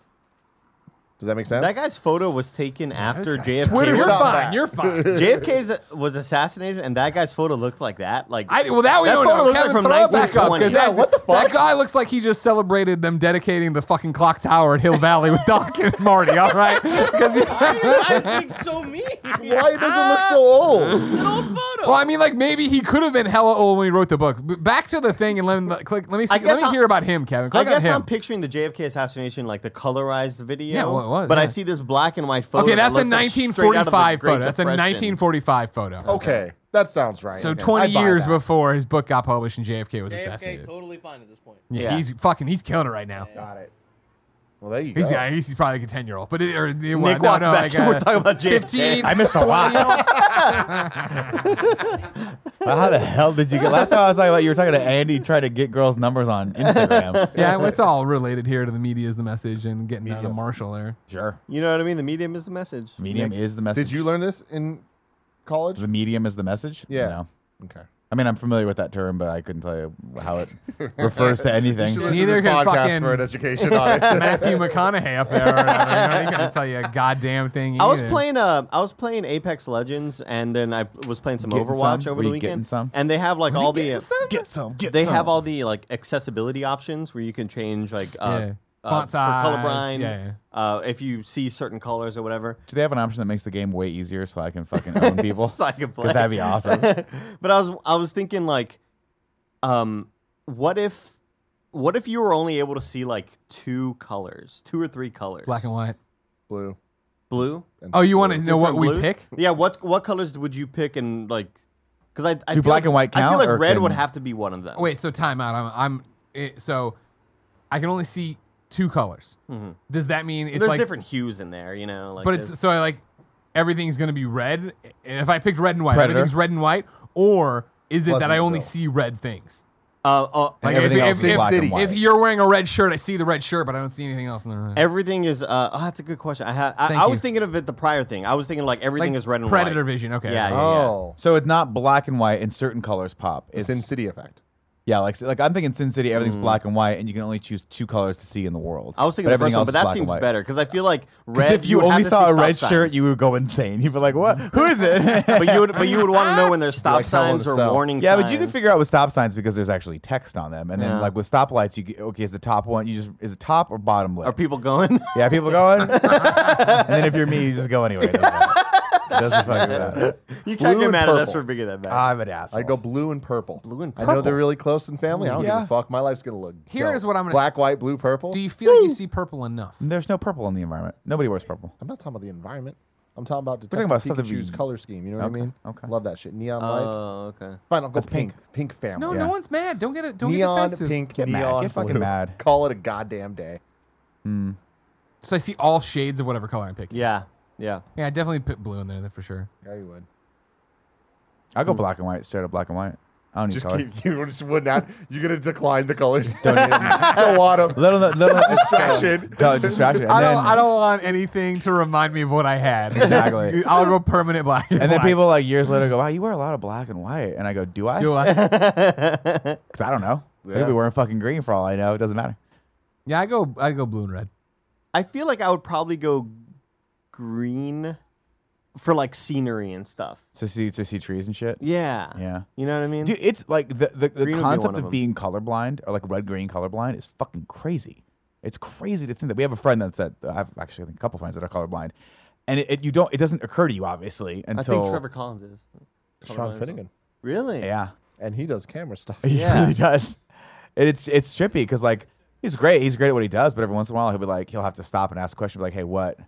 [SPEAKER 4] Does that make sense?
[SPEAKER 1] That guy's photo was taken after JFK.
[SPEAKER 4] Twitter's
[SPEAKER 2] You're
[SPEAKER 1] was-
[SPEAKER 4] not
[SPEAKER 2] fine.
[SPEAKER 4] bad.
[SPEAKER 2] You're fine.
[SPEAKER 1] JFK was assassinated, and that guy's photo looked like that. Like
[SPEAKER 2] I, well, that we
[SPEAKER 1] That
[SPEAKER 2] don't
[SPEAKER 1] photo
[SPEAKER 2] know.
[SPEAKER 1] looks
[SPEAKER 2] Kevin,
[SPEAKER 1] like from
[SPEAKER 2] throw it back up
[SPEAKER 1] 1920.
[SPEAKER 2] because
[SPEAKER 1] Yeah,
[SPEAKER 2] that,
[SPEAKER 4] what the
[SPEAKER 2] that
[SPEAKER 4] fuck?
[SPEAKER 2] guy looks like he just celebrated them dedicating the fucking clock tower at Hill Valley with Doc and Marty. All right, because
[SPEAKER 5] Why are you guys being so mean?
[SPEAKER 4] Why does it
[SPEAKER 1] Ah!
[SPEAKER 4] look so old?
[SPEAKER 5] An old photo.
[SPEAKER 2] Well, I mean, like maybe he could have been hella old when he wrote the book. B- Back to the thing and let me click. Let me see.
[SPEAKER 1] I
[SPEAKER 2] Let
[SPEAKER 1] guess
[SPEAKER 2] me
[SPEAKER 1] I-
[SPEAKER 2] hear about him, Kevin.
[SPEAKER 1] I
[SPEAKER 2] Click
[SPEAKER 1] guess
[SPEAKER 2] on him.
[SPEAKER 1] I'm picturing the JFK assassination like the colorized video.
[SPEAKER 2] Yeah, well, it was,
[SPEAKER 1] But
[SPEAKER 2] yeah.
[SPEAKER 1] I see this black and white photo.
[SPEAKER 2] okay,
[SPEAKER 1] that
[SPEAKER 2] that's a
[SPEAKER 1] looks like straight out of the
[SPEAKER 2] 1945
[SPEAKER 1] Great
[SPEAKER 2] photo. That's a
[SPEAKER 1] Depression.
[SPEAKER 2] 1945 photo.
[SPEAKER 4] Okay, that sounds right.
[SPEAKER 2] So
[SPEAKER 4] Okay, I
[SPEAKER 2] 20
[SPEAKER 4] buy
[SPEAKER 2] years
[SPEAKER 4] that.
[SPEAKER 2] before his book got published and JFK was
[SPEAKER 5] JFK
[SPEAKER 2] assassinated.
[SPEAKER 5] totally fine at this point.
[SPEAKER 2] Yeah,
[SPEAKER 1] Yeah.
[SPEAKER 2] he's fucking. He's killing it right now.
[SPEAKER 4] Got it. Well, there you
[SPEAKER 2] He's,
[SPEAKER 4] go.
[SPEAKER 2] yeah, he's, he's probably like a 10 year old, but it, or, it, well,
[SPEAKER 1] Nick
[SPEAKER 2] no,
[SPEAKER 1] walks
[SPEAKER 2] no,
[SPEAKER 1] back
[SPEAKER 2] like uh,
[SPEAKER 1] and
[SPEAKER 2] a
[SPEAKER 1] we're talking about JFK.
[SPEAKER 2] 15.
[SPEAKER 3] I missed a lot. How the hell did you get? Last time I was talking about you were talking to Andy trying to get girls' numbers on Instagram.
[SPEAKER 2] yeah, well, it's all related here to the media is the message and getting out of Marshall there.
[SPEAKER 3] Sure.
[SPEAKER 1] You know what I mean? The medium is the message.
[SPEAKER 3] Medium is the message.
[SPEAKER 4] Did you learn this in college?
[SPEAKER 3] the medium is the message?
[SPEAKER 4] Yeah.
[SPEAKER 3] No.
[SPEAKER 4] Okay.
[SPEAKER 3] I mean, I'm familiar with that term, but I couldn't tell you how it refers to anything.
[SPEAKER 4] Listen to
[SPEAKER 2] Neither
[SPEAKER 4] this
[SPEAKER 2] can
[SPEAKER 4] podcast
[SPEAKER 2] fucking-
[SPEAKER 4] for an education on it.
[SPEAKER 2] Matthew McConaughey up there. Or whatever. You know, he couldn't tell you a goddamn thing.
[SPEAKER 1] I was
[SPEAKER 2] either.
[SPEAKER 1] playing uh, I was playing Apex Legends, and then I was playing some
[SPEAKER 3] Getting
[SPEAKER 1] Overwatch
[SPEAKER 3] some?
[SPEAKER 1] over
[SPEAKER 3] Were
[SPEAKER 1] the
[SPEAKER 3] you getting
[SPEAKER 1] weekend.
[SPEAKER 3] some?
[SPEAKER 1] And they have like all the
[SPEAKER 2] Get some-
[SPEAKER 3] Get some. Get
[SPEAKER 1] they
[SPEAKER 3] some.
[SPEAKER 1] have all the like accessibility options where you can change like uh,
[SPEAKER 2] Yeah.
[SPEAKER 1] uh,
[SPEAKER 2] Font
[SPEAKER 1] for
[SPEAKER 2] size,
[SPEAKER 1] colorblind,
[SPEAKER 2] yeah, yeah.
[SPEAKER 1] Uh, if you see certain colors or whatever.
[SPEAKER 3] Do they have an option that makes the game way easier so I can fucking own people?
[SPEAKER 1] so I could
[SPEAKER 3] 'Cause
[SPEAKER 1] play.
[SPEAKER 3] that'd be awesome.
[SPEAKER 1] but I was I was thinking like, um, what if what if you were only able to see like two colors, two or three colors,
[SPEAKER 2] black and white.
[SPEAKER 4] Blue.
[SPEAKER 1] blue?
[SPEAKER 2] Oh, you want to know what
[SPEAKER 1] Different
[SPEAKER 2] we
[SPEAKER 1] blues?
[SPEAKER 2] pick?
[SPEAKER 1] Yeah. What what colors would you pick and like? Because I, I feel
[SPEAKER 3] Do black
[SPEAKER 1] like-
[SPEAKER 3] and white
[SPEAKER 1] I feel
[SPEAKER 3] count, or
[SPEAKER 1] like red would
[SPEAKER 3] can-
[SPEAKER 1] have to be one of them.
[SPEAKER 2] Wait, so time out. I'm, I'm it, so I can only see two colors. Does that mean it's
[SPEAKER 1] Mm-hmm. there's
[SPEAKER 2] like?
[SPEAKER 1] different hues in there, you know. Like
[SPEAKER 2] but it's so like everything's gonna be red. If I picked red and white,
[SPEAKER 3] Predator.
[SPEAKER 2] everything's red and white. Or is it that I
[SPEAKER 4] Pleasantville.
[SPEAKER 2] only see red things?
[SPEAKER 1] uh, uh,
[SPEAKER 2] Like
[SPEAKER 3] everything
[SPEAKER 2] if,
[SPEAKER 3] else
[SPEAKER 2] if,
[SPEAKER 3] is
[SPEAKER 2] if-
[SPEAKER 3] black and
[SPEAKER 2] if
[SPEAKER 3] white.
[SPEAKER 2] you're wearing a red shirt, I see the red shirt, but I don't see anything else in the room.
[SPEAKER 1] everything is. Uh, oh, that's a good question. I had. I,
[SPEAKER 2] Thank
[SPEAKER 1] I was
[SPEAKER 2] you.
[SPEAKER 1] thinking of it the prior thing. I was thinking like everything is red and
[SPEAKER 2] Predator
[SPEAKER 1] white.
[SPEAKER 2] vision. Okay.
[SPEAKER 1] Yeah, yeah.
[SPEAKER 4] Oh.
[SPEAKER 3] So it's not black and white, and certain colors pop.
[SPEAKER 4] It's
[SPEAKER 3] It's
[SPEAKER 4] Sin City effect.
[SPEAKER 3] yeah, like like I'm thinking Sin City, everything's black and white, and you can only choose two colors to see in the world.
[SPEAKER 1] Mm. I was thinking the
[SPEAKER 3] But
[SPEAKER 1] first
[SPEAKER 3] everything
[SPEAKER 1] one,
[SPEAKER 3] else
[SPEAKER 1] but
[SPEAKER 3] is
[SPEAKER 1] that
[SPEAKER 3] black and
[SPEAKER 1] seems
[SPEAKER 3] white.
[SPEAKER 1] better because I feel like
[SPEAKER 3] Because
[SPEAKER 1] red.
[SPEAKER 3] if you
[SPEAKER 1] would have
[SPEAKER 3] only
[SPEAKER 1] to
[SPEAKER 3] saw
[SPEAKER 1] see
[SPEAKER 3] a red
[SPEAKER 1] stop
[SPEAKER 3] shirt,
[SPEAKER 1] signs. Mm.
[SPEAKER 3] you would go insane. You'd be like, "What? Who is it?"
[SPEAKER 1] but you would, but you would want to know when there's stop
[SPEAKER 4] Like hell in
[SPEAKER 1] signs
[SPEAKER 4] the
[SPEAKER 1] or
[SPEAKER 4] cell.
[SPEAKER 1] warning
[SPEAKER 3] yeah,
[SPEAKER 1] signs.
[SPEAKER 3] but you can figure out with stop signs because there's actually text on them, and then
[SPEAKER 1] Yeah.
[SPEAKER 3] like with stoplights, you get, okay, is the top one? You just is it top or bottom lit?
[SPEAKER 1] Are people going?
[SPEAKER 3] yeah, people going. and then if you're me, you just go anyway. It doesn't matter. It doesn't fucking matter.
[SPEAKER 1] you can't
[SPEAKER 4] Blue
[SPEAKER 1] get
[SPEAKER 4] and
[SPEAKER 1] mad at us
[SPEAKER 4] purple.
[SPEAKER 1] for bigger than that.
[SPEAKER 3] I'm an asshole.
[SPEAKER 4] I go blue and purple.
[SPEAKER 1] Blue and
[SPEAKER 4] I know they're really close in family. I don't
[SPEAKER 3] Yeah.
[SPEAKER 4] give a fuck. My life's gonna look.
[SPEAKER 2] Here
[SPEAKER 4] dope.
[SPEAKER 2] is what I'm gonna
[SPEAKER 4] Black,
[SPEAKER 2] s-
[SPEAKER 4] white, blue, purple.
[SPEAKER 2] Do you feel like you see purple enough?
[SPEAKER 3] There's no purple in the environment. Nobody wears purple.
[SPEAKER 4] I'm not talking about the environment. I'm talking about
[SPEAKER 3] talking
[SPEAKER 4] Detective
[SPEAKER 3] about stuff that we-
[SPEAKER 4] Pikachu's color scheme. You know what
[SPEAKER 3] Okay,
[SPEAKER 4] I mean?
[SPEAKER 3] okay. Uh,
[SPEAKER 4] Love that shit. Neon lights.
[SPEAKER 1] Oh, okay.
[SPEAKER 4] Fine, I'll go
[SPEAKER 3] That's
[SPEAKER 4] pink. Pink family.
[SPEAKER 2] No,
[SPEAKER 3] Yeah.
[SPEAKER 2] no one's mad. Don't get it. Don't get
[SPEAKER 4] neon
[SPEAKER 2] defensive.
[SPEAKER 4] pink.
[SPEAKER 3] Get mad.
[SPEAKER 4] neon.
[SPEAKER 3] Get fucking
[SPEAKER 4] blue.
[SPEAKER 3] mad.
[SPEAKER 4] Call it a goddamn day.
[SPEAKER 2] So I see all shades of whatever color I'm picking.
[SPEAKER 1] Yeah, yeah.
[SPEAKER 2] Yeah, I definitely put blue in there for sure.
[SPEAKER 4] Yeah, you would.
[SPEAKER 3] I'll go black and white, straight up black and white. I don't need
[SPEAKER 4] Just
[SPEAKER 3] color.
[SPEAKER 4] keep. You just would not. You're gonna decline the colors. Don't want 'em.
[SPEAKER 3] Little, little
[SPEAKER 4] Distraction.
[SPEAKER 3] No, distraction. And
[SPEAKER 2] I don't.
[SPEAKER 3] then-
[SPEAKER 2] I don't want anything to remind me of what I had.
[SPEAKER 3] Exactly.
[SPEAKER 2] I'll go permanent black.
[SPEAKER 3] And then
[SPEAKER 2] black.
[SPEAKER 3] people like years later go, "Wow, you wear a lot of black and white." And I go, "Do I?"
[SPEAKER 2] Do I?
[SPEAKER 3] Because I don't know. I could
[SPEAKER 4] Yeah.
[SPEAKER 3] be wearing fucking green for all I know. It doesn't matter.
[SPEAKER 2] Yeah, I go. I go blue and red.
[SPEAKER 1] I feel like I would probably go green for like scenery and stuff.
[SPEAKER 3] To see to see trees and shit.
[SPEAKER 1] Yeah.
[SPEAKER 3] Yeah.
[SPEAKER 1] You know what I mean?
[SPEAKER 3] Dude, it's like the, the, the
[SPEAKER 1] Green would be
[SPEAKER 3] concept
[SPEAKER 1] one
[SPEAKER 3] of,
[SPEAKER 1] of 'em.
[SPEAKER 3] being colorblind or like red green colorblind is fucking crazy. It's crazy to think that we have a friend that's that I have actually I think a couple friends that are colorblind, and it, it you don't it doesn't occur to you obviously
[SPEAKER 1] I
[SPEAKER 3] until
[SPEAKER 1] think Trevor Collins is.
[SPEAKER 4] Sean Finnegan,
[SPEAKER 1] Really?
[SPEAKER 3] yeah
[SPEAKER 4] and he does camera stuff.
[SPEAKER 3] he
[SPEAKER 1] Yeah.
[SPEAKER 3] really does. And it's it's trippy because like he's great he's great at what he does, but every once in a while he'll be like he'll have to stop and ask a question be like hey what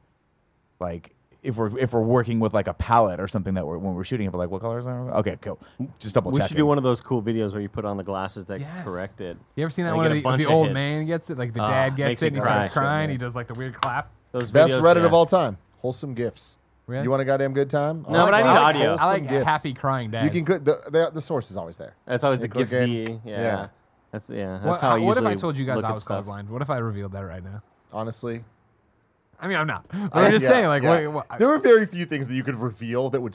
[SPEAKER 3] like. If we're if we're working with like a palette or something that we're when we're shooting, it, like, what colors are okay? Cool, just double
[SPEAKER 1] We
[SPEAKER 3] check.
[SPEAKER 1] should do one of those cool videos where you put on the glasses that
[SPEAKER 2] Yes.
[SPEAKER 1] correct it.
[SPEAKER 2] You ever seen that
[SPEAKER 1] They
[SPEAKER 2] one? Of
[SPEAKER 1] get a
[SPEAKER 2] the, the
[SPEAKER 1] bunch of
[SPEAKER 2] old
[SPEAKER 1] hits.
[SPEAKER 2] man gets it. Like the
[SPEAKER 1] Ah,
[SPEAKER 2] dad gets
[SPEAKER 1] makes
[SPEAKER 2] it.
[SPEAKER 1] me
[SPEAKER 2] and He
[SPEAKER 1] cry.
[SPEAKER 2] starts crying. He does like the weird clap.
[SPEAKER 1] Those
[SPEAKER 4] Best
[SPEAKER 1] videos,
[SPEAKER 4] Reddit
[SPEAKER 1] yeah.
[SPEAKER 4] of all time. Wholesome gifts.
[SPEAKER 2] Yeah.
[SPEAKER 4] You want a goddamn good time?
[SPEAKER 1] No, but I need
[SPEAKER 4] like
[SPEAKER 1] audio.
[SPEAKER 2] I
[SPEAKER 4] wholesome
[SPEAKER 2] like
[SPEAKER 4] gifs.
[SPEAKER 2] happy crying dads.
[SPEAKER 4] You can click the, the the source is always there.
[SPEAKER 1] That's always the
[SPEAKER 4] click
[SPEAKER 1] gift.
[SPEAKER 4] in.
[SPEAKER 1] Yeah.
[SPEAKER 4] Yeah.
[SPEAKER 1] That's yeah. That's
[SPEAKER 2] What,
[SPEAKER 1] how I
[SPEAKER 2] what if I
[SPEAKER 1] usually
[SPEAKER 2] told you guys
[SPEAKER 1] look
[SPEAKER 2] I
[SPEAKER 1] at
[SPEAKER 2] was
[SPEAKER 1] stuff.
[SPEAKER 2] colorblind? What if I revealed that right now?
[SPEAKER 4] Honestly,
[SPEAKER 2] I mean, I'm not. But
[SPEAKER 4] I-
[SPEAKER 2] I'm just
[SPEAKER 4] yeah,
[SPEAKER 2] saying, like,
[SPEAKER 4] yeah.
[SPEAKER 2] what, what,
[SPEAKER 4] there were very few things that you could reveal that would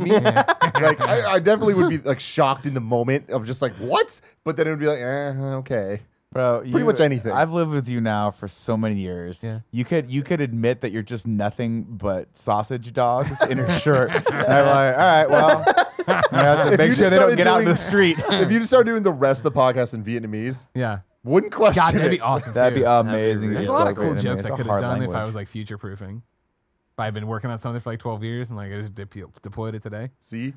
[SPEAKER 4] me. like I, I definitely would be like shocked in the moment of just like what, but then it would be like eh, okay.
[SPEAKER 3] Bro,
[SPEAKER 4] Pretty
[SPEAKER 3] you-
[SPEAKER 4] much anything.
[SPEAKER 3] I've lived with you now for so many years.
[SPEAKER 2] Yeah.
[SPEAKER 3] You could you could admit that you're just nothing but sausage dogs in her shirt. And I'm like, all right, well, you know,
[SPEAKER 4] If
[SPEAKER 3] to
[SPEAKER 4] you
[SPEAKER 3] make
[SPEAKER 4] just
[SPEAKER 3] sure they don't
[SPEAKER 4] started
[SPEAKER 3] get out in
[SPEAKER 4] doing-
[SPEAKER 3] the street.
[SPEAKER 4] if you just start doing the rest of the podcast in Vietnamese,
[SPEAKER 2] Yeah.
[SPEAKER 4] wouldn't question
[SPEAKER 2] God, that'd
[SPEAKER 4] it.
[SPEAKER 2] be awesome.
[SPEAKER 3] That'd be
[SPEAKER 2] too.
[SPEAKER 3] amazing.
[SPEAKER 1] really-
[SPEAKER 2] There's
[SPEAKER 3] Just
[SPEAKER 2] a lot of
[SPEAKER 3] go
[SPEAKER 2] cool
[SPEAKER 3] in, man.
[SPEAKER 2] jokes
[SPEAKER 3] It's
[SPEAKER 2] I
[SPEAKER 3] a
[SPEAKER 2] could have
[SPEAKER 3] hard
[SPEAKER 2] done if I
[SPEAKER 3] language.
[SPEAKER 2] was like future proofing. If I had been working on something for like 12 years and like I just de- deployed it today.
[SPEAKER 4] See,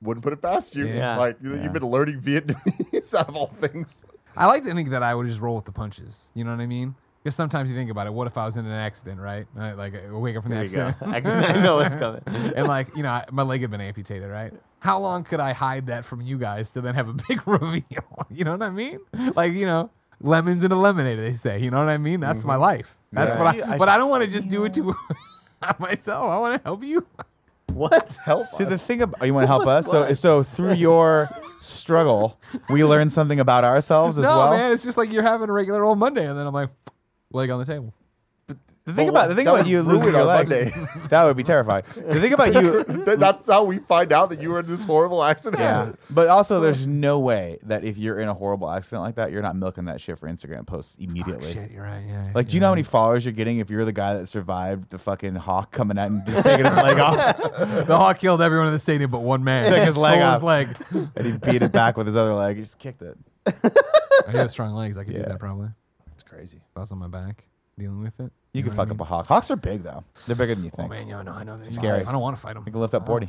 [SPEAKER 4] wouldn't put it past you.
[SPEAKER 2] Yeah.
[SPEAKER 4] Like you-
[SPEAKER 3] Yeah.
[SPEAKER 4] you've been learning Vietnamese out of all things.
[SPEAKER 2] I like to think that I would just roll with the punches. You know what I mean? Because sometimes you think about it. What if I was in an accident, right? And I, like I wake up from the
[SPEAKER 1] There you go.
[SPEAKER 2] accident.
[SPEAKER 1] I, can- I know it's coming.
[SPEAKER 2] and like you know, I, my leg had been amputated, right? How long could I hide that from you guys to then have a big reveal? You know what I mean? Like you know, lemons and a lemonade, they say. You know what I mean? That's
[SPEAKER 1] Mm-hmm.
[SPEAKER 2] my life. That's
[SPEAKER 3] Yeah.
[SPEAKER 2] what
[SPEAKER 3] See,
[SPEAKER 2] I,
[SPEAKER 3] I
[SPEAKER 2] But I don't want to just do it to myself. I want to help you.
[SPEAKER 1] What?
[SPEAKER 4] Help
[SPEAKER 3] See
[SPEAKER 4] us.
[SPEAKER 3] the thing about you want to help us. So
[SPEAKER 1] Why?
[SPEAKER 3] so through your struggle, we learn something about ourselves as
[SPEAKER 2] no,
[SPEAKER 3] well.
[SPEAKER 2] man, it's just like you're having a regular old Monday, and then I'm like, leg on the table.
[SPEAKER 3] The thing
[SPEAKER 4] But
[SPEAKER 3] about
[SPEAKER 4] what-
[SPEAKER 3] the thing
[SPEAKER 4] that
[SPEAKER 3] about
[SPEAKER 4] would
[SPEAKER 3] you
[SPEAKER 4] ruin
[SPEAKER 3] losing your
[SPEAKER 4] our
[SPEAKER 3] leg, that would be terrifying. The thing about you,
[SPEAKER 4] Th- That's how we find out that you were in this horrible accident.
[SPEAKER 3] yeah. But also, there's no way that if you're in a horrible accident like that, you're not milking that shit for Instagram posts immediately.
[SPEAKER 2] Shit, you're right. Yeah.
[SPEAKER 3] Like, do you know how many followers you're getting if you're the guy that survived the fucking hawk coming at and just taking his leg off
[SPEAKER 2] the hawk killed everyone in the stadium but one man.
[SPEAKER 3] Took his leg
[SPEAKER 2] Stole
[SPEAKER 3] off.
[SPEAKER 2] His leg.
[SPEAKER 3] and he beat it back with his other leg? He just kicked it.
[SPEAKER 2] I do have strong legs. I could
[SPEAKER 3] Yeah.
[SPEAKER 2] do that probably. If
[SPEAKER 4] It's crazy.
[SPEAKER 2] I was on my back dealing with it.
[SPEAKER 3] You
[SPEAKER 2] know
[SPEAKER 3] can
[SPEAKER 2] what I
[SPEAKER 3] fuck
[SPEAKER 2] mean?
[SPEAKER 3] up a hawk. Hawks are big though. They're bigger than you
[SPEAKER 2] Oh
[SPEAKER 3] think.
[SPEAKER 2] man, yeah, no, I know. They're
[SPEAKER 3] scary.
[SPEAKER 2] I don't want to fight them.
[SPEAKER 3] You can lift up 40.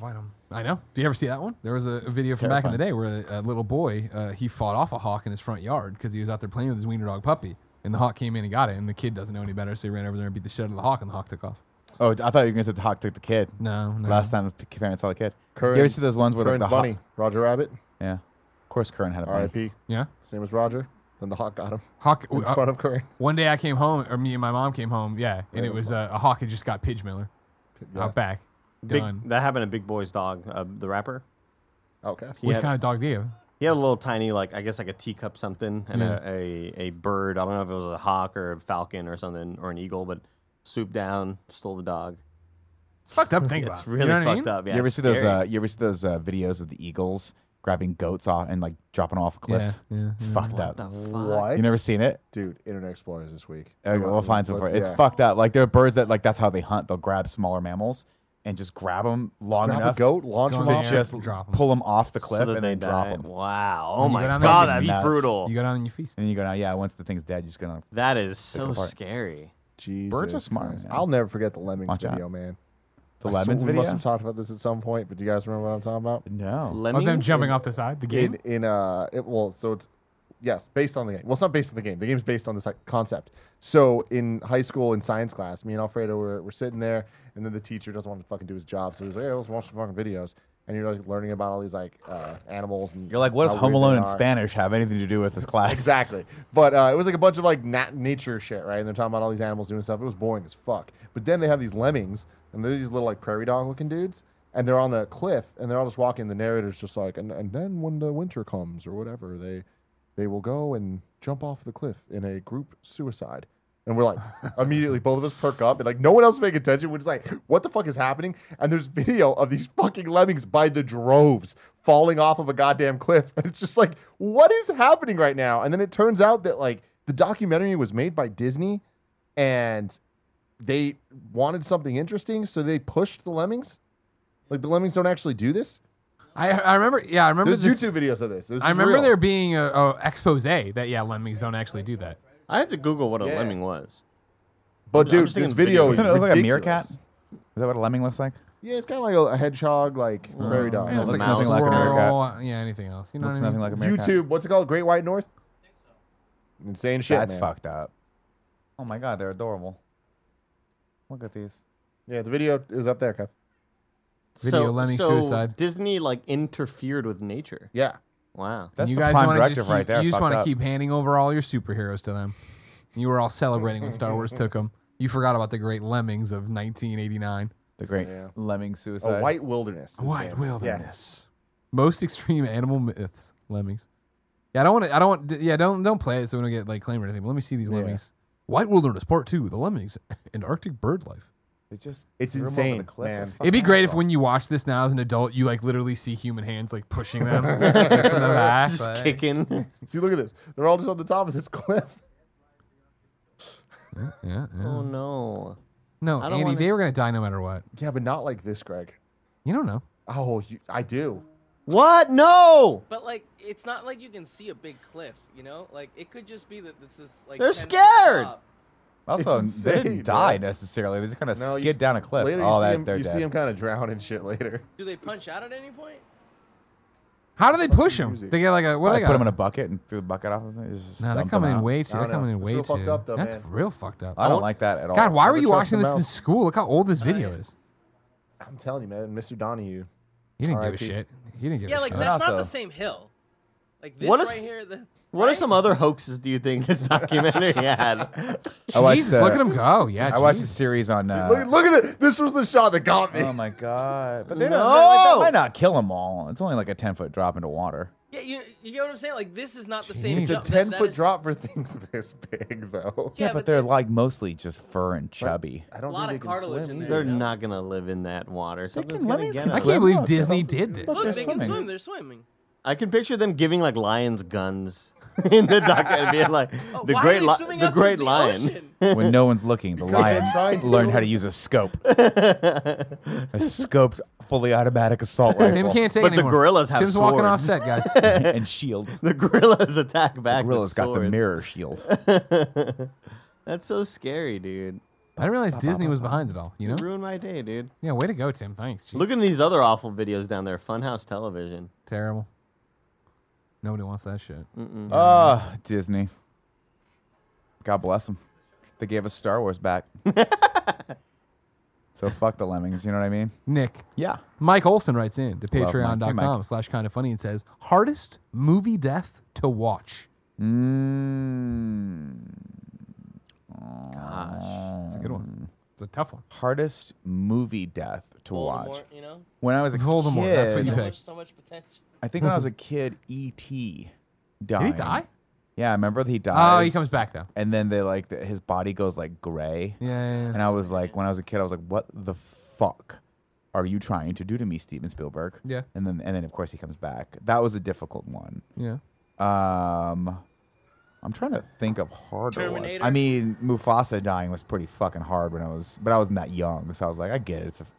[SPEAKER 2] I know. Do you ever see that one? There was a, a video from back in the day where a, a little boy uh, he fought off a hawk in his front yard because he was out there playing with his wiener dog puppy, and the hawk came in and got it, and the kid doesn't know any better, so he ran over there and beat the shit out of the hawk, and the hawk took off.
[SPEAKER 3] Oh, I thought you were gonna say the hawk took the kid.
[SPEAKER 2] No, no.
[SPEAKER 3] Last time the parents saw the kid.
[SPEAKER 4] Curran's,
[SPEAKER 3] you ever see those ones where like,
[SPEAKER 4] Curran's
[SPEAKER 3] the hawk?
[SPEAKER 4] bunny, Roger Rabbit,
[SPEAKER 3] Yeah. Of course, Curran had a bunny.
[SPEAKER 4] R.I.P.
[SPEAKER 2] yeah,
[SPEAKER 4] His name was Roger. Then the hawk got him
[SPEAKER 2] hawk.
[SPEAKER 4] in
[SPEAKER 2] uh,
[SPEAKER 4] front of Curran.
[SPEAKER 2] one day I came home, or me and my mom came home, yeah, and it was uh, a hawk had just got Pidge Miller
[SPEAKER 4] Yeah.
[SPEAKER 2] out back.
[SPEAKER 1] Big,
[SPEAKER 2] Done.
[SPEAKER 1] that happened to Big Boy's dog, uh, the rapper.
[SPEAKER 4] Outcast.
[SPEAKER 2] Which
[SPEAKER 1] Yeah.
[SPEAKER 2] kind of dog do you? have?
[SPEAKER 1] He had a little tiny, like I guess like a teacup something, and
[SPEAKER 2] Yeah.
[SPEAKER 1] a, a a bird. I don't know if it was a hawk or a falcon or something or an eagle, but swooped down, stole the dog.
[SPEAKER 2] It's fucked up. to Think about
[SPEAKER 1] It's
[SPEAKER 2] it. You
[SPEAKER 1] really
[SPEAKER 2] know what I
[SPEAKER 1] fucked
[SPEAKER 2] mean?
[SPEAKER 1] up. Yeah,
[SPEAKER 3] you ever
[SPEAKER 1] it's
[SPEAKER 3] see those?
[SPEAKER 1] scary.
[SPEAKER 3] Uh, you ever see those uh, videos of the eagles grabbing goats off and like dropping them off cliffs?
[SPEAKER 2] Yeah, yeah,
[SPEAKER 3] It's
[SPEAKER 2] yeah.
[SPEAKER 3] fucked
[SPEAKER 1] what
[SPEAKER 3] up.
[SPEAKER 1] the fuck?
[SPEAKER 4] What?
[SPEAKER 3] You never seen it?
[SPEAKER 4] Dude, Internet Explorers this week.
[SPEAKER 3] Okay, we'll find some for you. It's
[SPEAKER 4] Yeah.
[SPEAKER 3] fucked up. Like there are birds that like that's how they hunt. They'll grab smaller mammals and just grab them long
[SPEAKER 4] Grab a
[SPEAKER 3] enough
[SPEAKER 4] goat, launch
[SPEAKER 2] Go
[SPEAKER 4] him
[SPEAKER 2] in
[SPEAKER 3] to
[SPEAKER 2] the
[SPEAKER 4] off.
[SPEAKER 2] air.
[SPEAKER 3] just
[SPEAKER 2] Drop 'em.
[SPEAKER 3] pull them off the
[SPEAKER 1] So
[SPEAKER 3] cliff
[SPEAKER 1] that
[SPEAKER 3] and
[SPEAKER 1] they
[SPEAKER 3] then drop
[SPEAKER 1] die.
[SPEAKER 3] them.
[SPEAKER 1] Wow. Oh
[SPEAKER 2] You
[SPEAKER 1] my
[SPEAKER 2] go down there
[SPEAKER 1] god,
[SPEAKER 2] and
[SPEAKER 1] that's
[SPEAKER 2] you feast.
[SPEAKER 1] brutal.
[SPEAKER 2] You go down and you feast.
[SPEAKER 3] And then you go down. Yeah, once the thing's dead, you're just gonna.
[SPEAKER 1] that is so
[SPEAKER 3] apart.
[SPEAKER 1] scary.
[SPEAKER 4] Jesus
[SPEAKER 3] Birds are smart,
[SPEAKER 4] Christ.
[SPEAKER 3] man.
[SPEAKER 4] I'll never forget the Lemmings
[SPEAKER 3] Watch out.
[SPEAKER 4] video, man.
[SPEAKER 3] The
[SPEAKER 4] I
[SPEAKER 3] lemons
[SPEAKER 4] swear We
[SPEAKER 3] video.
[SPEAKER 4] must have talked about this at some point, but do you guys remember what I'm talking about?
[SPEAKER 3] no.
[SPEAKER 2] Of
[SPEAKER 1] Lemmings?
[SPEAKER 2] them jumping off the side, the game.
[SPEAKER 4] in in uh it well so it's yes based on the game well it's not based on the game the game's based on this like, concept so in high school in science class me and alfredo were, were sitting there and then the teacher doesn't want to fucking do his job so he's like hey let's watch some fucking videos and you're like learning about all these like uh, animals and
[SPEAKER 3] You're like, what does
[SPEAKER 4] how
[SPEAKER 3] Home
[SPEAKER 4] weird they
[SPEAKER 3] Alone in
[SPEAKER 4] are.
[SPEAKER 3] Spanish have anything to do with this class?
[SPEAKER 4] Exactly. But uh, it was like a bunch of like nat- nature shit, right? And they're talking about all these animals doing stuff. It was boring as fuck. But then they have these lemmings, and they're these little like prairie dog looking dudes, and they're on the cliff, and they're all just walking. The narrator's just like, and, and then when the winter comes or whatever, they they will go and jump off the cliff in a group suicide. And we're like, immediately, both of us perk up, and like, no one else is paying attention. We're just like, what the fuck is happening? And there's video of these fucking lemmings by the droves falling off of a goddamn cliff. And it's just like, what is happening right now? And then it turns out that like the documentary was made by Disney, and they wanted something interesting, so they pushed the lemmings. Like the lemmings don't actually do this.
[SPEAKER 2] I, I remember. Yeah, I remember.
[SPEAKER 4] There's
[SPEAKER 2] This,
[SPEAKER 4] YouTube videos of this. This
[SPEAKER 2] I
[SPEAKER 4] is
[SPEAKER 2] remember
[SPEAKER 4] real.
[SPEAKER 2] there being a, a expose that yeah, lemmings don't actually do that.
[SPEAKER 1] I had to Google what a
[SPEAKER 4] Yeah.
[SPEAKER 1] lemming was. I'm
[SPEAKER 4] but dude,
[SPEAKER 1] just thinking
[SPEAKER 4] this
[SPEAKER 1] of
[SPEAKER 4] video
[SPEAKER 1] videos.
[SPEAKER 4] is
[SPEAKER 3] Doesn't it look like a meerkat?
[SPEAKER 4] ridiculous.
[SPEAKER 3] Is that what a lemming looks like?
[SPEAKER 4] Yeah, it's kind of like a, a hedgehog, like prairie dog.
[SPEAKER 2] Yeah, it's
[SPEAKER 1] a
[SPEAKER 2] like
[SPEAKER 1] mouse.
[SPEAKER 2] a
[SPEAKER 1] Nothing like
[SPEAKER 3] America.
[SPEAKER 2] squirrel, Yeah, anything else? You know
[SPEAKER 3] Looks
[SPEAKER 2] what I mean?
[SPEAKER 3] nothing like a meerkat.
[SPEAKER 4] YouTube, what's it called? Great White North? Insane shit.
[SPEAKER 3] That's
[SPEAKER 4] man.
[SPEAKER 3] fucked up. Oh my god, they're adorable. Look at these.
[SPEAKER 4] Yeah, the video is up there, Kev.
[SPEAKER 2] Video
[SPEAKER 1] so,
[SPEAKER 2] lemming
[SPEAKER 1] so
[SPEAKER 2] suicide.
[SPEAKER 1] Disney like interfered with nature.
[SPEAKER 4] Yeah.
[SPEAKER 1] Wow.
[SPEAKER 3] That's
[SPEAKER 2] you
[SPEAKER 3] the
[SPEAKER 2] guys
[SPEAKER 3] prime
[SPEAKER 2] wanna
[SPEAKER 3] directive
[SPEAKER 2] just keep,
[SPEAKER 3] right there.
[SPEAKER 2] You just
[SPEAKER 3] fucked
[SPEAKER 2] wanna
[SPEAKER 3] up.
[SPEAKER 2] keep handing over all your superheroes to them. You were all celebrating when Star Wars took them. You forgot about the great lemmings of 1989.
[SPEAKER 3] the great
[SPEAKER 4] Yeah.
[SPEAKER 3] lemming suicide.
[SPEAKER 4] A white wilderness. is the name.
[SPEAKER 2] Wide
[SPEAKER 4] Yeah.
[SPEAKER 2] wilderness. Most extreme animal myths. Lemmings. Yeah, I don't want to. I don't want. d- Yeah, don't don't play it so we don't get like claimed or anything. But let me see these lemmings. White wilderness part two: the lemmings and Arctic bird life.
[SPEAKER 3] They just
[SPEAKER 4] It's
[SPEAKER 3] threw 'em over the
[SPEAKER 4] insane,
[SPEAKER 3] cliff.
[SPEAKER 4] man.
[SPEAKER 3] Fuck
[SPEAKER 2] It'd be
[SPEAKER 3] that.
[SPEAKER 2] great if when you watch this now as an adult, you like literally see human hands like pushing them from the back.
[SPEAKER 1] Just
[SPEAKER 2] like-
[SPEAKER 1] kicking.
[SPEAKER 4] See, look at this. They're all just on the top of this cliff.
[SPEAKER 2] Yeah, yeah.
[SPEAKER 1] oh no.
[SPEAKER 2] No,
[SPEAKER 1] I don't
[SPEAKER 2] Andy,
[SPEAKER 1] wanna
[SPEAKER 2] they
[SPEAKER 1] s-
[SPEAKER 2] were gonna die no matter what.
[SPEAKER 4] Yeah, but not like this, Greg.
[SPEAKER 2] You don't know.
[SPEAKER 4] Oh, you, I do.
[SPEAKER 1] What? No.
[SPEAKER 5] But like, it's not like you can see a big cliff, you know. Like it could just be that it's this like.
[SPEAKER 1] They're
[SPEAKER 5] 10 foot
[SPEAKER 1] scared!
[SPEAKER 5] drop.
[SPEAKER 3] Also,
[SPEAKER 4] It's
[SPEAKER 3] they
[SPEAKER 4] insane,
[SPEAKER 3] didn't die
[SPEAKER 4] man.
[SPEAKER 3] necessarily. They just kind of
[SPEAKER 4] No, you-
[SPEAKER 3] skid down a cliff.
[SPEAKER 4] Later, you,
[SPEAKER 3] oh,
[SPEAKER 4] see,
[SPEAKER 3] that,
[SPEAKER 4] him,
[SPEAKER 3] they're
[SPEAKER 4] you
[SPEAKER 3] dead.
[SPEAKER 4] see him kind of drown and shit later.
[SPEAKER 5] Do they punch out at any point?
[SPEAKER 2] How do they push them?
[SPEAKER 4] music.
[SPEAKER 2] They get like a what? do
[SPEAKER 3] I
[SPEAKER 2] they
[SPEAKER 3] put him
[SPEAKER 2] got?
[SPEAKER 3] in a bucket and threw the bucket off of him. It's Just
[SPEAKER 2] No, they're
[SPEAKER 3] dumped him
[SPEAKER 2] coming in
[SPEAKER 3] out.
[SPEAKER 2] way too.
[SPEAKER 4] I
[SPEAKER 2] They're
[SPEAKER 4] don't know.
[SPEAKER 2] coming in
[SPEAKER 4] It's
[SPEAKER 2] way
[SPEAKER 4] real
[SPEAKER 2] too.
[SPEAKER 4] fucked up, though,
[SPEAKER 2] That's
[SPEAKER 4] man.
[SPEAKER 2] real fucked up.
[SPEAKER 3] I don't like that at all.
[SPEAKER 2] God, why were
[SPEAKER 4] Never
[SPEAKER 2] you
[SPEAKER 4] trust
[SPEAKER 2] watching
[SPEAKER 4] the
[SPEAKER 2] this in
[SPEAKER 4] mouth.
[SPEAKER 2] school? Look how old this
[SPEAKER 5] Oh, yeah.
[SPEAKER 2] video is.
[SPEAKER 4] I'm telling you, man. Mr.
[SPEAKER 2] You
[SPEAKER 4] Donahue.
[SPEAKER 2] didn't give a
[SPEAKER 4] R.I.P..
[SPEAKER 2] shit. You didn't give a
[SPEAKER 5] Yeah, like
[SPEAKER 2] shit.
[SPEAKER 5] that's not the
[SPEAKER 3] also-
[SPEAKER 5] same hill. Like this
[SPEAKER 1] What
[SPEAKER 5] right
[SPEAKER 1] is-
[SPEAKER 5] here. The,
[SPEAKER 1] What are
[SPEAKER 5] right?
[SPEAKER 1] some other hoaxes do you think this documentary had?
[SPEAKER 3] I watched,
[SPEAKER 2] Jesus, look
[SPEAKER 3] uh,
[SPEAKER 2] at him go. Yeah,
[SPEAKER 3] I watched the
[SPEAKER 2] Jesus.
[SPEAKER 3] series on. Uh,
[SPEAKER 4] look, look at it. This was the shot that got me.
[SPEAKER 3] oh my god! But they
[SPEAKER 1] No!
[SPEAKER 3] don't. Like, that might not kill them all. It's only like a ten foot drop into water.
[SPEAKER 5] Yeah, you you get what I'm saying? Like this is not the same.
[SPEAKER 2] It's a
[SPEAKER 5] jump- that-
[SPEAKER 4] 10
[SPEAKER 5] that
[SPEAKER 4] foot
[SPEAKER 5] is-
[SPEAKER 4] drop for things this big, though.
[SPEAKER 3] Yeah,
[SPEAKER 5] Yeah,
[SPEAKER 3] but,
[SPEAKER 5] but
[SPEAKER 3] they're
[SPEAKER 5] the-
[SPEAKER 3] like mostly just fur and chubby.
[SPEAKER 4] I don't
[SPEAKER 5] Lot
[SPEAKER 4] think
[SPEAKER 5] of
[SPEAKER 4] they can
[SPEAKER 5] cartilage
[SPEAKER 4] swim
[SPEAKER 5] in
[SPEAKER 4] either.
[SPEAKER 1] They're
[SPEAKER 5] Yeah.
[SPEAKER 1] not gonna live in that water. Something's
[SPEAKER 3] can-
[SPEAKER 1] gonna
[SPEAKER 3] lemmings
[SPEAKER 1] get
[SPEAKER 3] can
[SPEAKER 2] I
[SPEAKER 1] them.
[SPEAKER 3] swim.
[SPEAKER 2] can't believe
[SPEAKER 3] Look,
[SPEAKER 2] Disney
[SPEAKER 3] they're-
[SPEAKER 2] did this.
[SPEAKER 3] look,
[SPEAKER 5] Look,
[SPEAKER 3] They're
[SPEAKER 5] they can
[SPEAKER 3] swimming.
[SPEAKER 5] swim. They're swimming.
[SPEAKER 1] I can picture them giving like lions guns in the doc and being like
[SPEAKER 5] Oh,
[SPEAKER 1] the
[SPEAKER 5] why
[SPEAKER 1] great
[SPEAKER 5] are they
[SPEAKER 1] li-
[SPEAKER 5] swimming
[SPEAKER 1] the
[SPEAKER 5] out towards
[SPEAKER 1] great
[SPEAKER 5] the
[SPEAKER 1] lion.
[SPEAKER 5] ocean?
[SPEAKER 3] when no one's looking, the
[SPEAKER 4] Because they're
[SPEAKER 3] lion
[SPEAKER 4] trying to.
[SPEAKER 3] learned how to use a scope, a scoped fully automatic assault
[SPEAKER 2] Tim
[SPEAKER 3] rifle,
[SPEAKER 2] can't take
[SPEAKER 1] But the
[SPEAKER 2] anymore.
[SPEAKER 1] gorillas have
[SPEAKER 2] Tim's walking off set,
[SPEAKER 1] swords.
[SPEAKER 2] guys.
[SPEAKER 3] and shields.
[SPEAKER 1] the gorillas attack back. with
[SPEAKER 3] Gorilla's got the
[SPEAKER 1] swords.
[SPEAKER 3] mirror shield.
[SPEAKER 1] That's so scary, dude.
[SPEAKER 2] I didn't realize Disney was behind it all. You
[SPEAKER 1] You
[SPEAKER 2] know?
[SPEAKER 1] ruined my day, dude.
[SPEAKER 2] Yeah, way to go, Tim. Thanks. Jeez.
[SPEAKER 1] Look at these other awful videos down there. Funhouse Television.
[SPEAKER 2] terrible. Nobody wants that shit.
[SPEAKER 1] Mm-mm.
[SPEAKER 3] Oh, Disney. God bless them. They gave us Star Wars back. so fuck the lemmings. You know what I mean?
[SPEAKER 2] Nick,
[SPEAKER 3] Yeah.
[SPEAKER 2] Mike Olson writes in to
[SPEAKER 3] Love Mike. Hey,
[SPEAKER 2] patreon.com
[SPEAKER 3] Mike.
[SPEAKER 2] slash kind of funny and says, hardest movie death to watch.
[SPEAKER 3] Mm, Ah.
[SPEAKER 1] Gosh.
[SPEAKER 2] It's a good one. Um, It's a tough one.
[SPEAKER 3] hardest movie death to watch.
[SPEAKER 5] Voldemort, You know,
[SPEAKER 3] When I was a
[SPEAKER 2] Voldemort,
[SPEAKER 3] kid,
[SPEAKER 2] that's what you
[SPEAKER 5] so
[SPEAKER 2] pick.
[SPEAKER 5] much, so much potential.
[SPEAKER 3] I think when I was a kid, E.T. died.
[SPEAKER 2] Did he die?
[SPEAKER 3] Yeah, I remember he dies.
[SPEAKER 2] Oh, he comes back though.
[SPEAKER 3] And then they like th- his body goes like gray.
[SPEAKER 2] Yeah, yeah, yeah.
[SPEAKER 3] And I was like, when I was a kid, I was like, what the fuck are you trying to do to me, Steven Spielberg?
[SPEAKER 2] Yeah.
[SPEAKER 3] And then and then of course he comes back. That was a difficult one.
[SPEAKER 2] yeah.
[SPEAKER 3] Um I'm trying to think of harder ones.
[SPEAKER 5] Terminator?
[SPEAKER 3] I mean, Mufasa dying was pretty fucking hard when I was, but I wasn't that young, so I was like, I get it. It's a f-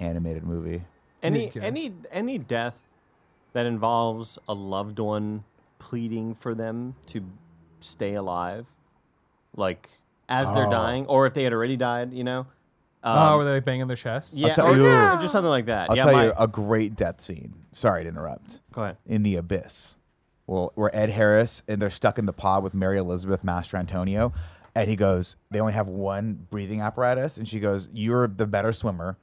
[SPEAKER 3] animated movie.
[SPEAKER 1] Any
[SPEAKER 2] Okay.
[SPEAKER 1] any any death that involves a loved one pleading for them to stay alive, like as they're
[SPEAKER 3] Oh.
[SPEAKER 1] dying, or if they had already died, you know.
[SPEAKER 2] oh,
[SPEAKER 1] Um,
[SPEAKER 2] were they banging their chest?
[SPEAKER 1] yeah,
[SPEAKER 3] tell
[SPEAKER 1] or
[SPEAKER 3] you-
[SPEAKER 1] or just something like that.
[SPEAKER 3] I'll
[SPEAKER 1] yeah,
[SPEAKER 3] tell
[SPEAKER 1] my-
[SPEAKER 3] you uh, a great death scene. Sorry to interrupt.
[SPEAKER 1] go ahead.
[SPEAKER 3] in the abyss. Well, where Ed Harris and they're stuck in the pod with Mary Elizabeth Master Antonio, and he goes, they only have one breathing apparatus, and she goes, "You're the better swimmer.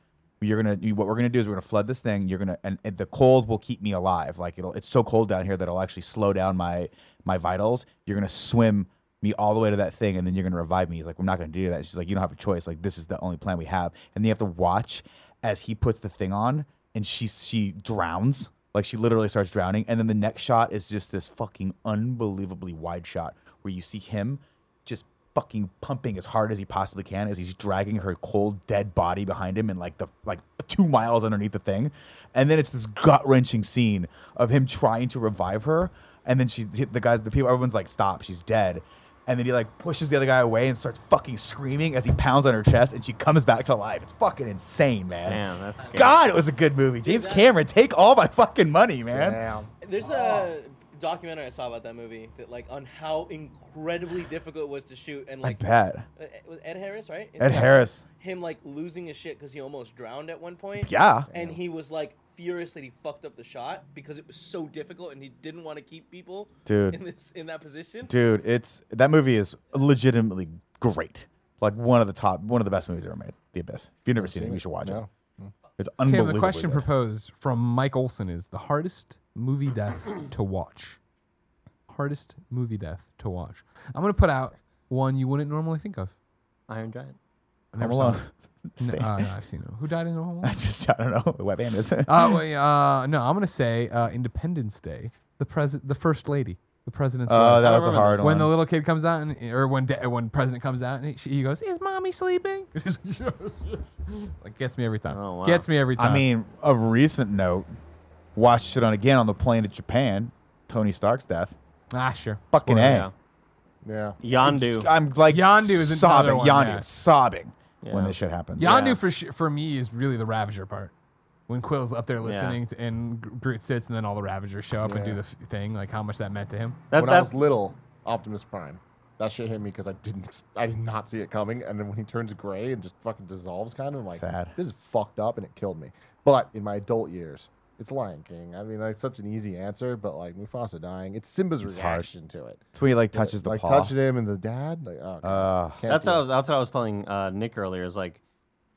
[SPEAKER 3] You're gonna you, what we're gonna do is we're gonna flood this thing. You're gonna and, and the cold will keep me alive. Like it'll it's so cold down here that it'll actually slow down my my vitals. You're gonna swim." Me all the way to that thing, and then you're gonna revive me. He's like, "We're not gonna do that." She's like, "You don't have a choice. Like, this is the only plan we have." And you have to watch as he puts the thing on and she she drowns like she literally starts drowning and then the next shot is just this fucking unbelievably wide shot where you see him just fucking pumping as hard as he possibly can as he's dragging her cold dead body behind him and like the like 2 miles underneath the thing and then it's this gut-wrenching scene of him trying to revive her and then she the guys the people everyone's like stop she's dead and then he like pushes the other guy away and starts fucking screaming as he pounds on her chest and she comes back to life it's fucking insane man
[SPEAKER 1] Damn, that's scary.
[SPEAKER 3] God, it was a good movie. James
[SPEAKER 5] that-
[SPEAKER 3] Cameron, take all my fucking money, man.
[SPEAKER 4] Damn.
[SPEAKER 5] There's a documentary I saw about that movie that like on how incredibly difficult it was to shoot and like
[SPEAKER 3] bet.
[SPEAKER 5] uh, it was Ed Harris, right? It's
[SPEAKER 3] Ed
[SPEAKER 5] about
[SPEAKER 3] Harris.
[SPEAKER 5] Him like losing his shit because he almost drowned at one point.
[SPEAKER 3] Yeah.
[SPEAKER 5] And he was like furious that he fucked up the shot because it was so difficult and he didn't want to keep people
[SPEAKER 3] Dude.
[SPEAKER 5] in this in that position.
[SPEAKER 3] Dude, it's that movie is legitimately great. Like one of the top, one of the best movies ever made. The Abyss. If you've never seen it, you should watch it.
[SPEAKER 4] No.
[SPEAKER 3] It's
[SPEAKER 2] Tim,
[SPEAKER 3] unbelievable.
[SPEAKER 2] the question proposed from Mike Olson is the hardest movie death to watch. Hardest movie death to watch. I'm gonna put out one you wouldn't normally think of.
[SPEAKER 1] Iron Giant.
[SPEAKER 2] I
[SPEAKER 3] Home
[SPEAKER 2] never saw
[SPEAKER 3] Alone.
[SPEAKER 2] it.
[SPEAKER 3] Stay.
[SPEAKER 2] No, uh, no, I've seen it. Who died in Home Alone?
[SPEAKER 3] I just, I don't know. What band is it?
[SPEAKER 2] Uh, wait, uh, no, I'm gonna say uh, Independence Day. The president, the first lady. The president's
[SPEAKER 3] Oh,
[SPEAKER 2] wife.
[SPEAKER 3] that was a
[SPEAKER 1] remember
[SPEAKER 3] hard
[SPEAKER 1] that.
[SPEAKER 2] when the
[SPEAKER 3] one.
[SPEAKER 2] little kid comes out, and, or when da- when president comes out, and he, she, he goes, "Is mommy sleeping?" He's like, "Yes, yes." Like, gets me every time.
[SPEAKER 1] Oh, wow.
[SPEAKER 2] Gets me every time.
[SPEAKER 3] I mean, a recent note. Watched it on again on the plane to Japan. Tony Stark's death.
[SPEAKER 2] ah, sure.
[SPEAKER 3] Fucking
[SPEAKER 1] Yeah.
[SPEAKER 3] a.
[SPEAKER 4] Yeah.
[SPEAKER 1] Yondu.
[SPEAKER 3] I'm like
[SPEAKER 2] Yondu is
[SPEAKER 3] sobbing.
[SPEAKER 2] another one,
[SPEAKER 3] Yondu
[SPEAKER 2] yeah.
[SPEAKER 3] sobbing when
[SPEAKER 1] Yeah.
[SPEAKER 3] this shit happens.
[SPEAKER 2] Yondu for sh- for me is really the Ravager part. When Quill's up there listening to, and Gr- Groot sits, and then all the Ravagers show up and do
[SPEAKER 4] Yeah.
[SPEAKER 2] the f- thing, like how much that meant to him.
[SPEAKER 1] That,
[SPEAKER 4] when I was
[SPEAKER 1] that,
[SPEAKER 4] little, Optimus Prime. That shit hit me because I didn't, ex- I did not see it coming. And then when he turns gray and just fucking dissolves, kind of I'm like,
[SPEAKER 3] Sad.
[SPEAKER 4] this is fucked up, and it killed me. But in my adult years, it's Lion King. I mean, that's such an easy answer, but like Mufasa dying, it's Simba's
[SPEAKER 3] hard.
[SPEAKER 4] reaction to it.
[SPEAKER 3] It's when he like touches the
[SPEAKER 4] like
[SPEAKER 3] paw.
[SPEAKER 4] touching him and the dad. Like, oh, God,
[SPEAKER 3] Uh,
[SPEAKER 4] can't
[SPEAKER 1] that's
[SPEAKER 4] do
[SPEAKER 1] what I
[SPEAKER 4] it.
[SPEAKER 1] was. That's what I was telling uh, Nick earlier. Is like,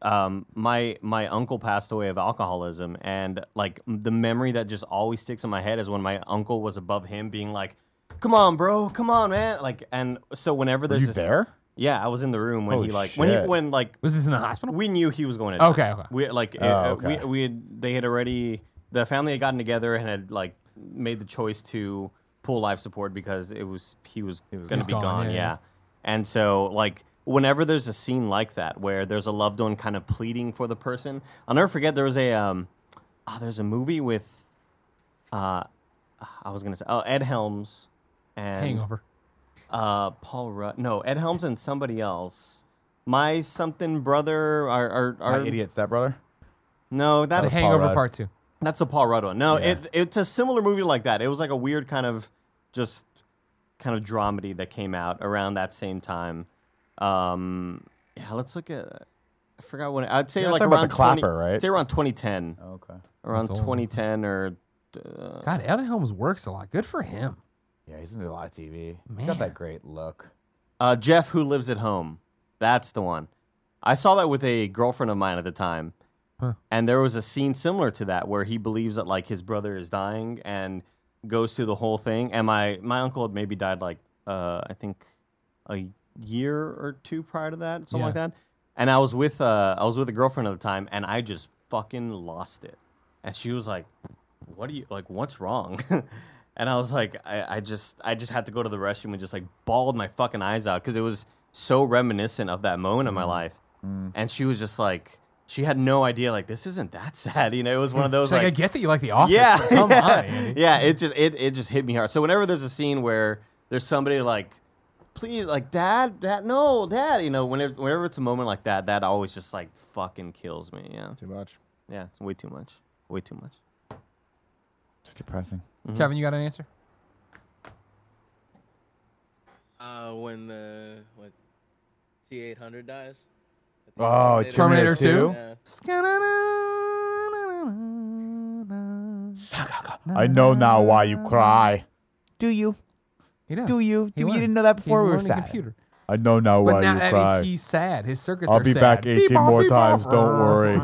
[SPEAKER 1] um, my my uncle passed away of alcoholism, and like m- the memory that just always sticks in my head is when my uncle was above him, being like, "Come on, bro, come on, man!" Like, and so whenever
[SPEAKER 3] were
[SPEAKER 1] there's
[SPEAKER 3] you
[SPEAKER 1] this-
[SPEAKER 3] there?
[SPEAKER 1] Yeah, I was in the room when
[SPEAKER 3] Holy
[SPEAKER 1] he like when he
[SPEAKER 3] shit.
[SPEAKER 1] when like
[SPEAKER 2] Was this in the hospital?
[SPEAKER 1] we knew he was going to. die.
[SPEAKER 2] okay, okay.
[SPEAKER 1] We like
[SPEAKER 3] Oh,
[SPEAKER 1] uh,
[SPEAKER 3] okay.
[SPEAKER 1] we we had, they had already the family had gotten together and had like made the choice to pull life support because it was he was, going to
[SPEAKER 2] he's
[SPEAKER 1] be
[SPEAKER 2] gone,
[SPEAKER 1] gone,
[SPEAKER 2] yeah,
[SPEAKER 1] yeah.
[SPEAKER 2] yeah.
[SPEAKER 1] And so like whenever there's a scene like that where there's a loved one kind of pleading for the person, I'll never forget there was a um oh, there's a movie with uh I was going to say oh Ed Helms and
[SPEAKER 2] Hangover.
[SPEAKER 1] uh, Paul Rudd. No, Ed Helms and somebody else. My something brother. Our, our,
[SPEAKER 3] My
[SPEAKER 1] our
[SPEAKER 3] idiot stepbrother.
[SPEAKER 1] No, that
[SPEAKER 2] The
[SPEAKER 1] was
[SPEAKER 3] Paul
[SPEAKER 2] Hangover
[SPEAKER 3] Rudd.
[SPEAKER 2] Part Two.
[SPEAKER 1] that's a Paul Rudd one. No,
[SPEAKER 3] Yeah.
[SPEAKER 1] it, it's a similar movie like that. It was like a weird kind of just kind of dramedy that came out around that same time. Um, yeah, let's look at. I forgot when. I'd say
[SPEAKER 3] You're not
[SPEAKER 1] like
[SPEAKER 3] talking about
[SPEAKER 1] around
[SPEAKER 3] The
[SPEAKER 1] 20
[SPEAKER 3] Clapper, right?
[SPEAKER 1] I'd say around 2010,
[SPEAKER 3] Okay.
[SPEAKER 1] around
[SPEAKER 2] old.
[SPEAKER 1] 2010 or. Uh,
[SPEAKER 2] God, Ed Helms works a lot. Good for him.
[SPEAKER 3] Yeah, he's into a lot of TV.
[SPEAKER 2] He's got Man. that
[SPEAKER 3] great look.
[SPEAKER 1] Uh, Jeff, who lives at home. That's the one. I saw that with a girlfriend of mine at the time,
[SPEAKER 2] Huh.
[SPEAKER 1] and there was a scene similar to that where he believes that like his brother is dying and goes through the whole thing. And my my uncle had maybe died like uh, I think a year or two prior to that, something
[SPEAKER 2] Yeah.
[SPEAKER 1] like that. And I was with uh, I was with a girlfriend at the time, and I just fucking lost it. And she was like, "What do you like? What's wrong?" and I was like, I, "I just I just had to go to the restroom and just like bawled my fucking eyes out because it was so reminiscent of that moment
[SPEAKER 2] Mm-hmm.
[SPEAKER 1] in my life."
[SPEAKER 2] Mm.
[SPEAKER 1] And she was just like, she had no idea. Like this isn't that sad, you know? It was one of those
[SPEAKER 2] It's like, I
[SPEAKER 1] like
[SPEAKER 2] get that you like The Office.
[SPEAKER 1] yeah,
[SPEAKER 2] but come
[SPEAKER 1] yeah,
[SPEAKER 2] on. Andy.
[SPEAKER 1] yeah. It just it, it just hit me hard. So whenever there's a scene where there's somebody like, please, like dad, dad, no, dad, you know, whenever whenever it's a moment like that, that always just like fucking kills me. Yeah,
[SPEAKER 4] too much.
[SPEAKER 1] yeah, it's way too much, way too much.
[SPEAKER 3] It's depressing.
[SPEAKER 1] Mm-hmm.
[SPEAKER 2] Kevin, you got an answer?
[SPEAKER 5] Uh, when the what T eight hundred dies. I think
[SPEAKER 3] Oh,
[SPEAKER 5] it's
[SPEAKER 2] Terminator
[SPEAKER 3] Terminator,
[SPEAKER 2] two?
[SPEAKER 3] Two.
[SPEAKER 5] Yeah.
[SPEAKER 3] I know now why you cry.
[SPEAKER 7] Do you?
[SPEAKER 2] He does.
[SPEAKER 7] Do you?
[SPEAKER 2] He
[SPEAKER 7] Do you
[SPEAKER 2] learned.
[SPEAKER 7] didn't know that before
[SPEAKER 2] He's
[SPEAKER 7] we were
[SPEAKER 2] learning
[SPEAKER 7] sad?
[SPEAKER 2] Computer.
[SPEAKER 3] I know now
[SPEAKER 2] But
[SPEAKER 3] why
[SPEAKER 2] now
[SPEAKER 3] Oh, you
[SPEAKER 2] that
[SPEAKER 3] cry.
[SPEAKER 2] means he's sad. His circuits
[SPEAKER 3] I'll
[SPEAKER 2] are
[SPEAKER 3] be
[SPEAKER 2] sad.
[SPEAKER 3] back 18
[SPEAKER 2] Beep-bop,
[SPEAKER 3] more
[SPEAKER 2] beep-bop.
[SPEAKER 3] times. Don't worry.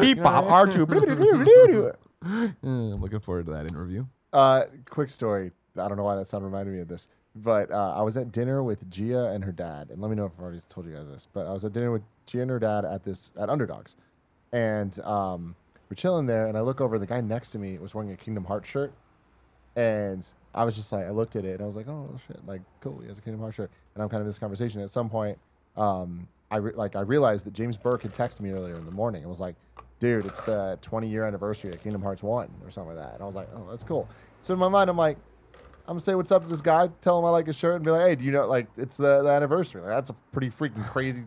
[SPEAKER 3] Beep bop R2.
[SPEAKER 2] Uh, I'm looking forward to that interview.
[SPEAKER 4] Uh, quick story. I don't know why that sound reminded me of this, but uh, I was at dinner with Gia and her dad, and let me know if I've already told you guys this. But I was at dinner with Gia and her dad at this at Underdogs, and um, we're chilling there, and I look over. The guy next to me was wearing a Kingdom Hearts shirt, and I was just like, I looked at it, and I was like, oh shit, like cool, he has a Kingdom Hearts shirt. And I'm kind of in this conversation. At some point, um, I re- like I realized that James Burke had texted me earlier in the morning and was like, dude, it's the 20 year anniversary of Kingdom Hearts One or something like that. And I was like, oh, that's cool. So in my mind, I'm like, I'm gonna say what's up to this guy, tell him I like his shirt, and be like, hey, do you know, like, it's the, the anniversary. Like, that's a pretty freaking crazy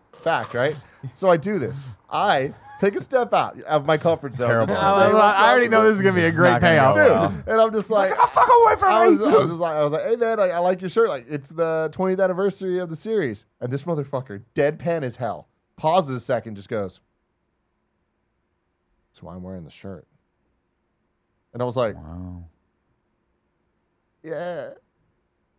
[SPEAKER 4] fact, right? So I do this. I take a step out of my comfort zone.
[SPEAKER 3] Terrible.
[SPEAKER 4] Say
[SPEAKER 3] I was
[SPEAKER 4] what's up
[SPEAKER 2] Oh, I already
[SPEAKER 4] to
[SPEAKER 2] know
[SPEAKER 4] this
[SPEAKER 2] this is gonna be a
[SPEAKER 3] It's
[SPEAKER 2] great
[SPEAKER 3] not gonna
[SPEAKER 2] payoff.
[SPEAKER 3] go
[SPEAKER 4] dude.
[SPEAKER 3] Wow.
[SPEAKER 4] And I'm just like,
[SPEAKER 3] "Oh, fuck away from
[SPEAKER 4] I was, I was just like, I was like, hey man, I, I like your shirt. Like, it's the 20th anniversary of the series, and this motherfucker, deadpan as hell, pauses a second, just goes, "That's why I'm wearing the shirt." And I was like,
[SPEAKER 3] Wow.
[SPEAKER 4] yeah.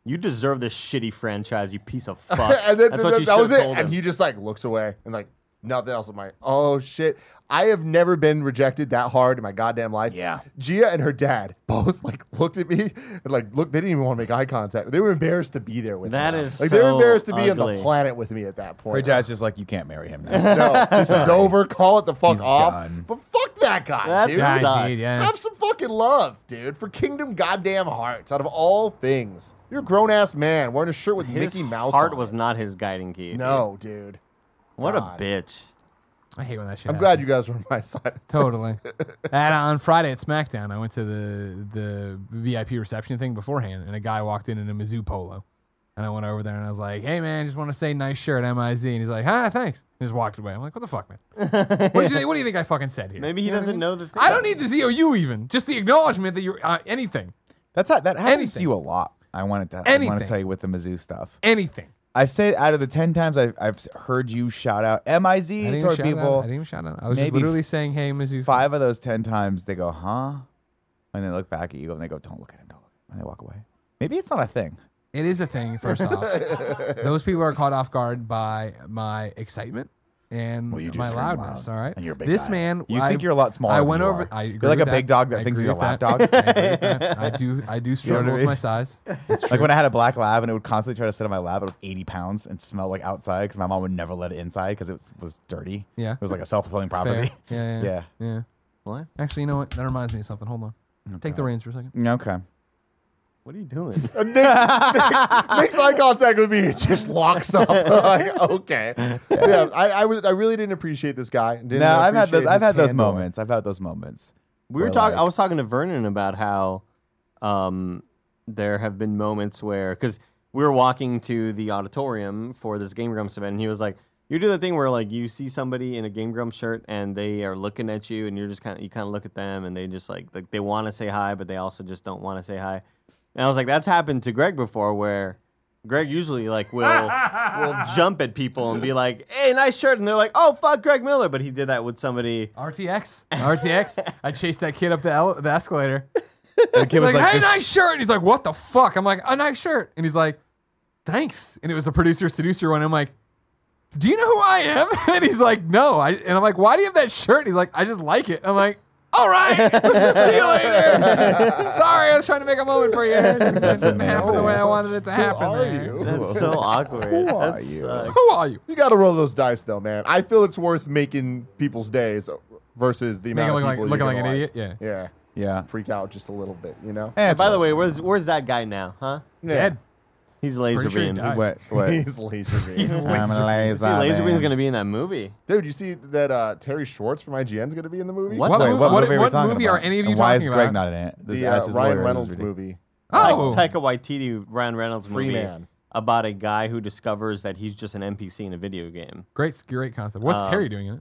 [SPEAKER 1] You deserve this shitty franchise, you piece of fuck.
[SPEAKER 4] and then,
[SPEAKER 1] That's
[SPEAKER 4] then
[SPEAKER 1] what you
[SPEAKER 4] that was
[SPEAKER 1] should've
[SPEAKER 4] it.
[SPEAKER 1] told
[SPEAKER 4] And
[SPEAKER 1] him.
[SPEAKER 4] he just like looks away and like, Nothing else. I'm like, oh shit. I have never been rejected that hard in my goddamn life.
[SPEAKER 3] Yeah.
[SPEAKER 4] Gia and her dad both like looked at me and like look. They didn't even want to make eye contact. They were embarrassed to be there with
[SPEAKER 1] That
[SPEAKER 4] me.
[SPEAKER 1] is
[SPEAKER 4] like they were
[SPEAKER 1] so
[SPEAKER 4] embarrassed to be on
[SPEAKER 1] ugly.
[SPEAKER 4] the planet with me at that point.
[SPEAKER 3] Her dad's just like, you can't marry him now.
[SPEAKER 4] no, this is over. Call it the fuck
[SPEAKER 3] He's
[SPEAKER 4] off.
[SPEAKER 3] done.
[SPEAKER 4] But fuck that guy,
[SPEAKER 1] That
[SPEAKER 4] dude.
[SPEAKER 1] sucks.
[SPEAKER 2] Yeah, indeed, yeah.
[SPEAKER 4] Have some fucking love, dude, for Kingdom Goddamn Hearts. Out of all things, you're a grown ass man wearing a shirt with
[SPEAKER 1] His
[SPEAKER 4] Mickey Mouse.
[SPEAKER 1] heart
[SPEAKER 4] on
[SPEAKER 1] was
[SPEAKER 4] it.
[SPEAKER 1] not his guiding key.
[SPEAKER 4] no, dude.
[SPEAKER 1] What
[SPEAKER 4] God.
[SPEAKER 1] a bitch.
[SPEAKER 2] I hate when that shit.
[SPEAKER 4] I'm glad
[SPEAKER 2] happens.
[SPEAKER 4] you guys were on my side.
[SPEAKER 2] Totally. and on Friday at SmackDown, I went to the the VIP reception thing beforehand, and a guy walked in in a Mizzou polo, and I went over there and I was like, "Hey man, just want to say nice shirt, Miz," and he's like, "Hi, thanks," and just walked away. I'm like, "What the fuck, man? What, did you, think- what do you think I fucking said here?
[SPEAKER 1] Maybe he
[SPEAKER 2] You what I
[SPEAKER 1] doesn't
[SPEAKER 2] mean?
[SPEAKER 1] know the thing.
[SPEAKER 2] I don't need the ZOU even. Just the acknowledgement that you're uh, anything,
[SPEAKER 3] That's how, that happens to
[SPEAKER 2] Anything.
[SPEAKER 3] you a lot. I wanted to. I want to
[SPEAKER 2] Anything.
[SPEAKER 3] tell you with the Mizzou stuff.
[SPEAKER 2] anything.
[SPEAKER 3] I've said out of the ten times I've, I've heard you shout out M I
[SPEAKER 2] I didn't
[SPEAKER 3] Z
[SPEAKER 2] even
[SPEAKER 3] toward
[SPEAKER 2] shout out. I
[SPEAKER 3] people.
[SPEAKER 2] didn't even shout out. I was just
[SPEAKER 3] maybe
[SPEAKER 2] literally saying, "Hey, Mizzou."
[SPEAKER 3] Five of those ten times they go, huh? And they look back at you and they go, don't look at him, don't look. And they walk away. Maybe it's not a thing.
[SPEAKER 2] It is a thing. First off, those people are caught off guard by my excitement and
[SPEAKER 3] Well, you do
[SPEAKER 2] my
[SPEAKER 3] scream
[SPEAKER 2] loudness.
[SPEAKER 3] loud,
[SPEAKER 2] All right,
[SPEAKER 3] and you're a big
[SPEAKER 2] this
[SPEAKER 3] guy.
[SPEAKER 2] man.
[SPEAKER 3] You
[SPEAKER 2] I-
[SPEAKER 3] think you're a lot smaller
[SPEAKER 2] I
[SPEAKER 3] than
[SPEAKER 2] went
[SPEAKER 3] you
[SPEAKER 2] over.
[SPEAKER 3] are.
[SPEAKER 2] I
[SPEAKER 3] You're
[SPEAKER 2] agree
[SPEAKER 3] like a
[SPEAKER 2] with
[SPEAKER 3] big dog that
[SPEAKER 2] I
[SPEAKER 3] thinks he's
[SPEAKER 2] agree
[SPEAKER 3] a
[SPEAKER 2] with
[SPEAKER 3] lap
[SPEAKER 2] that.
[SPEAKER 3] dog.
[SPEAKER 2] I, agree with that. I do. I do struggle
[SPEAKER 3] what I
[SPEAKER 2] with
[SPEAKER 3] mean?
[SPEAKER 2] my size. It's true.
[SPEAKER 3] Like when I had a black lab and it would constantly try to sit on my lap, it was 80 pounds and smelled like outside because my mom would never let it inside because it was, was dirty.
[SPEAKER 2] Yeah.
[SPEAKER 3] It was like a self fulfilling
[SPEAKER 2] Fair.
[SPEAKER 3] prophecy.
[SPEAKER 2] Yeah, yeah, yeah. Yeah.
[SPEAKER 1] What?
[SPEAKER 2] Actually, you know what? That reminds me of something. Hold on. Take the reins for a second.
[SPEAKER 3] Okay.
[SPEAKER 1] What are you doing?
[SPEAKER 4] Nick, Nick- makes eye contact with me. It just locks up. like, okay. Yeah, I, I was. I really didn't appreciate this guy. Didn't
[SPEAKER 3] No, I've had
[SPEAKER 4] appreciate
[SPEAKER 3] those. I've
[SPEAKER 4] his
[SPEAKER 3] had those
[SPEAKER 4] handle.
[SPEAKER 3] moments. I've had those moments.
[SPEAKER 1] We were
[SPEAKER 3] Or,
[SPEAKER 1] talking.
[SPEAKER 3] like-
[SPEAKER 1] I was talking to Vernon about how um, there have been moments where, because we were walking to the auditorium for this Game Grumps event, and he was like, "You do the thing where like you see somebody in a Game Grumps shirt, and they are looking at you, and you're just kind of you kind of look at them, and they just like like they want to say hi, but they also just don't want to say hi." And I was like, "That's happened to Greg before, where." Greg usually like will will jump at people and be like, "Hey, nice shirt," and they're like, "Oh fuck, Greg Miller!" But he did that with somebody
[SPEAKER 2] RTX. RTX. I chased that kid up the, ele- the escalator.
[SPEAKER 3] And the kid
[SPEAKER 2] He's
[SPEAKER 3] was
[SPEAKER 2] like,
[SPEAKER 3] like,
[SPEAKER 2] hey,
[SPEAKER 3] this-
[SPEAKER 2] nice shirt. And he's like, what the fuck? I'm like, a nice shirt. And he's like, thanks. And it was a producer seducer one. I'm like, do you know who I am? And he's like, no. I, and I'm like, why do you have that shirt? And he's like, I just like it. I'm like, all right. See you later. Sorry, I was trying to make a moment for you. That's didn't happen the way I
[SPEAKER 3] amazing.
[SPEAKER 2] wanted it to happen.
[SPEAKER 4] Who are
[SPEAKER 2] there.
[SPEAKER 4] you?
[SPEAKER 1] That's so awkward.
[SPEAKER 3] Who
[SPEAKER 1] That
[SPEAKER 3] are you?
[SPEAKER 1] sucks.
[SPEAKER 2] Who are you?
[SPEAKER 4] You got to roll those dice, though, man. I feel it's worth making people's days versus the
[SPEAKER 2] Make it
[SPEAKER 4] amount
[SPEAKER 2] look
[SPEAKER 4] of
[SPEAKER 2] like,
[SPEAKER 4] people
[SPEAKER 2] looking
[SPEAKER 4] you're
[SPEAKER 2] like
[SPEAKER 4] gonna
[SPEAKER 2] an
[SPEAKER 4] like.
[SPEAKER 2] idiot. Yeah.
[SPEAKER 4] Yeah,
[SPEAKER 3] yeah.
[SPEAKER 4] freak out just a little bit, you know.
[SPEAKER 3] Eh, it's
[SPEAKER 1] By the
[SPEAKER 3] fine.
[SPEAKER 1] way, where's where's that guy now, huh?
[SPEAKER 4] Yeah.
[SPEAKER 2] Dead.
[SPEAKER 1] He's laser
[SPEAKER 2] Pretty sure he
[SPEAKER 1] beam.
[SPEAKER 2] died.
[SPEAKER 3] what? What?
[SPEAKER 4] He's laser beam.
[SPEAKER 1] He's
[SPEAKER 3] I'm
[SPEAKER 1] laser.
[SPEAKER 3] a
[SPEAKER 1] See,
[SPEAKER 3] laser.
[SPEAKER 1] laser beam's
[SPEAKER 3] man.
[SPEAKER 1] gonna be in that movie.
[SPEAKER 4] Dude, you see that uh, Terry Schwartz from IGN's going to be in the movie?
[SPEAKER 1] What?
[SPEAKER 2] What,
[SPEAKER 3] Wait,
[SPEAKER 2] mo-
[SPEAKER 3] what,
[SPEAKER 2] what-
[SPEAKER 3] movie are we
[SPEAKER 2] what
[SPEAKER 3] talking
[SPEAKER 2] movie
[SPEAKER 3] about?
[SPEAKER 2] are any of you
[SPEAKER 3] And why
[SPEAKER 2] talking
[SPEAKER 3] is Greg
[SPEAKER 2] about?
[SPEAKER 3] not in it? This
[SPEAKER 4] The
[SPEAKER 3] ass
[SPEAKER 4] uh,
[SPEAKER 3] is
[SPEAKER 4] Ryan
[SPEAKER 3] lawyer, this is
[SPEAKER 4] Reynolds
[SPEAKER 3] ridiculous.
[SPEAKER 4] movie.
[SPEAKER 2] Oh,
[SPEAKER 1] Like Taika Waititi, Ryan Reynolds
[SPEAKER 4] Free
[SPEAKER 1] movie
[SPEAKER 4] Man.
[SPEAKER 1] about a guy who discovers that he's just an NPC in a video game.
[SPEAKER 2] great, great concept. What's
[SPEAKER 1] Um,
[SPEAKER 2] Terry doing in it?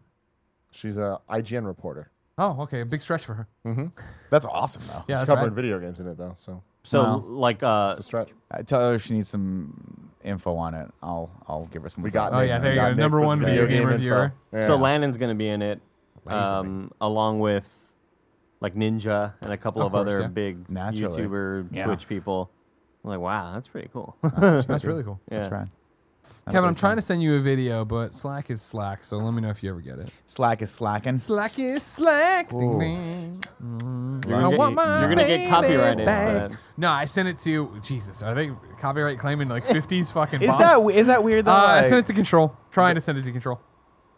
[SPEAKER 4] She's a IGN reporter.
[SPEAKER 2] Oh, okay, a big stretch for her.
[SPEAKER 3] That's awesome though.
[SPEAKER 2] Yeah,
[SPEAKER 4] She's
[SPEAKER 2] that's
[SPEAKER 4] covering
[SPEAKER 2] right.
[SPEAKER 4] video games in it though, so
[SPEAKER 1] So
[SPEAKER 3] Wow.
[SPEAKER 1] like uh
[SPEAKER 4] it's a stretch.
[SPEAKER 3] I tell her she needs some info on it. I'll I'll give her some.
[SPEAKER 4] We got.
[SPEAKER 2] Oh,
[SPEAKER 4] Nick.
[SPEAKER 2] yeah,
[SPEAKER 4] We
[SPEAKER 2] there you
[SPEAKER 4] got
[SPEAKER 2] go.
[SPEAKER 4] Nick
[SPEAKER 2] Number
[SPEAKER 4] for
[SPEAKER 2] one
[SPEAKER 4] the
[SPEAKER 2] video game
[SPEAKER 4] info.
[SPEAKER 2] reviewer.
[SPEAKER 4] Yeah.
[SPEAKER 1] so Landon's gonna be in it. Um along with like Ninja and a couple
[SPEAKER 2] Of
[SPEAKER 1] of,
[SPEAKER 2] course,
[SPEAKER 1] other
[SPEAKER 2] yeah.
[SPEAKER 1] big
[SPEAKER 3] Naturally.
[SPEAKER 1] YouTuber
[SPEAKER 3] Yeah.
[SPEAKER 1] Twitch people. I'm like, wow, that's pretty cool.
[SPEAKER 2] That's really cool.
[SPEAKER 1] yeah.
[SPEAKER 3] That's right.
[SPEAKER 2] Kevin, I'm trying to send you a video, but Slack is Slack, so let me know if you ever get it.
[SPEAKER 3] Slack is slacking.
[SPEAKER 2] Slack is Slack.
[SPEAKER 3] Ooh.
[SPEAKER 2] Ding, ding. Mm-hmm.
[SPEAKER 1] You're
[SPEAKER 2] I
[SPEAKER 1] gonna,
[SPEAKER 2] want
[SPEAKER 1] get,
[SPEAKER 2] my
[SPEAKER 1] you're gonna
[SPEAKER 2] baby
[SPEAKER 1] get copyrighted
[SPEAKER 2] back.
[SPEAKER 1] for that.
[SPEAKER 2] No, I sent it to Jesus. Are they copyright claiming like 50s fucking?
[SPEAKER 3] Is
[SPEAKER 2] bots?
[SPEAKER 3] that is that weird
[SPEAKER 2] Uh,
[SPEAKER 3] though?
[SPEAKER 2] I
[SPEAKER 3] Like,
[SPEAKER 2] sent it to Control. Trying to send it to Control.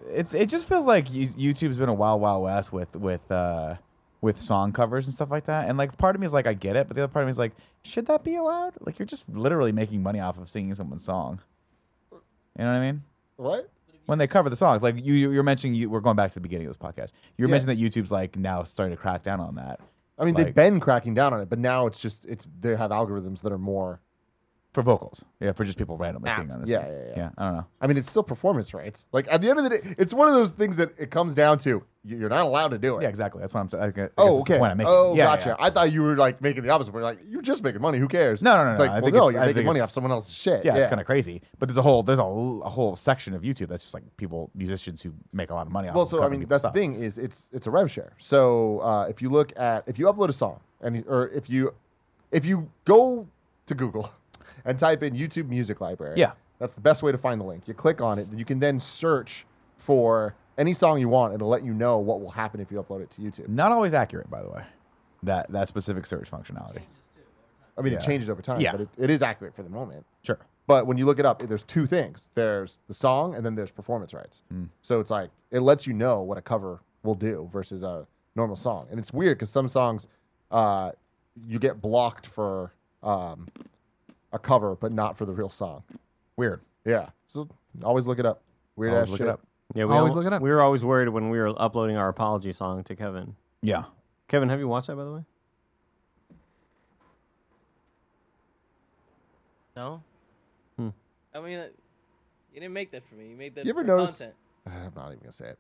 [SPEAKER 3] it's it just feels like you- YouTube's been a wild wild west with with uh with song covers and stuff like that. And like part of me is like I get it, but the other part of me is like, should that be allowed? Like you're just literally making money off of singing someone's song. You know what I mean?
[SPEAKER 4] What?
[SPEAKER 3] When they cover the songs, like you, you- you're mentioning, you, we're going back to the beginning of this podcast. You're
[SPEAKER 4] Yeah.
[SPEAKER 3] mentioning that YouTube's like now starting to crack down on that
[SPEAKER 4] I mean,
[SPEAKER 3] Like-
[SPEAKER 4] they've been cracking down on it, but now it's just it's they have algorithms that are more.
[SPEAKER 3] for vocals, yeah, for just people randomly singing on this.
[SPEAKER 4] Yeah,
[SPEAKER 3] thing.
[SPEAKER 4] yeah, yeah.
[SPEAKER 3] I don't know.
[SPEAKER 4] I mean, it's still performance rights. Like at the end of the day, it's one of those things that it comes down to. you- You're not allowed to do it.
[SPEAKER 3] Yeah, exactly. That's what I'm saying. I gu- I guess
[SPEAKER 4] Oh,
[SPEAKER 3] that's the
[SPEAKER 4] okay.
[SPEAKER 3] point I'm making.
[SPEAKER 4] Oh,
[SPEAKER 3] Yeah,
[SPEAKER 4] gotcha.
[SPEAKER 3] yeah.
[SPEAKER 4] I thought you were like making the opposite. We're like, you're just making money. Who cares?
[SPEAKER 3] No, no, no,
[SPEAKER 4] It's
[SPEAKER 3] no.
[SPEAKER 4] like,
[SPEAKER 3] I
[SPEAKER 4] well,
[SPEAKER 3] think
[SPEAKER 4] no,
[SPEAKER 3] it's-
[SPEAKER 4] you're
[SPEAKER 3] I
[SPEAKER 4] making
[SPEAKER 3] think
[SPEAKER 4] money
[SPEAKER 3] it's-
[SPEAKER 4] off someone else's shit.
[SPEAKER 3] yeah, it's kind of crazy. But there's a whole there's a, l- a whole section of YouTube that's just like people musicians who make a lot of money.
[SPEAKER 4] Well,
[SPEAKER 3] off
[SPEAKER 4] so
[SPEAKER 3] of
[SPEAKER 4] I
[SPEAKER 3] covering
[SPEAKER 4] mean,
[SPEAKER 3] people's
[SPEAKER 4] that's
[SPEAKER 3] stuff.
[SPEAKER 4] the thing is it's it's a rev share. So uh, if you look at if you upload a song and or if you if you go to Google and type in YouTube Music Library,
[SPEAKER 3] Yeah.
[SPEAKER 4] that's the best way to find the link. You click on it, you can then search for any song you want. It'll let you know what will happen if you upload it to YouTube.
[SPEAKER 3] Not always accurate, by the way. That that specific search functionality.
[SPEAKER 4] I mean,
[SPEAKER 3] Yeah.
[SPEAKER 4] it changes over time,
[SPEAKER 3] Yeah.
[SPEAKER 4] but it, it is accurate for the moment.
[SPEAKER 3] Sure.
[SPEAKER 4] But when you look it up, there's two things there's the song and then there's performance rights.
[SPEAKER 3] Mm.
[SPEAKER 4] So it's like, it lets you know what a cover will do versus a normal song. And it's weird because some songs uh, you get blocked for um, a cover, but not for the real song.
[SPEAKER 3] Weird.
[SPEAKER 4] Yeah. So always look it up. Weird
[SPEAKER 3] Always
[SPEAKER 4] ass
[SPEAKER 3] look
[SPEAKER 4] shit.
[SPEAKER 3] it up.
[SPEAKER 1] Yeah, we
[SPEAKER 2] Always
[SPEAKER 1] almo-
[SPEAKER 2] look it up.
[SPEAKER 1] We were always worried when we were uploading our apology song to Kevin.
[SPEAKER 3] Yeah.
[SPEAKER 1] Kevin, have you watched that by the way?
[SPEAKER 5] No.
[SPEAKER 1] Hmm.
[SPEAKER 5] I mean, uh, you didn't make that for me. You made that
[SPEAKER 4] You ever
[SPEAKER 5] for
[SPEAKER 4] notice-
[SPEAKER 5] content.
[SPEAKER 4] I'm not even gonna say it.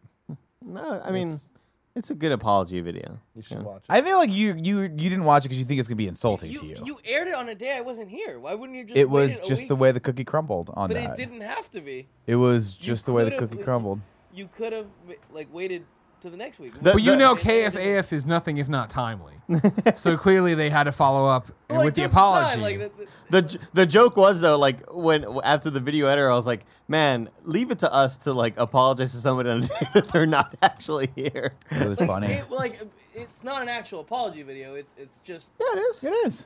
[SPEAKER 1] No, I mean,
[SPEAKER 4] It's-
[SPEAKER 1] it's a good apology video.
[SPEAKER 4] You should
[SPEAKER 1] Yeah.
[SPEAKER 4] watch it.
[SPEAKER 3] I feel like you you you didn't watch it because you think it's gonna be insulting
[SPEAKER 5] You,
[SPEAKER 3] to you.
[SPEAKER 5] you aired it on a day I wasn't here. Why wouldn't you just?
[SPEAKER 3] it
[SPEAKER 5] wait
[SPEAKER 3] was
[SPEAKER 5] a
[SPEAKER 3] just the
[SPEAKER 5] week?
[SPEAKER 3] way the cookie crumbled on
[SPEAKER 5] But
[SPEAKER 3] that.
[SPEAKER 5] it didn't have to be.
[SPEAKER 3] It was
[SPEAKER 5] You
[SPEAKER 3] just the way the
[SPEAKER 5] could've-
[SPEAKER 3] cookie crumbled.
[SPEAKER 5] You could have like waited to the next week.
[SPEAKER 1] The-
[SPEAKER 2] But you
[SPEAKER 1] the-
[SPEAKER 2] know,
[SPEAKER 5] It- it-
[SPEAKER 2] KFAF is nothing if not timely. so clearly, they had to follow up
[SPEAKER 5] Like,
[SPEAKER 2] with the
[SPEAKER 5] that's fine,
[SPEAKER 2] apology.
[SPEAKER 5] like, the- the-
[SPEAKER 1] The j- the joke was though, like when after the video editor, I was like, man, leave it to us to like apologize to somebody on a day that they're not actually here.
[SPEAKER 3] It was funny.
[SPEAKER 5] It, like it's not an actual apology video. It's it's just
[SPEAKER 1] Yeah, it is.
[SPEAKER 3] it is.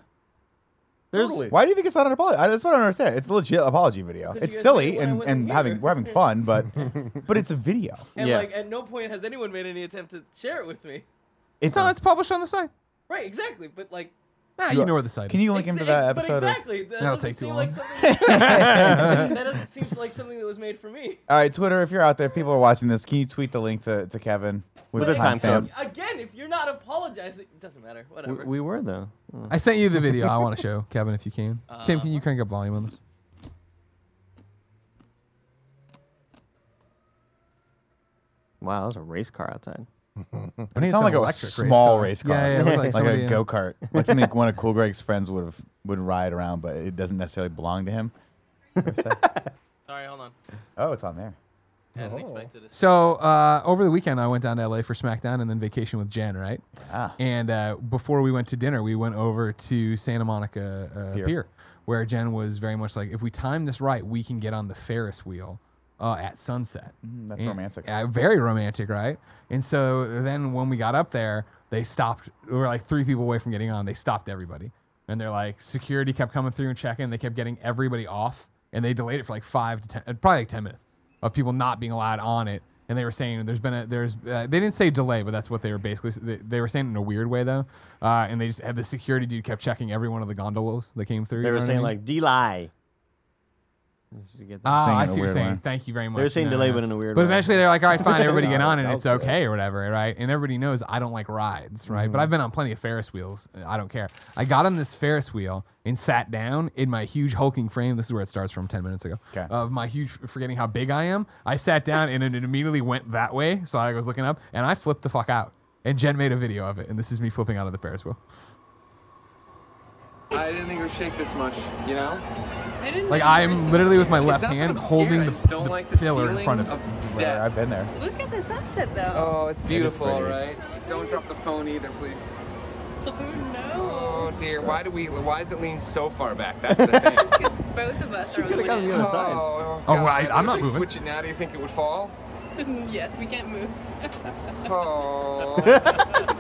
[SPEAKER 1] There's
[SPEAKER 4] Totally.
[SPEAKER 3] Why do you think it's not an apology? I, that's what I don't understand. It's a legit apology video.
[SPEAKER 5] 'Cause you
[SPEAKER 3] It's
[SPEAKER 5] guys made
[SPEAKER 3] silly
[SPEAKER 5] it when I
[SPEAKER 3] and,
[SPEAKER 5] wasn't
[SPEAKER 3] and having
[SPEAKER 5] here.
[SPEAKER 3] we're having fun, but but it's a video.
[SPEAKER 5] and
[SPEAKER 1] Yeah.
[SPEAKER 5] like at no point has anyone made any attempt to share it with me.
[SPEAKER 3] It's
[SPEAKER 2] so it's published on the site.
[SPEAKER 5] Right, exactly. But like
[SPEAKER 2] Nah,
[SPEAKER 3] You-
[SPEAKER 2] you know where the site.
[SPEAKER 3] Can
[SPEAKER 2] is.
[SPEAKER 3] you link him to
[SPEAKER 5] Ex-
[SPEAKER 3] that
[SPEAKER 5] ex-
[SPEAKER 3] episode?
[SPEAKER 5] But
[SPEAKER 3] of-
[SPEAKER 5] exactly. That
[SPEAKER 2] That'll
[SPEAKER 5] doesn't
[SPEAKER 2] take too
[SPEAKER 5] seem
[SPEAKER 2] long.
[SPEAKER 5] like something. that doesn't seem like something that was made for me.
[SPEAKER 3] All right, Twitter, if you're out there, people are watching this. Can you tweet the link to, to Kevin
[SPEAKER 1] With a timestamp.
[SPEAKER 3] timestamp?
[SPEAKER 5] Again, if you're not apologizing, it doesn't matter.
[SPEAKER 1] we,
[SPEAKER 5] Whatever.
[SPEAKER 1] we were though.
[SPEAKER 2] I sent you the video. I want to show Kevin if you can. Tim,
[SPEAKER 5] Uh-huh.
[SPEAKER 2] can you crank up volume on this?
[SPEAKER 1] Wow, there's a race car outside.
[SPEAKER 2] I think
[SPEAKER 3] It sounds
[SPEAKER 2] an
[SPEAKER 3] like a
[SPEAKER 2] electric
[SPEAKER 3] small
[SPEAKER 2] car.
[SPEAKER 3] race car.
[SPEAKER 2] Yeah, yeah, it looked like,
[SPEAKER 3] like
[SPEAKER 2] somebody,
[SPEAKER 3] a
[SPEAKER 2] uh,
[SPEAKER 3] go kart. Like something one of Cool Greg's friends would have would ride around, but it doesn't necessarily belong to him.
[SPEAKER 5] Sorry, hold on.
[SPEAKER 3] Oh, it's on there.
[SPEAKER 5] I hadn't expected this.
[SPEAKER 2] So uh, over the weekend, I went down to LA for SmackDown and then vacation with Jen, right?
[SPEAKER 3] Ah.
[SPEAKER 2] And uh, before we went to dinner, we went over to Santa Monica uh,
[SPEAKER 3] Pier.
[SPEAKER 2] Pier. where Jen was very much like, if we time this right, we can get on the Ferris wheel uh, at sunset.
[SPEAKER 3] that's
[SPEAKER 2] And-
[SPEAKER 3] romantic.
[SPEAKER 2] Eh, Yeah, very romantic, right? And so then when we got up there, they stopped. We were like three people away from getting on. They stopped everybody. And they're like, security kept coming through and checking. They kept getting everybody off. And they delayed it for like five to 10, uh, probably like 10 minutes of people not being allowed on it. And they were saying there's been a, there's, uh, they didn't say delay, but that's what they were basically, s- they, they were saying in a weird way though. Uh, and they just had the security dude kept checking every one of the gondolas that came through.
[SPEAKER 1] They
[SPEAKER 2] you know
[SPEAKER 1] were
[SPEAKER 2] what I
[SPEAKER 1] saying
[SPEAKER 2] mean?
[SPEAKER 1] like delay. Did you get that?
[SPEAKER 2] Ah,
[SPEAKER 3] Saying
[SPEAKER 2] I
[SPEAKER 3] in
[SPEAKER 2] see
[SPEAKER 3] a
[SPEAKER 2] what you're
[SPEAKER 3] weird
[SPEAKER 2] saying.
[SPEAKER 3] way.
[SPEAKER 2] Thank you very much.
[SPEAKER 1] they were saying
[SPEAKER 2] No,
[SPEAKER 1] delay,
[SPEAKER 2] no.
[SPEAKER 1] but in a weird
[SPEAKER 2] But
[SPEAKER 1] way.
[SPEAKER 2] eventually they're like, all right, fine, everybody get
[SPEAKER 4] No,
[SPEAKER 2] on and
[SPEAKER 4] that
[SPEAKER 2] it's
[SPEAKER 4] was good.
[SPEAKER 2] okay or whatever, right? And everybody knows I don't like rides, right?
[SPEAKER 3] Mm-hmm.
[SPEAKER 2] But I've been on plenty of Ferris wheels. I don't care. I got on this Ferris wheel and sat down in my huge hulking frame. This is where it starts from 10 minutes ago.
[SPEAKER 3] 'Kay.
[SPEAKER 2] Of my huge, forgetting how big I am. I sat down and it immediately went that way. So I was looking up and I flipped the fuck out. And Jen made a video of it. And this is me flipping out of the Ferris wheel.
[SPEAKER 7] I didn't think it would shake this much, you know?
[SPEAKER 2] Like I'm literally with my
[SPEAKER 7] It's
[SPEAKER 2] left
[SPEAKER 7] not that
[SPEAKER 2] hand
[SPEAKER 7] I'm
[SPEAKER 2] holding
[SPEAKER 7] scared, I
[SPEAKER 2] the,
[SPEAKER 7] just don't
[SPEAKER 2] the
[SPEAKER 7] like the
[SPEAKER 2] pillar in
[SPEAKER 7] feeling
[SPEAKER 2] front of me.
[SPEAKER 7] of
[SPEAKER 3] Where
[SPEAKER 7] death.
[SPEAKER 3] I've been there.
[SPEAKER 8] Look at the sunset though.
[SPEAKER 7] Oh, it's beautiful,
[SPEAKER 3] pretty.
[SPEAKER 7] right? Oh, Don't drop the phone either, please.
[SPEAKER 8] Oh, no.
[SPEAKER 7] Oh dear, why do we? Why is it leaning so far back? That's the thing.
[SPEAKER 8] Because both of us are on
[SPEAKER 1] could've
[SPEAKER 8] the
[SPEAKER 1] gotten the
[SPEAKER 8] window.
[SPEAKER 1] other side.
[SPEAKER 7] Oh,
[SPEAKER 2] Oh,
[SPEAKER 7] God.
[SPEAKER 2] right, I'm
[SPEAKER 7] If
[SPEAKER 2] not
[SPEAKER 7] we
[SPEAKER 2] moving.
[SPEAKER 7] Switch it now. Do you think it would fall?
[SPEAKER 8] yes, we can't move.
[SPEAKER 7] Oh.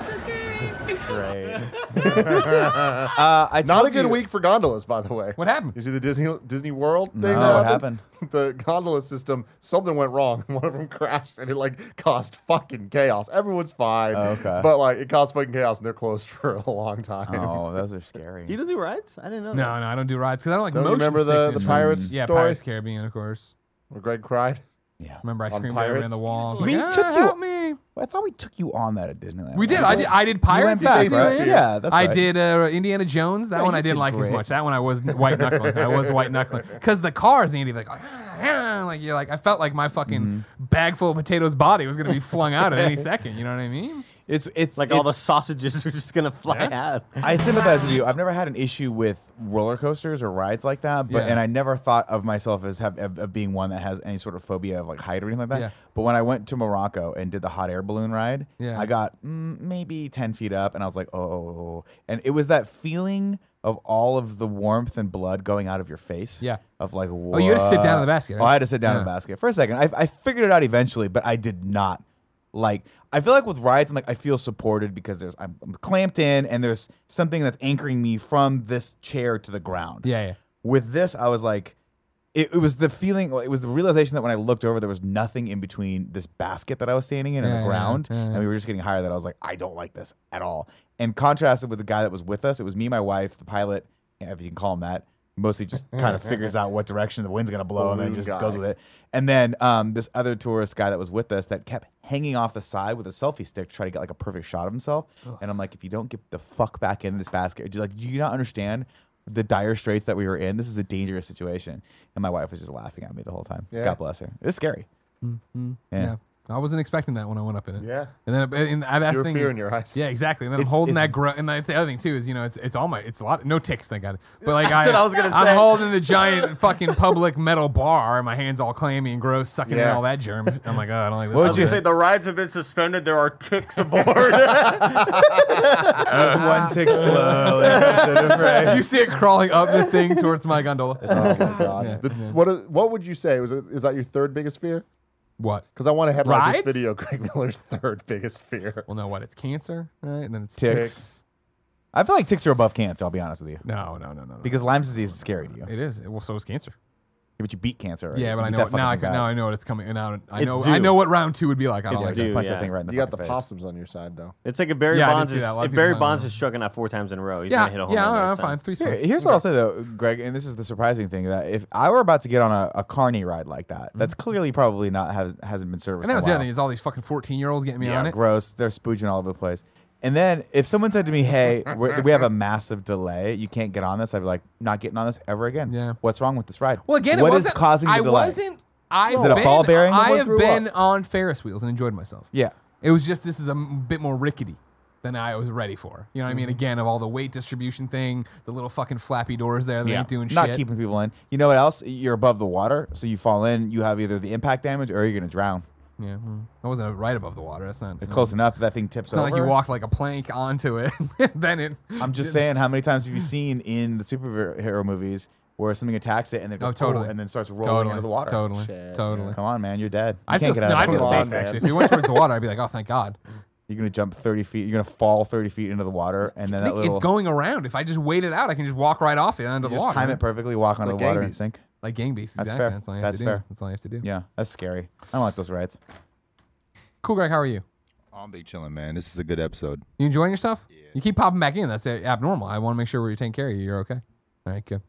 [SPEAKER 1] Great.
[SPEAKER 3] Uh, I
[SPEAKER 4] Not
[SPEAKER 3] told
[SPEAKER 4] a good
[SPEAKER 3] you-
[SPEAKER 4] week for gondolas, by the way.
[SPEAKER 2] What happened?
[SPEAKER 4] You see the Disney Disney World thing?
[SPEAKER 3] No,
[SPEAKER 4] that
[SPEAKER 3] what
[SPEAKER 4] The gondola system, something went wrong. One of them crashed, and it like caused fucking chaos. Everyone's fine,
[SPEAKER 3] Oh, okay.
[SPEAKER 4] but like it caused fucking chaos, and they're closed for a long time.
[SPEAKER 3] Oh, those are scary.
[SPEAKER 1] you don't do rides? I didn't know.
[SPEAKER 2] No, no, I don't do rides because I don't like
[SPEAKER 4] Don't you
[SPEAKER 2] motion
[SPEAKER 4] remember the, the
[SPEAKER 2] sickness.
[SPEAKER 4] pirates
[SPEAKER 2] Yeah,
[SPEAKER 4] story
[SPEAKER 2] Pirates of the Caribbean, of course.
[SPEAKER 4] where Greg cried?
[SPEAKER 3] yeah.
[SPEAKER 2] Remember I
[SPEAKER 4] On
[SPEAKER 2] screamed at everyone in
[SPEAKER 4] Pirates?
[SPEAKER 2] the wall. I was
[SPEAKER 3] We
[SPEAKER 2] like,
[SPEAKER 3] took
[SPEAKER 2] "Ah,
[SPEAKER 3] you-
[SPEAKER 2] help me.
[SPEAKER 3] Well, I thought we took you on that at Disneyland.
[SPEAKER 2] We
[SPEAKER 3] right?
[SPEAKER 2] did. I did. I did
[SPEAKER 3] You went
[SPEAKER 2] Pirates. at
[SPEAKER 3] back,
[SPEAKER 2] Disneyland.
[SPEAKER 3] right? Yeah, that's
[SPEAKER 2] I
[SPEAKER 3] right.
[SPEAKER 2] did uh, Indiana Jones. That
[SPEAKER 3] Yeah,
[SPEAKER 2] one
[SPEAKER 3] you
[SPEAKER 2] I
[SPEAKER 3] did
[SPEAKER 2] didn't like as
[SPEAKER 3] great.
[SPEAKER 2] much. That one I was white knuckling. I was white knuckling because the cars, Andy, like, "Ah, ah," like
[SPEAKER 3] Mm-hmm.
[SPEAKER 2] you're like I felt like my fucking bag full of potatoes body was gonna be flung out at any second. You know what I mean?
[SPEAKER 3] It's it's
[SPEAKER 1] Like all the
[SPEAKER 3] it's-
[SPEAKER 1] sausages are just gonna fly
[SPEAKER 2] Yeah.
[SPEAKER 1] out.
[SPEAKER 3] I sympathize with you. I've never had an issue with roller coasters or rides like that,
[SPEAKER 2] Yeah.
[SPEAKER 3] but and I never thought of myself as have, of, of being one that has any sort of phobia of like height or anything like that.
[SPEAKER 2] Yeah.
[SPEAKER 3] But when I went to Morocco and did the hot air balloon ride,
[SPEAKER 2] Yeah.
[SPEAKER 3] I got mm, maybe ten feet up, and I was like, oh, and it was that feeling of all of the warmth and blood going out of your face.
[SPEAKER 2] Yeah.
[SPEAKER 3] Of like,
[SPEAKER 2] Oh, you had to sit down in the
[SPEAKER 3] "What?"
[SPEAKER 2] basket,
[SPEAKER 3] Oh, I
[SPEAKER 2] right?
[SPEAKER 3] had to sit down in the
[SPEAKER 2] Yeah.
[SPEAKER 3] basket for a second. I, I figured it out eventually, but I did not like I feel like with rides, I'm like I feel supported because there's I'm, I'm clamped in and there's something that's anchoring me from this chair to the ground.
[SPEAKER 2] Yeah, yeah.
[SPEAKER 3] With this, I was like, it, it was the feeling, it was the realization that when I looked over, there was nothing in between this basket that I was standing in
[SPEAKER 2] Yeah,
[SPEAKER 3] and
[SPEAKER 2] yeah,
[SPEAKER 3] the ground,
[SPEAKER 2] yeah, yeah.
[SPEAKER 3] and we were just getting higher. That I was like, I don't like this at all. And contrasted with the guy that was with us, it was me, my wife, the pilot, if you can call him that. Mostly just kind of figures out what direction the wind's gonna blow and then
[SPEAKER 4] Balloon
[SPEAKER 3] just
[SPEAKER 4] guy.
[SPEAKER 3] goes with it. And then um, this other tourist guy that was with us that kept hanging off the side with a selfie stick to try to get like a perfect shot of himself. And I'm like, if you don't get the fuck back in this basket, do you like, do you not understand the dire straits that we were in? This is a dangerous situation. And my wife was just laughing at me the whole time.
[SPEAKER 4] Yeah.
[SPEAKER 3] God bless her. It's scary.
[SPEAKER 2] Mm-hmm.
[SPEAKER 3] Yeah.
[SPEAKER 2] I wasn't expecting that when I went up in it.
[SPEAKER 4] Yeah.
[SPEAKER 2] And then uh, and I- that's
[SPEAKER 4] Pure
[SPEAKER 2] the thing.
[SPEAKER 4] fear in your eyes.
[SPEAKER 2] Yeah, exactly. And then I'm
[SPEAKER 3] It's-
[SPEAKER 2] holding
[SPEAKER 3] it's-
[SPEAKER 2] that grunt. And that's the other thing too is you know it's it's all my it's a lot no ticks thank God. But like
[SPEAKER 1] That's
[SPEAKER 2] I,
[SPEAKER 1] what I was gonna
[SPEAKER 2] I'm
[SPEAKER 1] say.
[SPEAKER 2] holding the giant fucking public metal bar and my hands all clammy and gross, sucking in
[SPEAKER 4] Yeah.
[SPEAKER 2] all that germ. I'm like, oh, I don't like this.
[SPEAKER 3] What would
[SPEAKER 2] I'll
[SPEAKER 3] you
[SPEAKER 2] do
[SPEAKER 3] say
[SPEAKER 2] it."
[SPEAKER 1] the rides have been suspended. There are ticks aboard.
[SPEAKER 3] There's one tick slowly. instead of right.
[SPEAKER 2] you see it crawling up the thing towards my gondola.
[SPEAKER 4] Oh my god.
[SPEAKER 2] Yeah,
[SPEAKER 4] The-
[SPEAKER 2] yeah.
[SPEAKER 4] What are- what would you say? Was it, is that your third biggest fear?
[SPEAKER 2] What?
[SPEAKER 4] Because I want to headline
[SPEAKER 2] Rides?
[SPEAKER 4] this video, Greg Miller's third biggest fear.
[SPEAKER 2] Well, no, what? It's cancer, right? And then it's
[SPEAKER 3] Ticks.
[SPEAKER 2] ticks.
[SPEAKER 3] I feel like ticks are above cancer, I'll be honest with you.
[SPEAKER 2] No, no, no, no, no.
[SPEAKER 3] Because Lyme's disease is scary to you.
[SPEAKER 2] it is. Well, so is cancer.
[SPEAKER 3] but you beat cancer. already.
[SPEAKER 2] Yeah, but
[SPEAKER 3] You
[SPEAKER 2] I
[SPEAKER 3] beat
[SPEAKER 2] know
[SPEAKER 3] that
[SPEAKER 2] now. I
[SPEAKER 3] fucking
[SPEAKER 2] can,
[SPEAKER 3] guy.
[SPEAKER 2] now I know what it's coming. And I, I
[SPEAKER 3] It's
[SPEAKER 2] know.
[SPEAKER 3] due.
[SPEAKER 2] I know what round two would be like. I don't
[SPEAKER 3] It's
[SPEAKER 2] like
[SPEAKER 1] due.
[SPEAKER 2] that.
[SPEAKER 3] like punch that
[SPEAKER 1] yeah.
[SPEAKER 3] thing right in the
[SPEAKER 4] You got the
[SPEAKER 3] fucking face.
[SPEAKER 4] possums on your side, though.
[SPEAKER 1] It's like if Barry
[SPEAKER 2] Yeah, I did
[SPEAKER 1] Bonds
[SPEAKER 2] see
[SPEAKER 1] is
[SPEAKER 2] that. A lot of
[SPEAKER 1] if
[SPEAKER 2] people
[SPEAKER 1] Barry
[SPEAKER 2] don't
[SPEAKER 1] Bonds
[SPEAKER 2] know.
[SPEAKER 1] is struck out four times in a row, he's
[SPEAKER 2] Yeah,
[SPEAKER 1] gonna hit a home
[SPEAKER 2] yeah.
[SPEAKER 1] run. the
[SPEAKER 2] I'm
[SPEAKER 1] next time.
[SPEAKER 2] fine. Three's
[SPEAKER 3] Here-
[SPEAKER 2] fine.
[SPEAKER 3] here's what I'll say though, Greg, and this is the surprising thing that if I were about to get on a, a carny ride like that,
[SPEAKER 2] Mm-hmm.
[SPEAKER 3] that's clearly probably not has, hasn't been
[SPEAKER 2] And
[SPEAKER 3] serviced.
[SPEAKER 2] that
[SPEAKER 3] in a
[SPEAKER 2] was the
[SPEAKER 3] while.
[SPEAKER 2] other thing is all these fucking fourteen year olds getting me on it.
[SPEAKER 3] gross. They're spooching all over the place. And then if someone said to me, "Hey, we're, we have a massive delay. You can't get on this," I'd be like, "Not getting on this ever again."
[SPEAKER 2] Yeah.
[SPEAKER 3] What's wrong with this ride?
[SPEAKER 2] Well, again,
[SPEAKER 3] what
[SPEAKER 2] it
[SPEAKER 3] is
[SPEAKER 2] wasn't,
[SPEAKER 3] causing the
[SPEAKER 2] I
[SPEAKER 3] delay?
[SPEAKER 2] wasn't. I've
[SPEAKER 3] Is it a
[SPEAKER 2] been,
[SPEAKER 3] ball bearing?
[SPEAKER 2] I
[SPEAKER 3] Someone
[SPEAKER 2] have
[SPEAKER 3] threw
[SPEAKER 2] been on Ferris wheels and enjoyed myself.
[SPEAKER 3] Yeah.
[SPEAKER 2] It was just this is a m- bit more rickety than I was ready for. You know what I mean?
[SPEAKER 3] Mm-hmm.
[SPEAKER 2] Again, of all the weight distribution thing, the little fucking flappy doors there that ain't doing
[SPEAKER 3] not
[SPEAKER 2] shit.
[SPEAKER 3] keeping people in. You know what else? You're above the water, so you fall in. You have either the impact damage or you're gonna drown.
[SPEAKER 2] yeah, well, I wasn't right above the water. That's not
[SPEAKER 3] Close enough. That thing tips
[SPEAKER 2] Mm-hmm. It's not
[SPEAKER 3] over.
[SPEAKER 2] like you walked like a plank onto it. then it.
[SPEAKER 3] I'm just saying, how many times have you seen in the superhero movies where something attacks it and then it goes,
[SPEAKER 2] Oh, totally.
[SPEAKER 3] and then starts rolling
[SPEAKER 2] totally
[SPEAKER 3] into the water?
[SPEAKER 2] Totally.
[SPEAKER 4] Shit,
[SPEAKER 2] Totally.
[SPEAKER 3] Come on, man, you're dead. You
[SPEAKER 2] I feel,
[SPEAKER 3] can't get out
[SPEAKER 2] no, I
[SPEAKER 3] of the
[SPEAKER 2] feel
[SPEAKER 3] water.
[SPEAKER 4] Come on,
[SPEAKER 2] safe
[SPEAKER 4] man.
[SPEAKER 2] actually. If you went towards the water, I'd be like, oh, thank God.
[SPEAKER 3] You're gonna jump 30 feet. You're gonna fall 30 feet into the water, and then
[SPEAKER 2] I
[SPEAKER 3] that
[SPEAKER 2] think
[SPEAKER 3] little
[SPEAKER 2] it's going around. If I just wait it out, I can just walk right off it under
[SPEAKER 3] you
[SPEAKER 2] the
[SPEAKER 3] just
[SPEAKER 2] water.
[SPEAKER 3] time it perfectly, walk onto
[SPEAKER 4] like
[SPEAKER 3] the water
[SPEAKER 4] Gang
[SPEAKER 3] and
[SPEAKER 4] Beasts.
[SPEAKER 3] sink.
[SPEAKER 2] Like gang beasts.
[SPEAKER 3] That's
[SPEAKER 2] Exactly.
[SPEAKER 3] fair.
[SPEAKER 2] That's all you
[SPEAKER 3] That's
[SPEAKER 2] have to
[SPEAKER 3] fair.
[SPEAKER 2] do. That's all you have to do.
[SPEAKER 3] Yeah, that's scary. I don't like those rides.
[SPEAKER 2] Cool, Greg. How are you?
[SPEAKER 9] I'm be chilling, man. This is a good episode.
[SPEAKER 2] You enjoying yourself? You keep popping back in. That's uh, abnormal. I want to make sure we're taking care of you. You're okay. All right, good.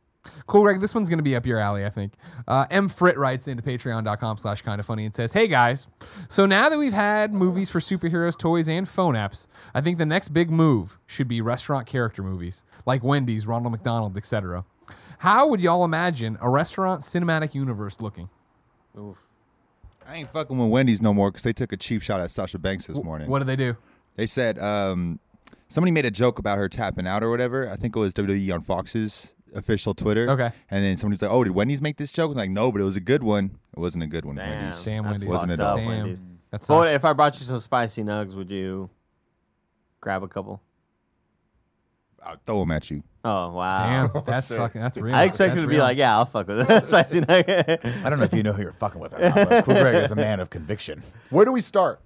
[SPEAKER 2] Cool, Greg. This one's going to be up your alley, I think. Uh, M. Fritt writes into patreon.com slash kind of funny and says, Hey, guys. So now that we've had movies for superheroes, toys, and phone apps, I think the next big move should be restaurant character movies like Wendy's, Ronald McDonald, etc. How would y'all imagine a restaurant cinematic universe looking?
[SPEAKER 9] I ain't fucking with Wendy's no more because they took a cheap shot at Sasha Banks this morning.
[SPEAKER 2] What do they do?
[SPEAKER 9] They said um, somebody made a joke about her tapping out or whatever. I think it was WWE on Fox's official Twitter.
[SPEAKER 2] Okay.
[SPEAKER 9] And then somebody was like, "Oh, did Wendy's make this joke?" I'm like, no, but it was a good one. It wasn't a good one.
[SPEAKER 1] Damn,
[SPEAKER 9] Wendy's.
[SPEAKER 2] Damn,
[SPEAKER 1] that's
[SPEAKER 2] Wendy's.
[SPEAKER 9] Wasn't
[SPEAKER 1] fucked
[SPEAKER 9] it
[SPEAKER 1] up,
[SPEAKER 9] all?
[SPEAKER 2] Damn.
[SPEAKER 1] Wendy's.
[SPEAKER 2] That's
[SPEAKER 1] But if I brought you some spicy nugs, would you grab a couple?
[SPEAKER 9] I'll throw them at you.
[SPEAKER 1] Oh wow!
[SPEAKER 2] Damn, that's fucking. That's real.
[SPEAKER 1] I expected
[SPEAKER 2] That's
[SPEAKER 1] to be
[SPEAKER 2] real.
[SPEAKER 1] like, yeah, I'll fuck with it. spicy nug.
[SPEAKER 3] I don't know if you know who you're fucking with. Or not, but cool Greg is a man of conviction.
[SPEAKER 4] Where do we start?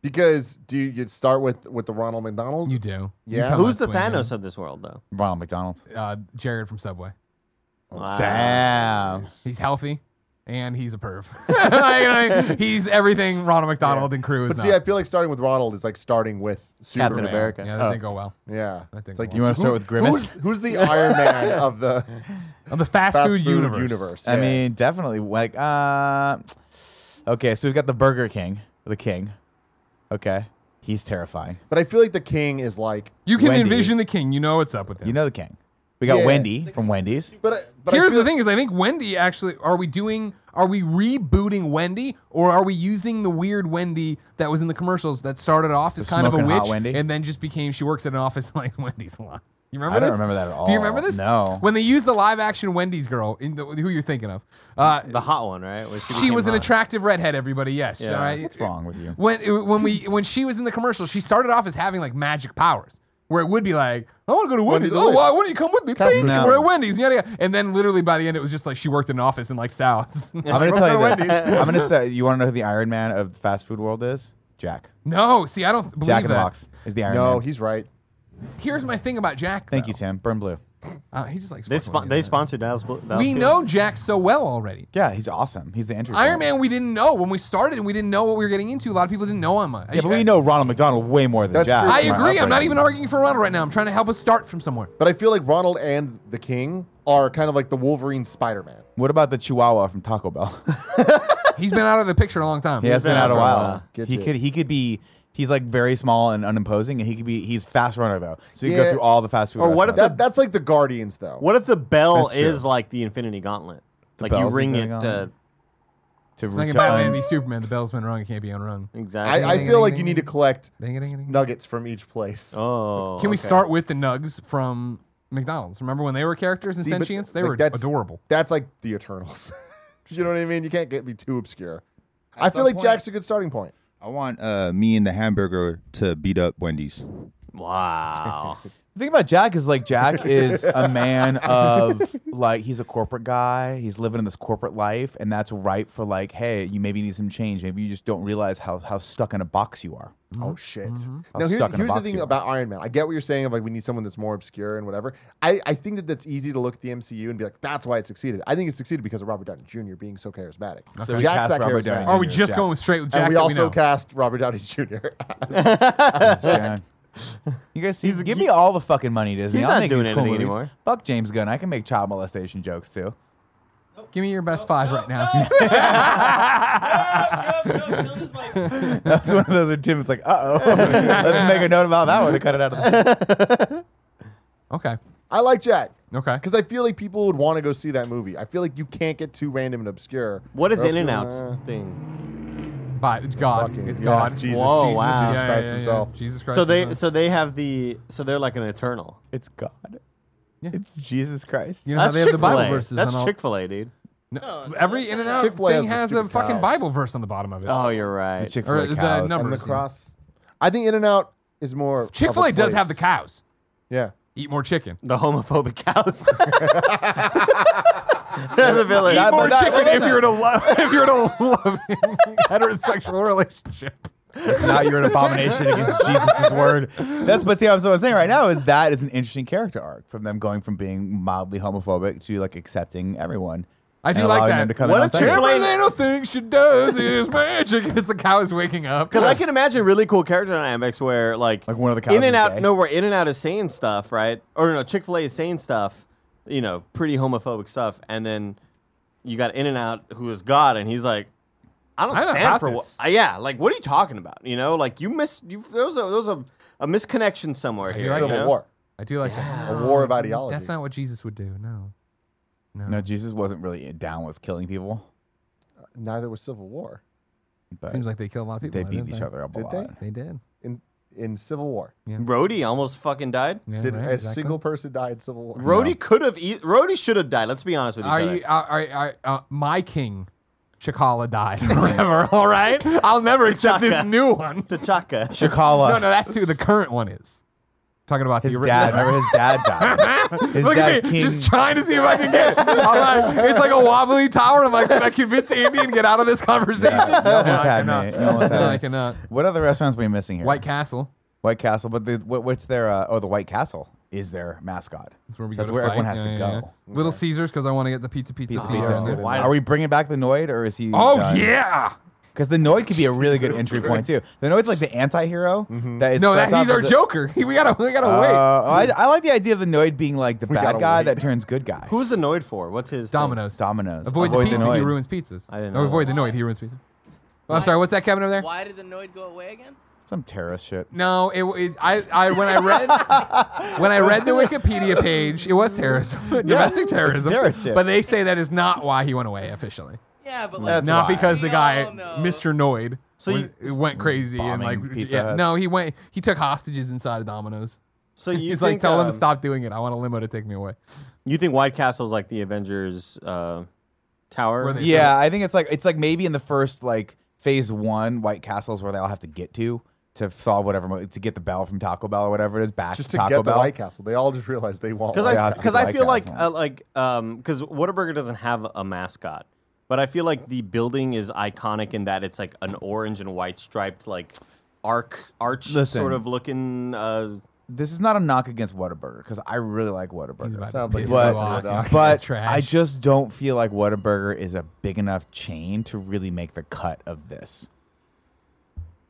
[SPEAKER 4] Because do you you'd start with with the Ronald McDonald?
[SPEAKER 2] You do. You
[SPEAKER 4] Yeah.
[SPEAKER 2] come
[SPEAKER 1] Who's
[SPEAKER 2] out
[SPEAKER 1] the
[SPEAKER 2] swinging.
[SPEAKER 1] Thanos of this world, though?
[SPEAKER 3] Ronald McDonald.
[SPEAKER 2] Uh, Jared from Subway. Oh,
[SPEAKER 1] Wow.
[SPEAKER 3] Damn.
[SPEAKER 2] He's healthy, and he's a perv. Like, like, he's everything Ronald McDonald and crew is
[SPEAKER 4] But
[SPEAKER 2] not.
[SPEAKER 4] see, I feel like starting with Ronald is like starting with Superman.
[SPEAKER 1] Captain America.
[SPEAKER 2] yeah, that didn't go well.
[SPEAKER 4] Yeah,
[SPEAKER 2] I think
[SPEAKER 4] it's like
[SPEAKER 2] we'll-
[SPEAKER 3] You want to start with
[SPEAKER 4] who's,
[SPEAKER 3] Grimace?
[SPEAKER 4] who's the Iron Man of the
[SPEAKER 2] Of the fast,
[SPEAKER 4] fast
[SPEAKER 2] food,
[SPEAKER 4] food
[SPEAKER 2] universe.
[SPEAKER 4] universe?
[SPEAKER 3] I
[SPEAKER 4] Yeah.
[SPEAKER 3] mean, definitely. Like, uh, okay, so we've got the Burger King, the King. Okay, he's terrifying.
[SPEAKER 4] but I feel like the King is like
[SPEAKER 2] You can
[SPEAKER 3] Wendy.
[SPEAKER 2] envision the king. You know what's up with him.
[SPEAKER 3] You know the King. We got
[SPEAKER 4] Yeah.
[SPEAKER 3] Wendy from Wendy's.
[SPEAKER 4] But I, but I
[SPEAKER 2] Here's
[SPEAKER 4] feel
[SPEAKER 2] the thing: is I think Wendy actually are we doing are we rebooting Wendy or are we using the weird Wendy that was in the commercials that started off as
[SPEAKER 3] The
[SPEAKER 2] kind of a
[SPEAKER 3] smoking hot
[SPEAKER 2] witch
[SPEAKER 3] Wendy?
[SPEAKER 2] and then just became she works at an office like Wendy's a lot. You remember
[SPEAKER 3] I don't
[SPEAKER 2] this?
[SPEAKER 3] remember that at all.
[SPEAKER 2] Do you remember this?
[SPEAKER 3] No.
[SPEAKER 2] When they used the live action Wendy's girl, in the, who you're thinking of? Uh,
[SPEAKER 10] The hot one, right? Where
[SPEAKER 2] she was
[SPEAKER 10] attraction.
[SPEAKER 2] an attractive redhead. Everybody, yes.
[SPEAKER 10] Yeah.
[SPEAKER 2] All right.
[SPEAKER 3] What's wrong with you?
[SPEAKER 2] when it- when we when she was in the commercial, she started off as having like magic powers, where it would be like, "I want to go to Wendy's.
[SPEAKER 4] Wendy's,
[SPEAKER 2] oh,
[SPEAKER 4] oh,
[SPEAKER 2] why, why don't you come with me?
[SPEAKER 4] Casper,
[SPEAKER 2] Please,
[SPEAKER 4] no.
[SPEAKER 2] We're at Wendy's." Yada, yada. And then literally by the end, it was just like she worked in an office and liked salads.
[SPEAKER 3] I'm gonna tell you this.
[SPEAKER 10] Wendy's.
[SPEAKER 3] I'm gonna say you want to know who the Iron Man of the fast food world is? Jack.
[SPEAKER 2] no, see, I don't believe
[SPEAKER 3] Jack in
[SPEAKER 2] that.
[SPEAKER 3] the Box is the Iron
[SPEAKER 4] no,
[SPEAKER 3] Man.
[SPEAKER 4] he's right.
[SPEAKER 2] Here's my thing about Jack.
[SPEAKER 3] Thank
[SPEAKER 2] though.
[SPEAKER 3] you, Tim. Burn blue.
[SPEAKER 2] Uh, he just likes.
[SPEAKER 10] They,
[SPEAKER 2] fucking
[SPEAKER 10] spo-
[SPEAKER 2] with
[SPEAKER 10] they
[SPEAKER 2] me.
[SPEAKER 10] sponsored Dallas. Bl- Dallas
[SPEAKER 2] We
[SPEAKER 10] Blue.
[SPEAKER 2] know Jack so well already.
[SPEAKER 3] Yeah, he's awesome. He's the entry.
[SPEAKER 2] Iron
[SPEAKER 3] point.
[SPEAKER 2] Man, we didn't know when we started, and we didn't know what we were getting into. A lot of people didn't know him. Uh,
[SPEAKER 3] Yeah, but we
[SPEAKER 2] guys-
[SPEAKER 3] know Ronald McDonald way more than
[SPEAKER 4] That's
[SPEAKER 3] Jack.
[SPEAKER 4] true.
[SPEAKER 2] I
[SPEAKER 3] from our
[SPEAKER 2] agree. I'm not
[SPEAKER 3] upbringing.
[SPEAKER 2] even arguing for Ronald right now. I'm trying to help us start from somewhere.
[SPEAKER 4] But I feel like Ronald and the King are kind of like the Wolverine Spider Man.
[SPEAKER 3] What about the Chihuahua from Taco Bell?
[SPEAKER 2] He's been out of the picture a long time.
[SPEAKER 3] he has been, out a while.
[SPEAKER 4] Gets
[SPEAKER 3] He
[SPEAKER 4] it.
[SPEAKER 3] could he could be he's like very small and unimposing, and he could be he's fast runner though, so he could go
[SPEAKER 4] Yeah.
[SPEAKER 3] through all the fast food.
[SPEAKER 10] Or what if
[SPEAKER 3] restaurants.
[SPEAKER 4] That, that's like the Guardians, though.
[SPEAKER 10] What if the bell
[SPEAKER 3] That's true.
[SPEAKER 10] is like the Infinity Gauntlet? like you
[SPEAKER 3] bell's
[SPEAKER 10] ring it.
[SPEAKER 3] Infinity
[SPEAKER 10] Uh,
[SPEAKER 3] Gauntlet. to,
[SPEAKER 2] Like in
[SPEAKER 3] to
[SPEAKER 2] Batman
[SPEAKER 3] own-
[SPEAKER 2] v Superman, the bell's been rung, it can't be unrung.
[SPEAKER 10] exactly.
[SPEAKER 4] I, I feel like you need to collect
[SPEAKER 2] Ding, ding, ding.
[SPEAKER 4] nuggets from each place.
[SPEAKER 10] oh,
[SPEAKER 2] Can we
[SPEAKER 10] okay.
[SPEAKER 2] start with the Nugs from McDonald's? Remember when they were characters in
[SPEAKER 4] See, but,
[SPEAKER 2] Sentience? They
[SPEAKER 4] like,
[SPEAKER 2] were
[SPEAKER 4] that's-
[SPEAKER 2] adorable.
[SPEAKER 4] That's like the Eternals. you know what I mean? You can't get me too obscure. I feel
[SPEAKER 9] some
[SPEAKER 4] like
[SPEAKER 9] point-
[SPEAKER 4] Jack's a good starting point.
[SPEAKER 9] I want uh, me and the hamburger to beat up Wendy's.
[SPEAKER 10] Wow.
[SPEAKER 3] The thing about Jack is like Jack is a man of like he's a corporate guy. He's living in this corporate life, and that's ripe for like, hey, you maybe need some change. Maybe you just don't realize how how stuck in a box you are.
[SPEAKER 4] Oh
[SPEAKER 3] How
[SPEAKER 4] shit! Now here's,
[SPEAKER 3] Mm-hmm. stuck in a
[SPEAKER 4] here's the
[SPEAKER 3] box
[SPEAKER 4] thing
[SPEAKER 3] you are.
[SPEAKER 4] about Iron Man. I get what you're saying of like we need someone that's more obscure and whatever. I, I think that that's easy to look at the MCU and be like that's why it succeeded. I think it succeeded because of Robert Downey Jr. being so charismatic.
[SPEAKER 3] So we
[SPEAKER 4] Jack's
[SPEAKER 3] cast
[SPEAKER 4] that
[SPEAKER 3] Robert
[SPEAKER 4] charismatic.
[SPEAKER 3] Downey
[SPEAKER 2] Or Are Oh, we
[SPEAKER 3] Jr. is
[SPEAKER 2] just
[SPEAKER 3] Jack.
[SPEAKER 2] going straight with Jack?
[SPEAKER 4] and we
[SPEAKER 2] that
[SPEAKER 4] also
[SPEAKER 2] know?
[SPEAKER 4] cast Robert Downey Jr.
[SPEAKER 3] It's Jack. You guys, see, give me all the fucking money, Disney.
[SPEAKER 10] He's
[SPEAKER 3] I'll
[SPEAKER 10] not
[SPEAKER 3] make
[SPEAKER 10] doing
[SPEAKER 3] these cool
[SPEAKER 10] anything
[SPEAKER 3] movies.
[SPEAKER 10] anymore.
[SPEAKER 3] Fuck James Gunn. I can make child molestation jokes too.
[SPEAKER 2] Give me your best five right now.
[SPEAKER 3] That was one of those where Tim's like, uh oh. Let's make a note about that one to cut it out of the.
[SPEAKER 2] okay.
[SPEAKER 4] I like Jack
[SPEAKER 2] Okay.
[SPEAKER 4] because I feel like people would want to go see that movie. I feel like you can't get too random and obscure.
[SPEAKER 10] What is
[SPEAKER 4] Or else
[SPEAKER 10] In and
[SPEAKER 4] you'll-
[SPEAKER 10] Out's thing?
[SPEAKER 2] Bye. It's God.
[SPEAKER 4] Fucking-
[SPEAKER 2] It's
[SPEAKER 4] yeah,
[SPEAKER 2] God.
[SPEAKER 4] Jesus.
[SPEAKER 10] Whoa,
[SPEAKER 2] Jesus.
[SPEAKER 10] wow.
[SPEAKER 2] Yeah,
[SPEAKER 10] Jesus
[SPEAKER 2] yeah,
[SPEAKER 4] Christ
[SPEAKER 2] yeah, yeah.
[SPEAKER 4] himself.
[SPEAKER 2] Jesus Christ.
[SPEAKER 10] So they
[SPEAKER 2] himself.
[SPEAKER 10] so they have the so they're like an eternal.
[SPEAKER 3] It's God.
[SPEAKER 2] Yeah.
[SPEAKER 3] It's Jesus Christ.
[SPEAKER 2] you know how
[SPEAKER 10] That's
[SPEAKER 2] they have the Bible
[SPEAKER 10] Chick
[SPEAKER 2] verses.
[SPEAKER 10] Fil A.
[SPEAKER 2] on
[SPEAKER 10] That's
[SPEAKER 2] all-
[SPEAKER 10] Chick Fil A, dude.
[SPEAKER 2] No,
[SPEAKER 5] Oh, No,
[SPEAKER 2] every
[SPEAKER 5] that's
[SPEAKER 2] In
[SPEAKER 5] not-
[SPEAKER 2] and Out
[SPEAKER 4] Chick-fil-A
[SPEAKER 2] thing
[SPEAKER 4] has
[SPEAKER 2] has
[SPEAKER 4] the
[SPEAKER 2] a
[SPEAKER 4] stupid
[SPEAKER 2] fucking
[SPEAKER 4] cows.
[SPEAKER 2] Bible verse on the bottom of it.
[SPEAKER 10] Oh, you're right.
[SPEAKER 3] The Chick
[SPEAKER 2] or
[SPEAKER 3] Fil
[SPEAKER 2] the
[SPEAKER 3] A cows.
[SPEAKER 2] number-
[SPEAKER 4] And the
[SPEAKER 2] Numbers, yeah.
[SPEAKER 4] cross. I think In and Out is more of a
[SPEAKER 2] Chick Fil A does
[SPEAKER 4] place.
[SPEAKER 2] have the cows.
[SPEAKER 4] Yeah.
[SPEAKER 2] Eat more chicken.
[SPEAKER 10] the homophobic cows. They're the villain.
[SPEAKER 3] That-
[SPEAKER 2] Or
[SPEAKER 3] that-
[SPEAKER 2] chicken if you're in a lo- if you're in a loving heterosexual relationship.
[SPEAKER 3] now you're an abomination against Jesus' word. That's but see what I'm, so what I'm saying right now is that is an interesting character arc from them going from being mildly homophobic to like accepting everyone.
[SPEAKER 2] I do
[SPEAKER 3] and
[SPEAKER 2] like
[SPEAKER 3] allowing
[SPEAKER 2] that.
[SPEAKER 3] Them to come
[SPEAKER 10] What
[SPEAKER 3] in
[SPEAKER 10] if
[SPEAKER 3] on Sunday.
[SPEAKER 10] Chick-fil-A-
[SPEAKER 2] Every little thing she does is magic. It's the cow is waking up.
[SPEAKER 10] Because I can imagine really cool character dynamics where, like,
[SPEAKER 3] Like one of the cows
[SPEAKER 10] In and
[SPEAKER 3] is
[SPEAKER 10] Out,
[SPEAKER 3] gay.
[SPEAKER 10] no, where In and Out is saying stuff, right? Or no, Chick Fil A is saying stuff, you know, pretty homophobic stuff, and then you got In and Out, who is God, and he's like, I don't
[SPEAKER 2] I don't
[SPEAKER 10] stand
[SPEAKER 2] have
[SPEAKER 10] for what.
[SPEAKER 2] this.
[SPEAKER 10] I- yeah, like, what are you talking about? You know, like you miss you. There was a there was a, a misconnection somewhere here.
[SPEAKER 2] right.
[SPEAKER 10] you
[SPEAKER 4] Civil
[SPEAKER 10] know?
[SPEAKER 4] War.
[SPEAKER 2] I do like that.
[SPEAKER 4] A war of ideology.
[SPEAKER 2] That's not what Jesus would do. No. No.
[SPEAKER 3] No, Jesus wasn't really down with killing people.
[SPEAKER 4] Neither was Civil War.
[SPEAKER 3] But
[SPEAKER 2] Seems like they kill a lot of people.
[SPEAKER 3] they
[SPEAKER 2] though,
[SPEAKER 3] beat
[SPEAKER 2] didn't
[SPEAKER 3] each
[SPEAKER 2] they?
[SPEAKER 3] other up a
[SPEAKER 4] Did
[SPEAKER 3] lot.
[SPEAKER 4] they?
[SPEAKER 2] They did.
[SPEAKER 4] In in Civil War.
[SPEAKER 10] Rhodey almost fucking died.
[SPEAKER 2] Yeah,
[SPEAKER 4] Did
[SPEAKER 2] right,
[SPEAKER 4] a
[SPEAKER 2] exactly.
[SPEAKER 4] single person die in Civil War?
[SPEAKER 10] Rhodey could have. E- Rhodey should have died. Let's be honest with each
[SPEAKER 2] Are
[SPEAKER 10] other.
[SPEAKER 2] you? Are, are, are, uh, my king, Chakala died. or Whatever. All right. I'll never accept this
[SPEAKER 10] Chaka.
[SPEAKER 2] new one.
[SPEAKER 10] T'Chaka.
[SPEAKER 3] Chikala,
[SPEAKER 2] No, no, that's who the current one is. Talking about
[SPEAKER 3] his
[SPEAKER 2] the original.
[SPEAKER 3] dad. Remember his dad died. His
[SPEAKER 2] Look
[SPEAKER 3] dad
[SPEAKER 2] at me,
[SPEAKER 3] King.
[SPEAKER 2] just trying to see if I can get. I'm like, it's like a wobbly tower. I'm like, can I convince Andy and get out of this conversation?
[SPEAKER 3] Yeah, you almost had
[SPEAKER 2] I
[SPEAKER 3] me.
[SPEAKER 2] cannot.
[SPEAKER 3] You almost had
[SPEAKER 2] no,
[SPEAKER 3] me.
[SPEAKER 2] I cannot.
[SPEAKER 3] what other restaurants are we missing here?
[SPEAKER 2] White Castle.
[SPEAKER 3] White Castle, but the, what, what's their? Uh, oh, the White Castle is their mascot.
[SPEAKER 2] That's where we
[SPEAKER 3] So that's
[SPEAKER 2] go to
[SPEAKER 3] where
[SPEAKER 2] fight.
[SPEAKER 3] everyone has
[SPEAKER 2] Yeah,
[SPEAKER 3] to
[SPEAKER 2] yeah,
[SPEAKER 3] go.
[SPEAKER 2] yeah. Little Caesars because I want to get the pizza, pizza,
[SPEAKER 3] Pizza,
[SPEAKER 2] Caesar.
[SPEAKER 3] pizza.
[SPEAKER 2] Caesar.
[SPEAKER 10] Why-
[SPEAKER 3] Are we bringing back the Noid, or is he?
[SPEAKER 2] Oh
[SPEAKER 3] done?
[SPEAKER 2] yeah!
[SPEAKER 3] Because the Noid could be a really good entry point too. The Noid's like the anti-hero. That is
[SPEAKER 2] Mm-hmm. No, that
[SPEAKER 3] starts
[SPEAKER 2] he's
[SPEAKER 3] off
[SPEAKER 2] our
[SPEAKER 3] as a-
[SPEAKER 2] Joker. We gotta, we gotta
[SPEAKER 3] Uh,
[SPEAKER 2] wait.
[SPEAKER 3] I, I like the idea of the Noid being like the bad
[SPEAKER 4] gotta
[SPEAKER 3] guy
[SPEAKER 4] wait.
[SPEAKER 3] that turns good guy.
[SPEAKER 10] Who's the Noid for? What's his thing?
[SPEAKER 2] Dominoes.
[SPEAKER 3] Dominoes?
[SPEAKER 2] Avoid, the pizza. he
[SPEAKER 3] Noid.
[SPEAKER 2] ruins pizzas.
[SPEAKER 10] I didn't
[SPEAKER 2] Or
[SPEAKER 10] know
[SPEAKER 2] avoid the Noid. He ruins pizza. Oh, I'm sorry. What's that, Kevin over there?
[SPEAKER 5] Why did the Noid go away again?
[SPEAKER 3] Some terrorist shit.
[SPEAKER 2] No, it, it I, I when I read when I read the Wikipedia page, it was terrorism, domestic
[SPEAKER 3] it's
[SPEAKER 2] terrorism.
[SPEAKER 3] terrorist shit.
[SPEAKER 2] But they say that is not why he went away officially.
[SPEAKER 5] Yeah, but like
[SPEAKER 3] That's
[SPEAKER 2] not
[SPEAKER 3] why.
[SPEAKER 2] because the
[SPEAKER 5] We
[SPEAKER 2] guy,
[SPEAKER 5] all know.
[SPEAKER 2] Mr. Noid,
[SPEAKER 1] So
[SPEAKER 2] went,
[SPEAKER 1] you-
[SPEAKER 2] went crazy and
[SPEAKER 3] Bombing
[SPEAKER 2] like
[SPEAKER 3] Pizza
[SPEAKER 2] yeah,
[SPEAKER 3] Huts.
[SPEAKER 2] no, he went he took hostages inside of Domino's.
[SPEAKER 1] So you
[SPEAKER 2] He's
[SPEAKER 1] think,
[SPEAKER 2] like, tell them
[SPEAKER 1] um,
[SPEAKER 2] to stop doing it. I want a limo to take me away.
[SPEAKER 1] You think White Castle's like the Avengers uh, tower?
[SPEAKER 2] Where they-
[SPEAKER 3] Yeah, I think it's like it's like maybe in the first like phase one, White Castle's where they all have to get to to solve whatever mo- to get the bell from Taco Bell or whatever it is back
[SPEAKER 4] Just
[SPEAKER 3] to
[SPEAKER 4] to
[SPEAKER 3] Taco
[SPEAKER 4] get
[SPEAKER 3] Bell.
[SPEAKER 4] the White Castle. They all just realized they want.
[SPEAKER 1] because
[SPEAKER 4] White
[SPEAKER 3] yeah,
[SPEAKER 1] I
[SPEAKER 3] it's
[SPEAKER 1] because
[SPEAKER 3] the
[SPEAKER 1] I
[SPEAKER 3] White
[SPEAKER 1] feel like
[SPEAKER 3] Castle.
[SPEAKER 1] uh, like um because Whataburger doesn't have a mascot, but I feel like the building is iconic in that it's like an orange and white striped like arc arch
[SPEAKER 3] Listen.
[SPEAKER 1] sort of looking. Uh,
[SPEAKER 3] This is not a knock against Whataburger because I really like
[SPEAKER 2] He's
[SPEAKER 3] Whataburger.
[SPEAKER 2] about
[SPEAKER 4] sounds
[SPEAKER 2] to
[SPEAKER 4] like
[SPEAKER 2] piss
[SPEAKER 3] what-
[SPEAKER 2] you off,
[SPEAKER 4] but-
[SPEAKER 2] you
[SPEAKER 3] But
[SPEAKER 2] trash.
[SPEAKER 3] I just don't feel like Whataburger is a big enough chain to really make the cut of this.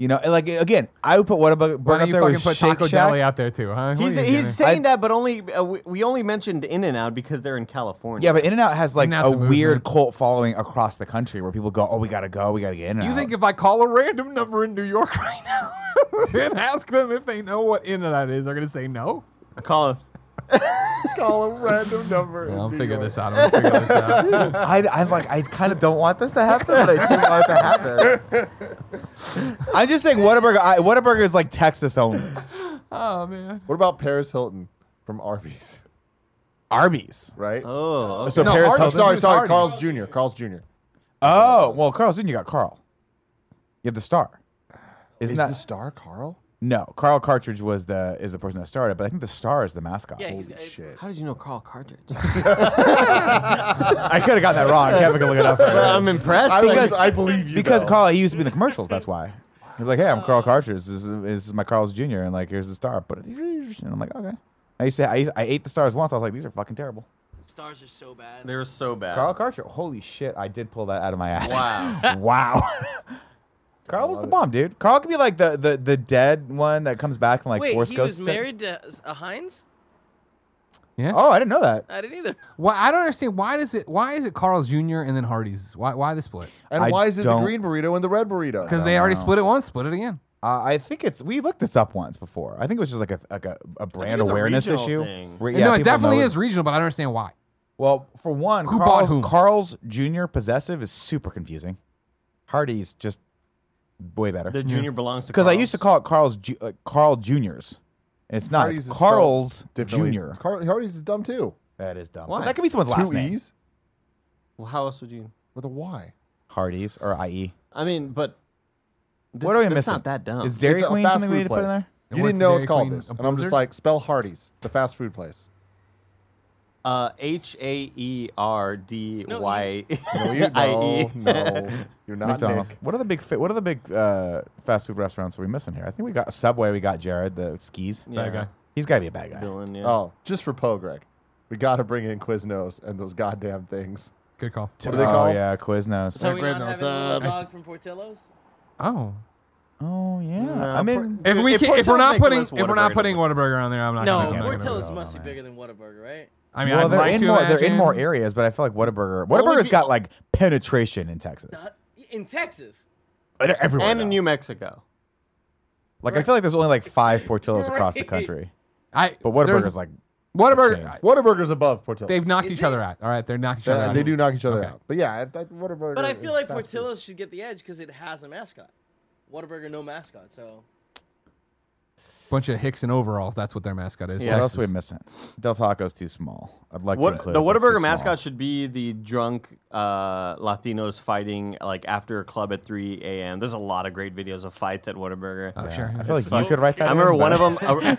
[SPEAKER 3] You know, and, like again, I would put Whataburger
[SPEAKER 2] why don't
[SPEAKER 3] up
[SPEAKER 2] you
[SPEAKER 3] there
[SPEAKER 2] fucking
[SPEAKER 3] with
[SPEAKER 2] put
[SPEAKER 3] Shake
[SPEAKER 2] Taco
[SPEAKER 3] Shack.
[SPEAKER 2] Deli out there too, huh? What
[SPEAKER 1] he's
[SPEAKER 2] are you
[SPEAKER 1] he's
[SPEAKER 2] doing?
[SPEAKER 1] saying that, but only uh, we, we only mentioned In and Out because they're in California.
[SPEAKER 3] Yeah, but In and Out has like
[SPEAKER 2] In-N-Out's a
[SPEAKER 3] a
[SPEAKER 2] movement.
[SPEAKER 3] weird cult following across the country where people go, "Oh, we gotta go, we gotta get In and Out."
[SPEAKER 2] You think if I call a random number in New York right now and ask them if they know what internet is, they're gonna say no?
[SPEAKER 1] call
[SPEAKER 4] Call a random number.
[SPEAKER 2] Well,
[SPEAKER 4] in
[SPEAKER 2] I'm
[SPEAKER 4] New
[SPEAKER 2] figuring
[SPEAKER 4] York.
[SPEAKER 2] this out. I'm gonna figure this out.
[SPEAKER 3] I, I like I kind of don't want this to happen, but I do want it to happen. I'm just saying, Whataburger. I, Whataburger is like Texas only.
[SPEAKER 2] Oh man.
[SPEAKER 4] What about Paris Hilton from Arby's?
[SPEAKER 3] Arby's.
[SPEAKER 4] Right?
[SPEAKER 1] Oh, okay.
[SPEAKER 3] So
[SPEAKER 2] No,
[SPEAKER 3] Paris
[SPEAKER 2] Arby's
[SPEAKER 4] I'm
[SPEAKER 3] Hilton.
[SPEAKER 4] sorry,
[SPEAKER 2] is
[SPEAKER 4] sorry.
[SPEAKER 2] Arby's.
[SPEAKER 4] Carl's Jr. Carl's Jr.
[SPEAKER 3] Oh well, Carl's Jr. You got Carl. You have the star. Isn't
[SPEAKER 4] Is
[SPEAKER 3] that
[SPEAKER 4] the star Carl?
[SPEAKER 3] no? Carl Cartridge was the is the person that started, but I think the star is the mascot.
[SPEAKER 5] yeah, he's uh,
[SPEAKER 4] Holy shit.
[SPEAKER 1] how did you know Carl Cartridge?
[SPEAKER 3] I could have gotten that wrong. Kevin can look it up. for you.
[SPEAKER 1] I'm impressed.
[SPEAKER 4] I,
[SPEAKER 1] like,
[SPEAKER 4] believe, I believe you.
[SPEAKER 3] because
[SPEAKER 4] though.
[SPEAKER 3] Carl, he used to be in the commercials. That's why. He's like, hey, I'm Carl Cartridge. This is, this is my Carl's Jr. And like, here's the star. But and I'm like, okay. I used to, I, used, I ate the stars once. I was like, these are fucking terrible.
[SPEAKER 5] stars are so bad.
[SPEAKER 1] they were so bad.
[SPEAKER 3] Carl Cartridge. Holy shit! I did pull that out of my ass.
[SPEAKER 1] Wow.
[SPEAKER 3] wow. Carl was the bomb, dude. Carl could be like the the, the dead one that comes back and like
[SPEAKER 5] Wait,
[SPEAKER 3] force
[SPEAKER 5] he
[SPEAKER 3] ghosts.
[SPEAKER 5] was married to a Heinz?
[SPEAKER 3] Oh, I didn't know that.
[SPEAKER 5] I didn't either.
[SPEAKER 2] Why I don't understand why does it why is it Carl's Jr. and then Hardy's? Why why the split?
[SPEAKER 4] And
[SPEAKER 3] I
[SPEAKER 4] why is it the
[SPEAKER 3] don't-
[SPEAKER 4] green burrito and the red burrito?
[SPEAKER 2] Because they already split it once, split it again.
[SPEAKER 3] Uh, I think it's we looked this up once before. I think it was just like a like a, a brand
[SPEAKER 1] it's a
[SPEAKER 3] awareness
[SPEAKER 1] regional
[SPEAKER 3] issue.
[SPEAKER 1] thing.
[SPEAKER 3] Where-
[SPEAKER 2] And no, it
[SPEAKER 3] people
[SPEAKER 2] definitely
[SPEAKER 3] know-
[SPEAKER 2] is regional, but I don't understand why.
[SPEAKER 3] Well, for one,
[SPEAKER 2] Who bought
[SPEAKER 3] Carl's,
[SPEAKER 2] whom?
[SPEAKER 3] Carl's Jr. possessive is super confusing. Hardy's just way better.
[SPEAKER 1] The junior belongs to
[SPEAKER 3] Because I used to
[SPEAKER 1] Carl's.
[SPEAKER 3] call it Carl's Ju- uh, Carl Juniors. It's not.
[SPEAKER 4] Hardee's
[SPEAKER 3] It's
[SPEAKER 4] is spelled
[SPEAKER 3] Carl's
[SPEAKER 4] Differently.
[SPEAKER 3] Junior.
[SPEAKER 4] Carl, Hardy's is dumb too.
[SPEAKER 3] That is dumb.
[SPEAKER 1] Why?
[SPEAKER 3] That could be someone's last
[SPEAKER 4] Two
[SPEAKER 3] name.
[SPEAKER 4] E's
[SPEAKER 1] Well, how else would you?
[SPEAKER 4] with a Y.
[SPEAKER 3] Hardy's or E. IE.
[SPEAKER 1] I mean, but this,
[SPEAKER 3] what are we
[SPEAKER 1] that's
[SPEAKER 3] missing?
[SPEAKER 1] Not that dumb.
[SPEAKER 3] Is Dairy
[SPEAKER 4] It's a
[SPEAKER 3] Queen
[SPEAKER 4] fast
[SPEAKER 3] something we
[SPEAKER 4] food
[SPEAKER 3] need to put in
[SPEAKER 4] place.
[SPEAKER 3] there?
[SPEAKER 2] And
[SPEAKER 4] You
[SPEAKER 2] what's
[SPEAKER 4] didn't
[SPEAKER 2] the
[SPEAKER 4] know
[SPEAKER 2] Dairy
[SPEAKER 4] it's called
[SPEAKER 2] Queen?
[SPEAKER 4] this,
[SPEAKER 2] A
[SPEAKER 4] and I'm just
[SPEAKER 2] blizzard?
[SPEAKER 4] like, spell Hardee's, the fast food place.
[SPEAKER 1] Uh, H A E R D Y
[SPEAKER 4] No, you
[SPEAKER 1] I E.
[SPEAKER 4] no, no, you're not
[SPEAKER 3] McDonald's.
[SPEAKER 4] Nick.
[SPEAKER 3] What are the big fa- What are the big uh, fast food restaurants are we missing here? I think we got Subway. We got Jared the skis.
[SPEAKER 1] Yeah.
[SPEAKER 2] guy.
[SPEAKER 3] He's got to be a bad guy.
[SPEAKER 1] Dylan, yeah.
[SPEAKER 4] Oh, just for Poe, Greg. We got to bring in Quiznos and those goddamn things.
[SPEAKER 2] Good call.
[SPEAKER 4] What are they
[SPEAKER 3] oh
[SPEAKER 4] called?
[SPEAKER 3] yeah, Quiznos.
[SPEAKER 5] So we
[SPEAKER 4] great
[SPEAKER 5] not
[SPEAKER 4] now,
[SPEAKER 5] having a little
[SPEAKER 4] sub.
[SPEAKER 5] dog from Portillo's?
[SPEAKER 2] Oh.
[SPEAKER 3] Oh yeah.
[SPEAKER 1] No,
[SPEAKER 3] I
[SPEAKER 1] por-
[SPEAKER 3] mean,
[SPEAKER 2] If
[SPEAKER 1] Dude,
[SPEAKER 2] we
[SPEAKER 1] if
[SPEAKER 2] can, if we're
[SPEAKER 1] Portillo's
[SPEAKER 2] not
[SPEAKER 1] makes it
[SPEAKER 2] putting
[SPEAKER 1] less
[SPEAKER 2] if we're not
[SPEAKER 1] Whataburger
[SPEAKER 2] putting
[SPEAKER 1] doesn't
[SPEAKER 2] Whataburger on there, I'm not
[SPEAKER 5] No,
[SPEAKER 2] gonna
[SPEAKER 3] can't
[SPEAKER 2] I'm not gonna
[SPEAKER 5] Portillo's
[SPEAKER 3] go
[SPEAKER 5] must be
[SPEAKER 3] down
[SPEAKER 5] bigger than Whataburger, right?
[SPEAKER 2] I mean,
[SPEAKER 3] well,
[SPEAKER 2] I'd
[SPEAKER 3] they're
[SPEAKER 2] like
[SPEAKER 3] in
[SPEAKER 2] to
[SPEAKER 3] more
[SPEAKER 2] imagine.
[SPEAKER 3] they're in more areas, but I feel like Whataburger.
[SPEAKER 1] Well,
[SPEAKER 3] Whataburger's
[SPEAKER 1] we-
[SPEAKER 3] got like penetration in Texas.
[SPEAKER 5] In Texas.
[SPEAKER 3] They're everywhere.
[SPEAKER 1] and in
[SPEAKER 3] now.
[SPEAKER 1] New Mexico.
[SPEAKER 3] like I feel like there's only like five Portillos across the
[SPEAKER 5] Right.
[SPEAKER 3] country,
[SPEAKER 2] I,
[SPEAKER 3] but
[SPEAKER 2] there's-
[SPEAKER 3] Whataburger's like
[SPEAKER 2] Whataburger.
[SPEAKER 3] chain.
[SPEAKER 4] Whataburger's above Portillo's.
[SPEAKER 2] They've knocked
[SPEAKER 5] Is
[SPEAKER 2] each
[SPEAKER 5] it?
[SPEAKER 2] other out. All right, they're knocked each
[SPEAKER 4] Uh,
[SPEAKER 2] other out.
[SPEAKER 4] they do knock each other
[SPEAKER 2] Okay.
[SPEAKER 4] out. But yeah, I, I, Whataburger.
[SPEAKER 5] But I feel
[SPEAKER 4] is
[SPEAKER 5] like
[SPEAKER 4] fast food.
[SPEAKER 5] Portillo's should get the edge because it has a mascot. Whataburger, no mascot, so.
[SPEAKER 2] bunch of hicks and overalls. That's what their mascot is.
[SPEAKER 1] Yeah.
[SPEAKER 3] What
[SPEAKER 2] Texas.
[SPEAKER 3] else are we missing? Del Taco's too small. I'd like to
[SPEAKER 1] What
[SPEAKER 3] include
[SPEAKER 1] the
[SPEAKER 3] it, but it's too
[SPEAKER 1] Whataburger
[SPEAKER 3] small.
[SPEAKER 1] mascot should be the drunk uh, Latinos fighting like after a club at 3 a.m. There's a lot of great videos of fights at Whataburger.
[SPEAKER 2] Oh, sure.
[SPEAKER 3] I feel like
[SPEAKER 1] Fuck.
[SPEAKER 3] you could write that.
[SPEAKER 1] I remember
[SPEAKER 3] in,
[SPEAKER 1] one of
[SPEAKER 3] but-
[SPEAKER 1] them. uh,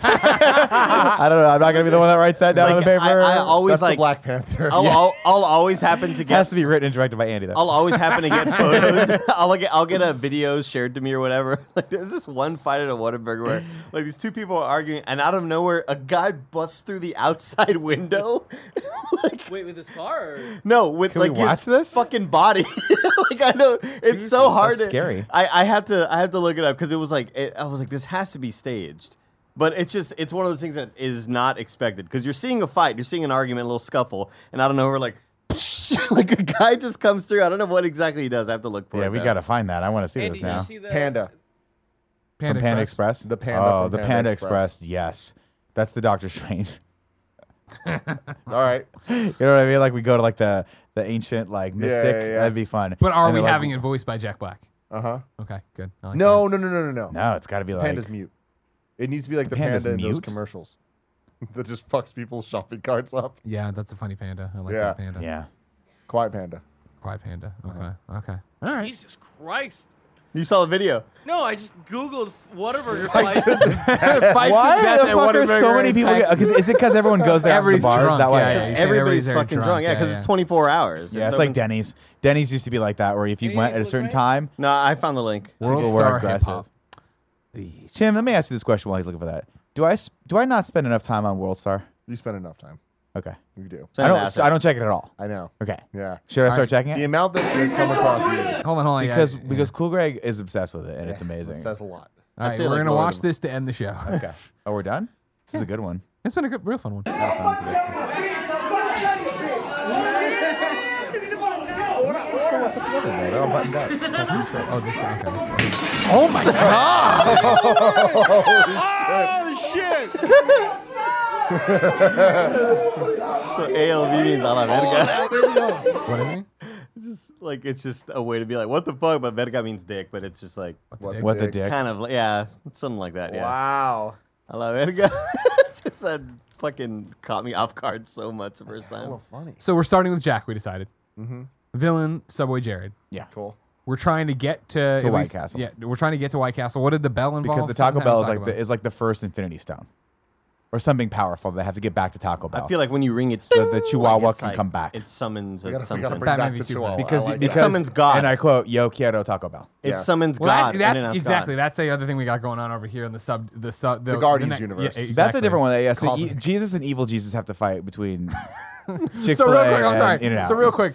[SPEAKER 3] I don't know. I'm not gonna be the one that writes that down on
[SPEAKER 1] like,
[SPEAKER 3] the paper.
[SPEAKER 1] I, I always
[SPEAKER 4] That's the
[SPEAKER 1] like.
[SPEAKER 4] Black Panther.
[SPEAKER 1] I'll, I'll, I'll always happen to
[SPEAKER 3] it has
[SPEAKER 1] get.
[SPEAKER 3] to be written and directed by Andy. Though.
[SPEAKER 1] I'll always happen to get photos. I'll get I'll get a video shared to me or whatever. Like there's this one fight at a Whataburger where like these two people are arguing, and out of nowhere, a guy busts through the outside window. like
[SPEAKER 5] Wait, with his car? Or...
[SPEAKER 1] No, with
[SPEAKER 3] Can we
[SPEAKER 1] like
[SPEAKER 3] watch
[SPEAKER 1] his
[SPEAKER 3] this?
[SPEAKER 1] fucking body. like I know it's so
[SPEAKER 3] that's
[SPEAKER 1] hard. to-
[SPEAKER 3] scary.
[SPEAKER 1] I, I had to I had to look it up because it was like it, I was like this has to be staged, but it's just it's one of those things that is not expected because you're seeing a fight, you're seeing an argument, a little scuffle, and I don't know we're like. like a guy just comes through. I don't know what exactly he does. I have to look for
[SPEAKER 3] yeah,
[SPEAKER 1] it.
[SPEAKER 3] we
[SPEAKER 1] though.
[SPEAKER 3] gotta find that. I want to see
[SPEAKER 5] Andy,
[SPEAKER 3] this now.
[SPEAKER 5] you see the
[SPEAKER 4] Panda.
[SPEAKER 2] Panda
[SPEAKER 3] from Panda
[SPEAKER 2] Express.
[SPEAKER 3] Express.
[SPEAKER 4] The Panda
[SPEAKER 3] Oh,
[SPEAKER 4] from
[SPEAKER 3] the
[SPEAKER 4] Panda
[SPEAKER 3] Panda,
[SPEAKER 4] Express.
[SPEAKER 3] Express. Yes, that's the Doctor Strange.
[SPEAKER 4] All right.
[SPEAKER 3] you know what I mean? Like we go to like the the ancient like mystic.
[SPEAKER 4] yeah, yeah.
[SPEAKER 3] That'd be fun.
[SPEAKER 2] But are
[SPEAKER 3] And
[SPEAKER 2] we
[SPEAKER 3] they're like-
[SPEAKER 2] having it voiced by Jack Black?
[SPEAKER 4] Uh huh.
[SPEAKER 2] Okay, good. I like
[SPEAKER 4] No, no, no, no, no, no.
[SPEAKER 3] No, it's got to be like
[SPEAKER 4] Panda's mute. It needs to be like the,
[SPEAKER 3] The
[SPEAKER 4] panda
[SPEAKER 3] panda's
[SPEAKER 4] in those
[SPEAKER 3] mute?
[SPEAKER 4] commercials that just fucks people's shopping carts up.
[SPEAKER 2] that. Yeah, that's a funny panda. I like
[SPEAKER 4] Yeah.
[SPEAKER 2] that panda.
[SPEAKER 3] Yeah.
[SPEAKER 4] Quiet panda.
[SPEAKER 2] Quiet panda. Okay, okay.
[SPEAKER 5] Jesus Christ.
[SPEAKER 1] You saw the video.
[SPEAKER 5] No, I just Googled Whataburger flights.
[SPEAKER 2] Fight
[SPEAKER 3] Why
[SPEAKER 2] to death
[SPEAKER 3] the
[SPEAKER 2] at
[SPEAKER 3] fuck are so
[SPEAKER 2] Whataburger
[SPEAKER 3] many
[SPEAKER 2] in
[SPEAKER 3] people? get-
[SPEAKER 2] Texas.
[SPEAKER 3] 'cause Is it because everyone goes there after the
[SPEAKER 2] Everybody's
[SPEAKER 3] bars
[SPEAKER 2] drunk.
[SPEAKER 3] that way?
[SPEAKER 2] Yeah, yeah, you say
[SPEAKER 1] Everybody's,
[SPEAKER 2] everybody's
[SPEAKER 1] fucking
[SPEAKER 2] drunk.
[SPEAKER 1] drunk. Yeah, because it's 24 hours.
[SPEAKER 3] Yeah, it's like
[SPEAKER 1] open-
[SPEAKER 3] Denny's. Denny's used to be like that, where if you
[SPEAKER 5] Denny's
[SPEAKER 3] went at a
[SPEAKER 5] was
[SPEAKER 3] certain
[SPEAKER 5] great.
[SPEAKER 3] time,
[SPEAKER 1] No, I found the link.
[SPEAKER 2] World
[SPEAKER 3] People were
[SPEAKER 2] star hip
[SPEAKER 3] aggressive.
[SPEAKER 2] hop.
[SPEAKER 3] Tim, let me ask you this question while he's looking for that. Do I s- do I not spend enough time on World Star?
[SPEAKER 4] You spend enough time.
[SPEAKER 3] Okay,
[SPEAKER 4] You
[SPEAKER 3] I
[SPEAKER 4] do.
[SPEAKER 3] don't.
[SPEAKER 1] Send
[SPEAKER 3] I
[SPEAKER 1] assets.
[SPEAKER 3] don't check it at all.
[SPEAKER 4] I know.
[SPEAKER 3] Okay,
[SPEAKER 4] Yeah.
[SPEAKER 3] should I start checking
[SPEAKER 4] The
[SPEAKER 3] it?
[SPEAKER 4] amount that they come across here
[SPEAKER 2] Hold on, hold on. yeah,
[SPEAKER 3] Because
[SPEAKER 2] yeah.
[SPEAKER 3] because Cool Greg is obsessed with it and it's amazing.
[SPEAKER 4] says a lot.
[SPEAKER 2] All right,
[SPEAKER 1] say,
[SPEAKER 2] we're
[SPEAKER 1] like,
[SPEAKER 2] gonna
[SPEAKER 1] lower
[SPEAKER 2] watch
[SPEAKER 1] the-
[SPEAKER 2] this to end the show.
[SPEAKER 3] Okay. Oh, we're done. This is a good one.
[SPEAKER 2] It's been a good, real fun one.
[SPEAKER 3] They're all buttoned up.
[SPEAKER 2] Oh, this, okay, this-
[SPEAKER 1] So ALV means a la verga.
[SPEAKER 2] what is it?
[SPEAKER 1] it's just like it's just a way to be like, what the fuck? But verga means dick, but it's just like
[SPEAKER 4] What
[SPEAKER 2] dick?
[SPEAKER 3] What the dick?
[SPEAKER 1] kind of like- yeah, something like that. Yeah,
[SPEAKER 4] Wow.
[SPEAKER 1] a la verga. it's just that fucking caught me off guard so much the first time.
[SPEAKER 4] Hella funny.
[SPEAKER 2] So we're starting with Jack. We decided. Villain Subway Jared.
[SPEAKER 3] Yeah.
[SPEAKER 4] Cool.
[SPEAKER 2] We're trying to get to, at
[SPEAKER 3] White
[SPEAKER 2] least-
[SPEAKER 3] Castle.
[SPEAKER 2] Yeah, we're trying to get to White Castle. What did the bell involve?
[SPEAKER 3] Because the Taco
[SPEAKER 2] Something
[SPEAKER 3] Bell
[SPEAKER 2] happened to
[SPEAKER 3] is like the,
[SPEAKER 2] Taco
[SPEAKER 3] is like the first Infinity Stone, or something powerful. They have to get back to Taco Bell.
[SPEAKER 1] I feel like when you ring it,
[SPEAKER 3] So the Chihuahwa
[SPEAKER 1] it's
[SPEAKER 3] can come back.
[SPEAKER 1] It summons
[SPEAKER 4] We
[SPEAKER 1] a
[SPEAKER 4] gotta, we
[SPEAKER 1] something.
[SPEAKER 4] gotta bring
[SPEAKER 2] Batman
[SPEAKER 4] back
[SPEAKER 2] v
[SPEAKER 4] the
[SPEAKER 2] Superman.
[SPEAKER 4] chihuahua.
[SPEAKER 1] Because
[SPEAKER 4] I
[SPEAKER 1] you-
[SPEAKER 4] like
[SPEAKER 1] because-
[SPEAKER 4] that.
[SPEAKER 1] summons God.
[SPEAKER 3] And I quote, "Yo, Kyoto Taco Bell."
[SPEAKER 1] it
[SPEAKER 4] Yes.
[SPEAKER 1] summons
[SPEAKER 2] Well,
[SPEAKER 1] God.
[SPEAKER 2] that,
[SPEAKER 1] in and
[SPEAKER 2] that's
[SPEAKER 1] out
[SPEAKER 2] exactly.
[SPEAKER 1] God.
[SPEAKER 2] That's the other thing we got going on over here in the sub, the sub, the,
[SPEAKER 4] Guardians
[SPEAKER 2] ne- yeah,
[SPEAKER 4] universe. That's a
[SPEAKER 3] That's
[SPEAKER 2] exactly.
[SPEAKER 3] a different one. Yeah, so
[SPEAKER 4] Cosmic.
[SPEAKER 3] e- Jesus and evil Jesus have to fight between Chick
[SPEAKER 2] So
[SPEAKER 3] Fil
[SPEAKER 2] real quick,
[SPEAKER 3] A
[SPEAKER 2] I'm
[SPEAKER 3] and In and
[SPEAKER 2] sorry.
[SPEAKER 3] Out.
[SPEAKER 2] So real quick,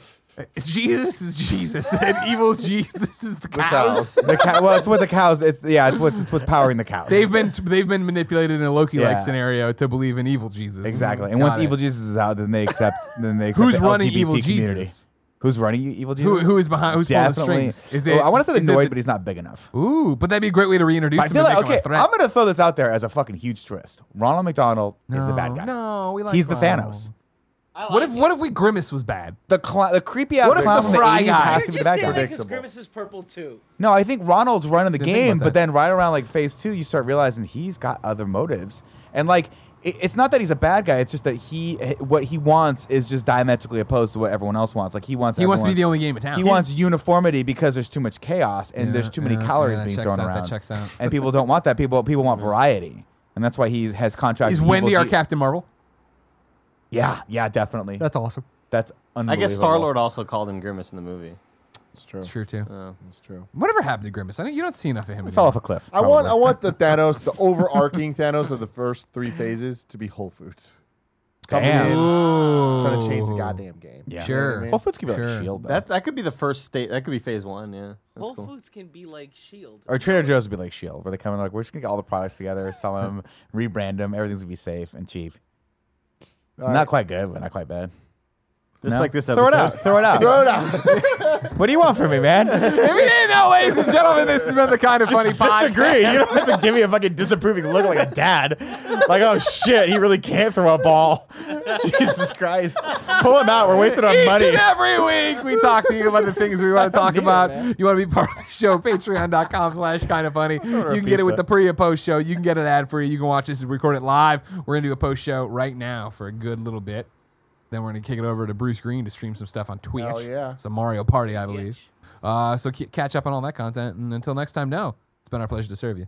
[SPEAKER 2] Jesus is Jesus, and evil Jesus is the cows.
[SPEAKER 4] cows.
[SPEAKER 3] the cow, well, it's what the cows. It's yeah, it's what's it's what's powering the cows.
[SPEAKER 2] They've been they've been manipulated in a Loki like
[SPEAKER 3] Yeah.
[SPEAKER 2] scenario to believe in evil Jesus.
[SPEAKER 3] exactly. And
[SPEAKER 2] Got
[SPEAKER 3] once
[SPEAKER 2] it.
[SPEAKER 3] evil Jesus is out, then they accept. Then they accept
[SPEAKER 2] who's
[SPEAKER 3] the
[SPEAKER 2] running
[SPEAKER 3] LGBT
[SPEAKER 2] evil
[SPEAKER 3] community.
[SPEAKER 2] Jesus?
[SPEAKER 3] Who's running e- evil Jesus?
[SPEAKER 2] Who, who is behind? Who's pulling the
[SPEAKER 3] Definitely-
[SPEAKER 2] strings? Is
[SPEAKER 3] Well, I want to say
[SPEAKER 2] is
[SPEAKER 3] the
[SPEAKER 2] it
[SPEAKER 3] Noid, but he's not big enough.
[SPEAKER 2] Ooh, but that'd be a great way to reintroduce
[SPEAKER 3] I
[SPEAKER 2] him.
[SPEAKER 3] feel
[SPEAKER 2] and
[SPEAKER 3] like
[SPEAKER 2] make him
[SPEAKER 3] okay.
[SPEAKER 2] a threat.
[SPEAKER 3] I'm gonna throw this out there as a fucking huge twist. Ronald McDonald is the bad
[SPEAKER 2] No,
[SPEAKER 3] guy.
[SPEAKER 2] No, we like.
[SPEAKER 3] he's the
[SPEAKER 2] Ronald.
[SPEAKER 3] Thanos.
[SPEAKER 5] I like
[SPEAKER 2] What if
[SPEAKER 5] it.
[SPEAKER 2] what if we grimace was bad?
[SPEAKER 3] The cl- the creepy ass
[SPEAKER 2] What if
[SPEAKER 3] clown
[SPEAKER 2] the
[SPEAKER 3] from the
[SPEAKER 2] Fry
[SPEAKER 3] 80s
[SPEAKER 2] guy-
[SPEAKER 3] has
[SPEAKER 5] You're
[SPEAKER 3] to be
[SPEAKER 5] just
[SPEAKER 3] the bad
[SPEAKER 5] saying
[SPEAKER 3] guy.
[SPEAKER 5] that because
[SPEAKER 4] Predictable.
[SPEAKER 5] Grimace is purple too.
[SPEAKER 3] No, I think Ronald's running the
[SPEAKER 2] Didn't think
[SPEAKER 3] game,
[SPEAKER 2] about
[SPEAKER 3] but
[SPEAKER 2] that.
[SPEAKER 3] then right around like phase two, you start realizing he's got other motives, and like it, it's not that he's a bad guy. It's just that he eh, what he wants is just diametrically opposed to what everyone else wants. Like he wants
[SPEAKER 2] He wants to be
[SPEAKER 3] everyone-
[SPEAKER 2] the only game in town.
[SPEAKER 3] he wants uniformity because there's too much chaos and
[SPEAKER 2] Yeah,
[SPEAKER 3] there's too many
[SPEAKER 2] yeah,
[SPEAKER 3] calories
[SPEAKER 2] yeah, that
[SPEAKER 3] being
[SPEAKER 2] checks
[SPEAKER 3] thrown
[SPEAKER 2] out, that
[SPEAKER 3] around.
[SPEAKER 2] checks out.
[SPEAKER 3] And people don't want that. People people want variety, and that's why he has contracts.
[SPEAKER 2] Is
[SPEAKER 3] with
[SPEAKER 2] Wendy
[SPEAKER 3] Evil
[SPEAKER 2] our
[SPEAKER 3] G-
[SPEAKER 2] Captain Marvel?
[SPEAKER 3] Yeah, yeah, definitely.
[SPEAKER 2] That's awesome.
[SPEAKER 3] That's
[SPEAKER 1] I
[SPEAKER 3] unbelievable.
[SPEAKER 1] guess Star Lord also called him Grimace in the movie.
[SPEAKER 4] It's true.
[SPEAKER 2] It's true too.
[SPEAKER 1] Oh.
[SPEAKER 4] It's true.
[SPEAKER 2] Whatever happened to Grimace? I think you don't see enough of him.
[SPEAKER 3] fell
[SPEAKER 2] anymore.
[SPEAKER 3] off a cliff.
[SPEAKER 4] I want I
[SPEAKER 3] probably.
[SPEAKER 4] want the Thanos, the overarching Thanos of the first three phases to be Whole Foods. Coming
[SPEAKER 3] Damn.
[SPEAKER 4] in,
[SPEAKER 2] Ooh.
[SPEAKER 4] trying to change the goddamn game.
[SPEAKER 3] Yeah.
[SPEAKER 2] Sure.
[SPEAKER 3] Whole Foods could be like
[SPEAKER 2] Sure.
[SPEAKER 3] Shield. E though.
[SPEAKER 1] That that could be the first state. That could be phase one. Yeah, that's
[SPEAKER 5] Whole
[SPEAKER 1] cool.
[SPEAKER 5] Foods can be like Shield.
[SPEAKER 3] Or Trader Joe's would be like Shield, where they come in like, we're just gonna get all the products together, sell them, rebrand them, everything's gonna be safe and cheap.
[SPEAKER 4] All
[SPEAKER 3] Not
[SPEAKER 4] right.
[SPEAKER 3] quite good, but not quite bad.
[SPEAKER 1] Just
[SPEAKER 3] No?
[SPEAKER 1] like this episode.
[SPEAKER 3] Throw it out. Throw it out.
[SPEAKER 4] Throw it out.
[SPEAKER 3] What do you want from me, man?
[SPEAKER 2] If you didn't know, ladies and gentlemen, this has been the kind of funny podcast.
[SPEAKER 3] Disagree. You don't have to give me a fucking disapproving look like a dad. Like, oh shit, he really can't throw a ball. Jesus Christ. Pull him out. We're wasting on
[SPEAKER 2] Each
[SPEAKER 3] money.
[SPEAKER 2] and every week, we talk to you about the things we want to talk about. you want to be part of the show, patreon.com slash kind of funny. You
[SPEAKER 3] order a
[SPEAKER 2] can get it with
[SPEAKER 3] pizza.
[SPEAKER 2] the pre and post show. You can get it ad free. You can watch this and record it live. We're going to do a post show right now for a good little bit. Then we're going to kick it over to Bruce Green to stream some stuff on Twitch.
[SPEAKER 4] Hell yeah.
[SPEAKER 2] Some Mario Party, I believe. Uh, so c- catch up on all that content. And until next time, no. It's been our pleasure to serve you.